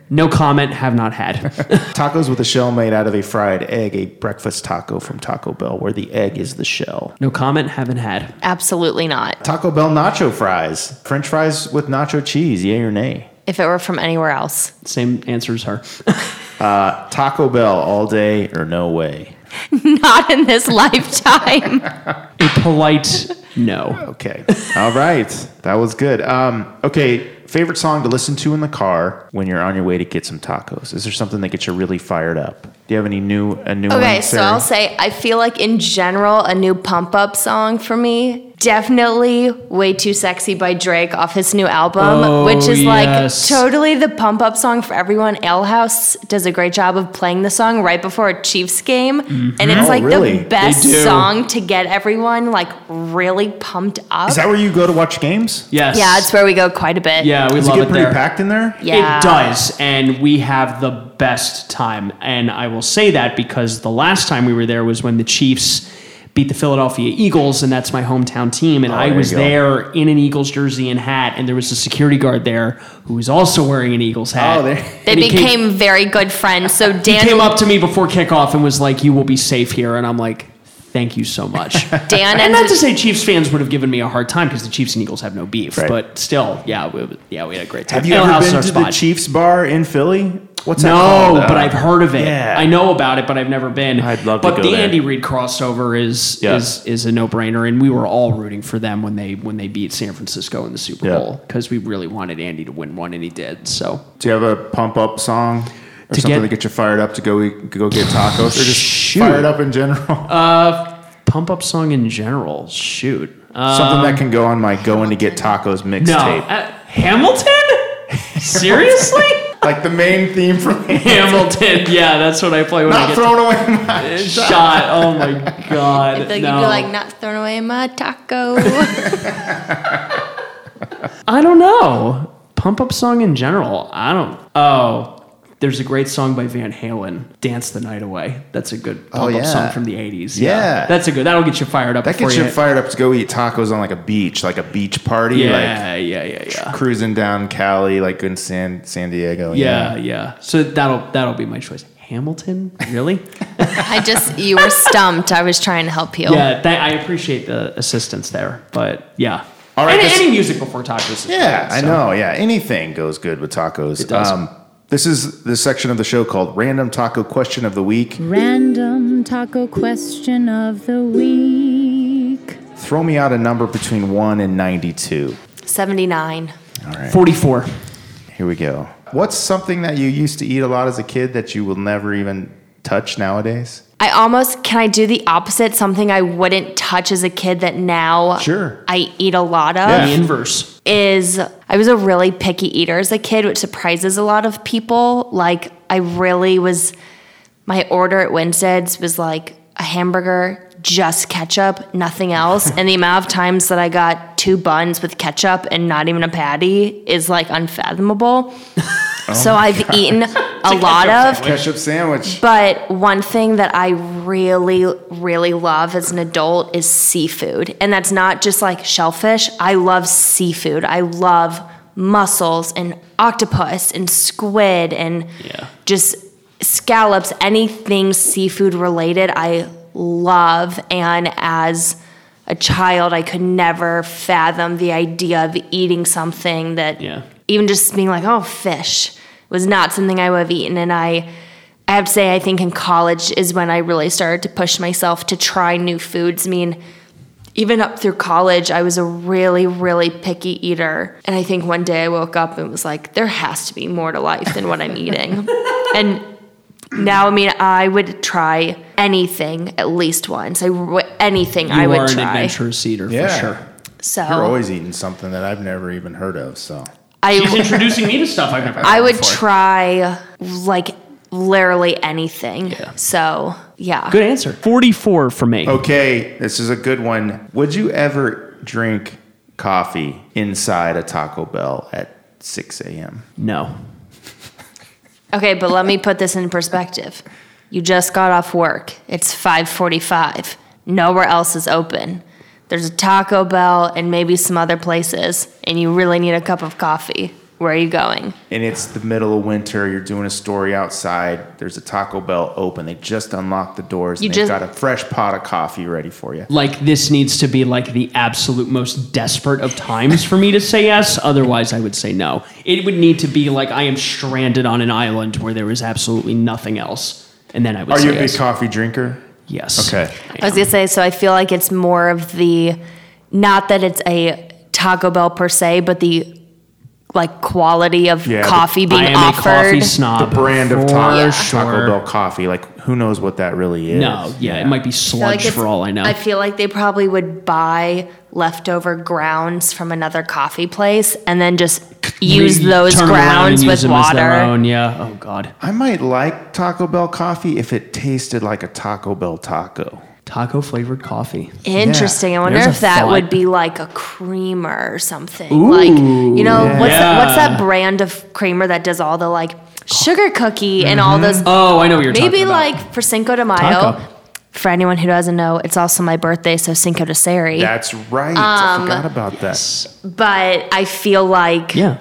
S4: No comment, have not had.
S1: Tacos with a shell made out of a fried egg, a breakfast taco from Taco Bell where the egg is the shell.
S4: no comment, haven't had.
S3: Absolutely not.
S1: Taco Bell nacho fries. French fries with nacho cheese, yay or nay.
S3: If it were from anywhere else.
S4: Same answer as her.
S1: Taco Bell all day or no way.
S3: Not in this lifetime.
S4: A polite no.
S1: Okay. All right. That was good. Um, okay. Favorite song to listen to in the car when you're on your way to get some tacos? Is there something that gets you really fired up? Do you have any new a new one?
S3: Okay, so
S1: Sarah?
S3: I'll say I feel like in general, a new pump up song for me. Definitely Way Too Sexy by Drake off his new album,
S4: Oh,
S3: which is
S4: yes.
S3: like totally the pump up song for everyone. Ale House does a great job of playing the song right before a Chiefs game. And it's like
S1: really?
S3: the best
S4: Mm-hmm. Oh, They do.
S3: song to get everyone like really pumped up.
S1: Is that where you go to watch games?
S4: Yes.
S3: yeah, it's where we go quite a bit.
S4: Yeah, we
S1: Does it
S4: love
S1: get
S4: it
S1: pretty
S4: there.
S1: packed in there?
S3: Yeah.
S4: It does, and we have the best time. And I will say that because the last time we were there was when the Chiefs beat the Philadelphia Eagles, and that's my hometown team. And I
S1: Oh, there
S4: was
S1: you go.
S4: there in an Eagles jersey and hat, and there was a security guard there who was also wearing an Eagles hat.
S1: Oh, there-
S3: They
S4: And he came-
S3: became very good friends. So
S4: he
S3: Dan
S4: came up to me before kickoff and was like, "You will be safe here," and I'm like, "Thank you so much."
S3: Dan
S4: And not
S3: ended,
S4: to say Chiefs fans would have given me a hard time because the Chiefs and Eagles have no beef,
S1: Right.
S4: but still, yeah, we, yeah, we had a great time.
S1: Have you
S4: Ale
S1: ever been
S4: House is
S1: to
S4: our
S1: the
S4: spot.
S1: Chiefs bar in Philly? What's that
S4: No,
S1: called?
S4: but
S1: Uh,
S4: I've heard of it.
S1: yeah.
S4: I know about it, but I've never been.
S1: I'd love to
S4: but
S1: go
S4: the
S1: there.
S4: Andy Reid crossover is
S1: Yeah.
S4: is is a no brainer, and we were all rooting for them when they when they beat San Francisco in the Super
S1: Yeah.
S4: Bowl because we really wanted Andy to win one, and he did. So
S1: Do you have a pump up song or
S4: To
S1: something
S4: get-
S1: to get you fired up to go eat, go get tacos or just
S4: Shoot.
S1: fired up in general?
S4: pump up song in general, shoot. Uh,
S1: something that can go on my going to get tacos
S4: no,
S1: mixtape.
S4: Uh, Hamilton. Seriously,
S1: Like the main theme from
S4: Hamilton. Yeah, that's what I play when I
S1: Not
S4: get
S1: throwing away my
S4: shot. Oh my god.
S3: like,
S4: no.
S3: you'd be like, not throwing away my taco.
S4: I don't know. Pump up song in general. I don't. Oh, there's a great song by Van Halen, "Dance the Night Away." That's a good pump
S1: Oh, yeah.
S4: up song from the '80s.
S1: Yeah.
S4: that's a good. That'll get you fired up.
S1: That
S4: before
S1: gets you
S4: hit-
S1: fired up to go eat tacos on like a beach, like a beach party,
S4: Yeah, yeah, yeah,
S1: like
S4: yeah,
S1: cruising down Cali, like in San San Diego.
S4: yeah, yeah. So that'll that'll be my choice. Hamilton, really?
S3: I just, you were stumped. I was trying to help you.
S4: yeah, that, I appreciate the assistance there, but yeah.
S1: All right,
S4: Any,
S1: this-
S4: any music before tacos. Is
S1: Yeah,
S4: great,
S1: I
S4: so.
S1: know. Yeah, anything goes good with tacos. It
S4: does.
S1: this is the section of the show called Random Taco Question of the Week.
S7: Random taco question of the week.
S1: Throw me out a number between 1 and 92.
S3: 79.
S4: Forty-four.
S1: Here we go. What's something that you used to eat a lot as a kid that you will never even touch nowadays?
S3: I almost, can I do the opposite? Something I wouldn't touch as a kid that now
S1: Sure.
S3: I eat a lot of
S1: Yeah.
S4: The inverse.
S3: is I was a really picky eater as a kid, which surprises a lot of people. Like, I really was, my order at Winstead's was like a hamburger, just ketchup, nothing else. and the amount of times that I got two buns with ketchup and not even a patty is like unfathomable.
S1: Oh
S3: so I've eaten a lot of
S1: Ketchup sandwich.
S3: but one thing that I really, really love as an adult is seafood. And that's not just like shellfish. I love seafood. I love mussels and octopus and squid and
S4: Yeah.
S3: just scallops, anything seafood related, I love. And as a child, I could never fathom the idea of eating something that
S4: Yeah.
S3: even just being like, oh, fish was not something I would have eaten. And I, I have to say, I think in college is when I really started to push myself to try new foods. I mean, even up through college, I was a really, really picky eater. And I think one day I woke up and was like, there has to be more to life than what I'm eating. and now, I mean, I would try anything at least once. I w- anything
S4: You
S3: I would
S4: are an
S3: try.
S4: adventurous eater
S1: Yeah.
S4: for sure.
S3: So
S1: You're always eating something that I've never even heard of. So
S4: He's
S3: I,
S4: introducing me to stuff I've never.
S3: I would
S4: before.
S3: try like literally anything.
S4: Yeah.
S3: So yeah,
S4: Good answer. 44 for me.
S1: Oh, okay, this is a good one. Would you ever drink coffee inside a Taco Bell at 6 a.m.?
S4: No.
S3: okay. But let me put this in perspective. You just got off work. It's five forty-five. Nowhere else is open. There's a Taco Bell and maybe some other places, and you really need a cup of coffee. Where are you going?
S1: and it's the middle of winter. You're doing a story outside. There's a Taco Bell open. They just unlocked the doors.
S3: You
S1: and
S3: just-
S1: they've got a fresh pot of coffee ready for you.
S4: Like this needs to be like the absolute most desperate of times for me to say yes. Otherwise, I would say no. It would need to be like I am stranded on an island where there is absolutely nothing else, and then I would.
S1: Are
S4: say
S1: you a big
S4: yes.
S1: coffee drinker?
S4: Yes.
S1: Okay.
S3: I was gonna say, so I feel like it's more of the, not that it's a Taco Bell per se, but the like quality of
S1: Yeah, the-
S3: coffee being
S4: I am
S3: offered.
S4: a coffee snob.
S1: The brand
S4: for
S1: of Taco, Taco
S4: sure.
S1: Bell coffee. Like, who knows what that really is?
S4: No, yeah, it might be
S3: I feel like
S4: sludge
S3: it's-
S4: for all I know.
S3: I feel like they probably would buy leftover grounds from another coffee place and then just use
S4: Re-
S3: those
S4: turn around and
S3: grounds
S4: use
S3: with
S4: them as their
S3: water.
S4: own, Yeah. Oh God.
S1: I might like Taco Bell coffee if it tasted like a Taco Bell taco.
S4: Taco flavored coffee.
S3: Interesting. I wonder
S4: There's a
S3: if that
S4: thought.
S3: would be like a creamer or something. like you know, what's that, what's that brand of creamer that does all the like sugar cookie and all those?
S4: Oh, I know what you're
S3: maybe
S4: talking about.
S3: like for Cinco de Mayo.
S4: Taco.
S3: For anyone who doesn't know, it's also my birthday, so Cinco de Seri.
S1: That's right. I forgot
S4: um,
S1: about that.
S3: but I feel like
S4: Yeah.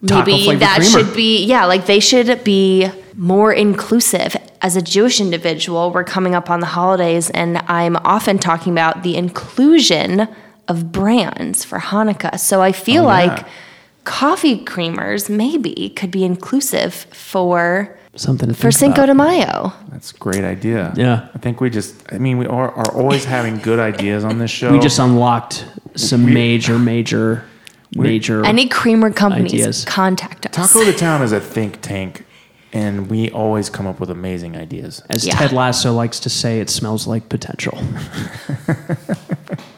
S3: maybe
S4: flavored
S3: that
S4: creamer.
S3: should be yeah like they should be more inclusive as a jewish individual we're coming up on the holidays and i'm often talking about the inclusion of brands for hanukkah so i feel
S4: Oh,
S3: like coffee creamers maybe could be inclusive for
S4: something to
S3: for cinco de mayo
S1: That's a great idea.
S4: Yeah.
S1: I think we just, I mean, we are, are always having good ideas on this show.
S4: We just unlocked some major, major, major.
S3: any creamer companies
S4: Ideas.
S3: contact us
S1: Taco the Town is a think tank, and we always come up with amazing ideas.
S4: as
S3: Yeah.
S4: Ted Lasso likes to say, it smells like potential.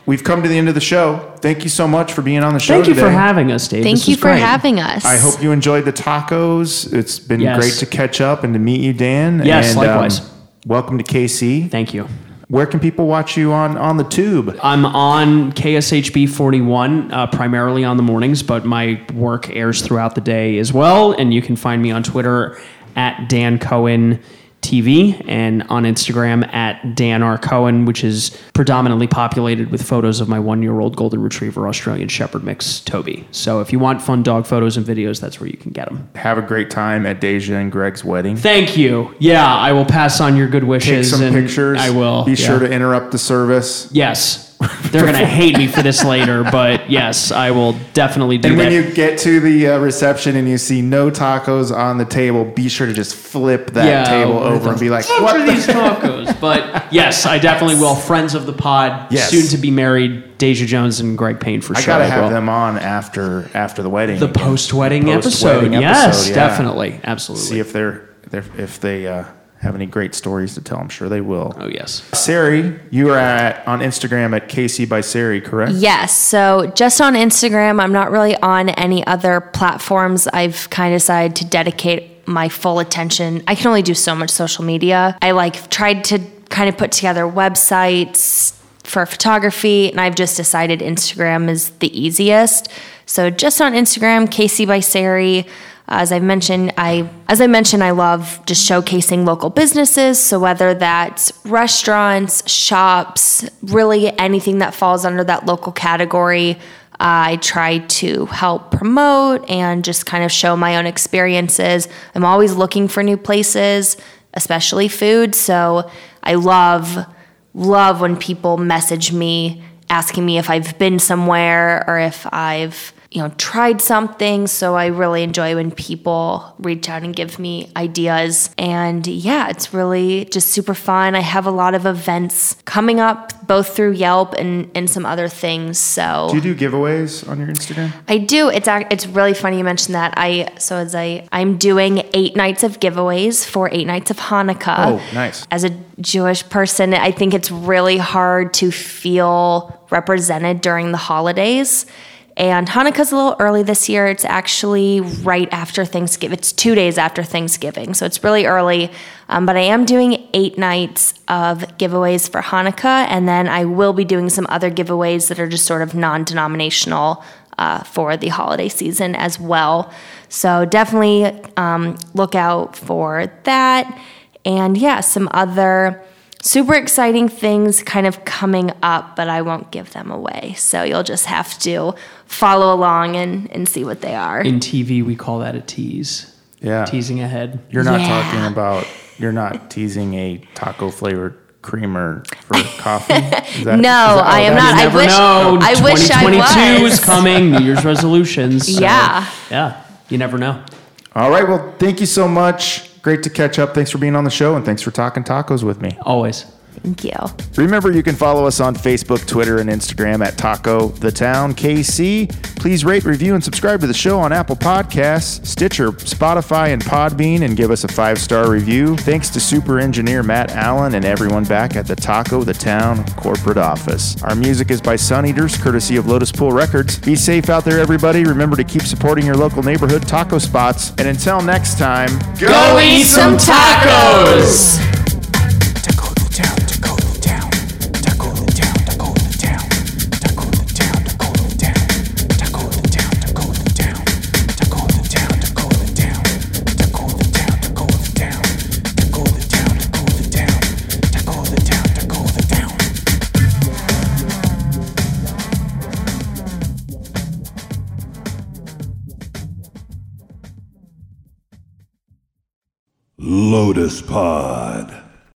S1: We've come to the end of the show. Thank you so much for being on the show.
S4: Thank you for
S1: today.
S4: having us, Dave.
S3: thank
S4: This
S3: you
S4: was
S3: for
S4: great.
S3: having us
S1: I hope you enjoyed the tacos. It's been
S4: Yes.
S1: great to catch up and to meet you, Dan.
S4: Yes,
S1: and, um,
S4: likewise.
S1: welcome to KC.
S4: Thank you.
S1: Where can people watch you on on the tube?
S4: I'm on KSHB 41 uh, primarily on the mornings, but my work airs throughout the day as well. And you can find me on Twitter at Dan Cohen TV and on Instagram at Dan R. Cohen, which is predominantly populated with photos of my one year old Golden Retriever Australian Shepherd mix, Toby. So if you want fun dog photos and videos, that's where you can get them.
S1: Have a great time at Deja and Greg's wedding.
S4: Thank you. Yeah, I will pass on your good
S1: Take
S4: wishes.
S1: some
S4: and
S1: pictures.
S4: I will.
S1: Be
S4: yeah.
S1: sure to interrupt the service.
S4: Yes. They're going to hate me for this later, but yes, I will definitely do
S1: And
S4: that.
S1: when you get to the uh, reception and you see no tacos on the table, be sure to just flip that
S4: Yeah,
S1: table
S4: with
S1: over and be like,
S4: what
S1: "What
S4: are
S1: the
S4: these tacos? But yes, I definitely will. Friends of the pod,
S1: Yes.
S4: soon to be married, Deja Jones and Greg Payne for
S1: I
S4: sure.
S1: gotta have
S4: will.
S1: them on after after the wedding.
S4: The
S1: again.
S4: post wedding episode.
S1: Post-wedding
S4: Yes,
S1: episode, yeah.
S4: definitely. Absolutely.
S1: See if they're, they're if they uh, have any great stories to tell. I'm sure they will.
S4: oh, yes.
S1: Sari, you are at on Instagram at KC by Sari, correct?
S3: Yes. So just on Instagram, I'm not really on any other platforms. I've kind of decided to dedicate my full attention. I can only do so much social media. I like tried to kind of put together websites for photography, and I've just decided Instagram is the easiest. So just on Instagram, Casey by Sari. As I've mentioned, I as I mentioned, I love just showcasing local businesses. So whether that's restaurants, shops, really anything that falls under that local category, I try to help promote and just kind of show my own experiences. I'm always looking for new places, especially food. So I love love when people message me asking me if I've been somewhere or if I've you know tried something so I really enjoy when people reach out and give me ideas and yeah it's really just super fun I have a lot of events coming up both through Yelp and and some other things so
S1: Do you do giveaways on your Instagram?
S3: I do. It's ac- it's really funny you mentioned that. I so as I I'm doing eight nights of giveaways for eight nights of Hanukkah.
S1: Oh, nice.
S3: As a Jewish person, I think it's really hard to feel represented during the holidays. And Hanukkah's a little early this year. It's actually right after Thanksgiving. It's two days after Thanksgiving, so it's really early. Um, but I am doing eight nights of giveaways for Hanukkah, and then I will be doing some other giveaways that are just sort of non-denominational uh, for the holiday season as well. So definitely um, look out for that. And yeah, some other super exciting things kind of coming up, but I won't give them away. So you'll just have to follow along and, and see what they are.
S4: In TV, we call that a tease.
S1: Yeah.
S4: Teasing ahead.
S1: You're not
S3: Yeah.
S1: talking about. You're not teasing a taco flavored creamer for coffee. Is that- is
S3: No,
S1: that-
S3: I am
S1: that-
S3: not. I
S4: Never
S3: wish-
S4: know.
S3: I wish I
S4: 2022
S3: was.
S4: is coming. New Year's resolutions. So,
S3: Yeah.
S4: Yeah. You never know.
S1: All right. Well, thank you so much. Great to catch up. Thanks for being on the show and thanks for talking tacos with me.
S4: Always.
S3: Thank you.
S1: Remember, you can follow us on Facebook, Twitter, and Instagram at Taco the Town KC. Please rate, review, and subscribe to the show on Apple Podcasts, Stitcher, Spotify, and Podbean, and give us a five star review. Thanks to super engineer Matt Allen and everyone back at the Taco the Town corporate office. Our music is by Sun Eaters, courtesy of Lotus Pool Records. Be safe out there, everybody. Remember to keep supporting your local neighborhood taco spots. And until next time,
S13: Go eat some tacos!
S12: Lotus Pod.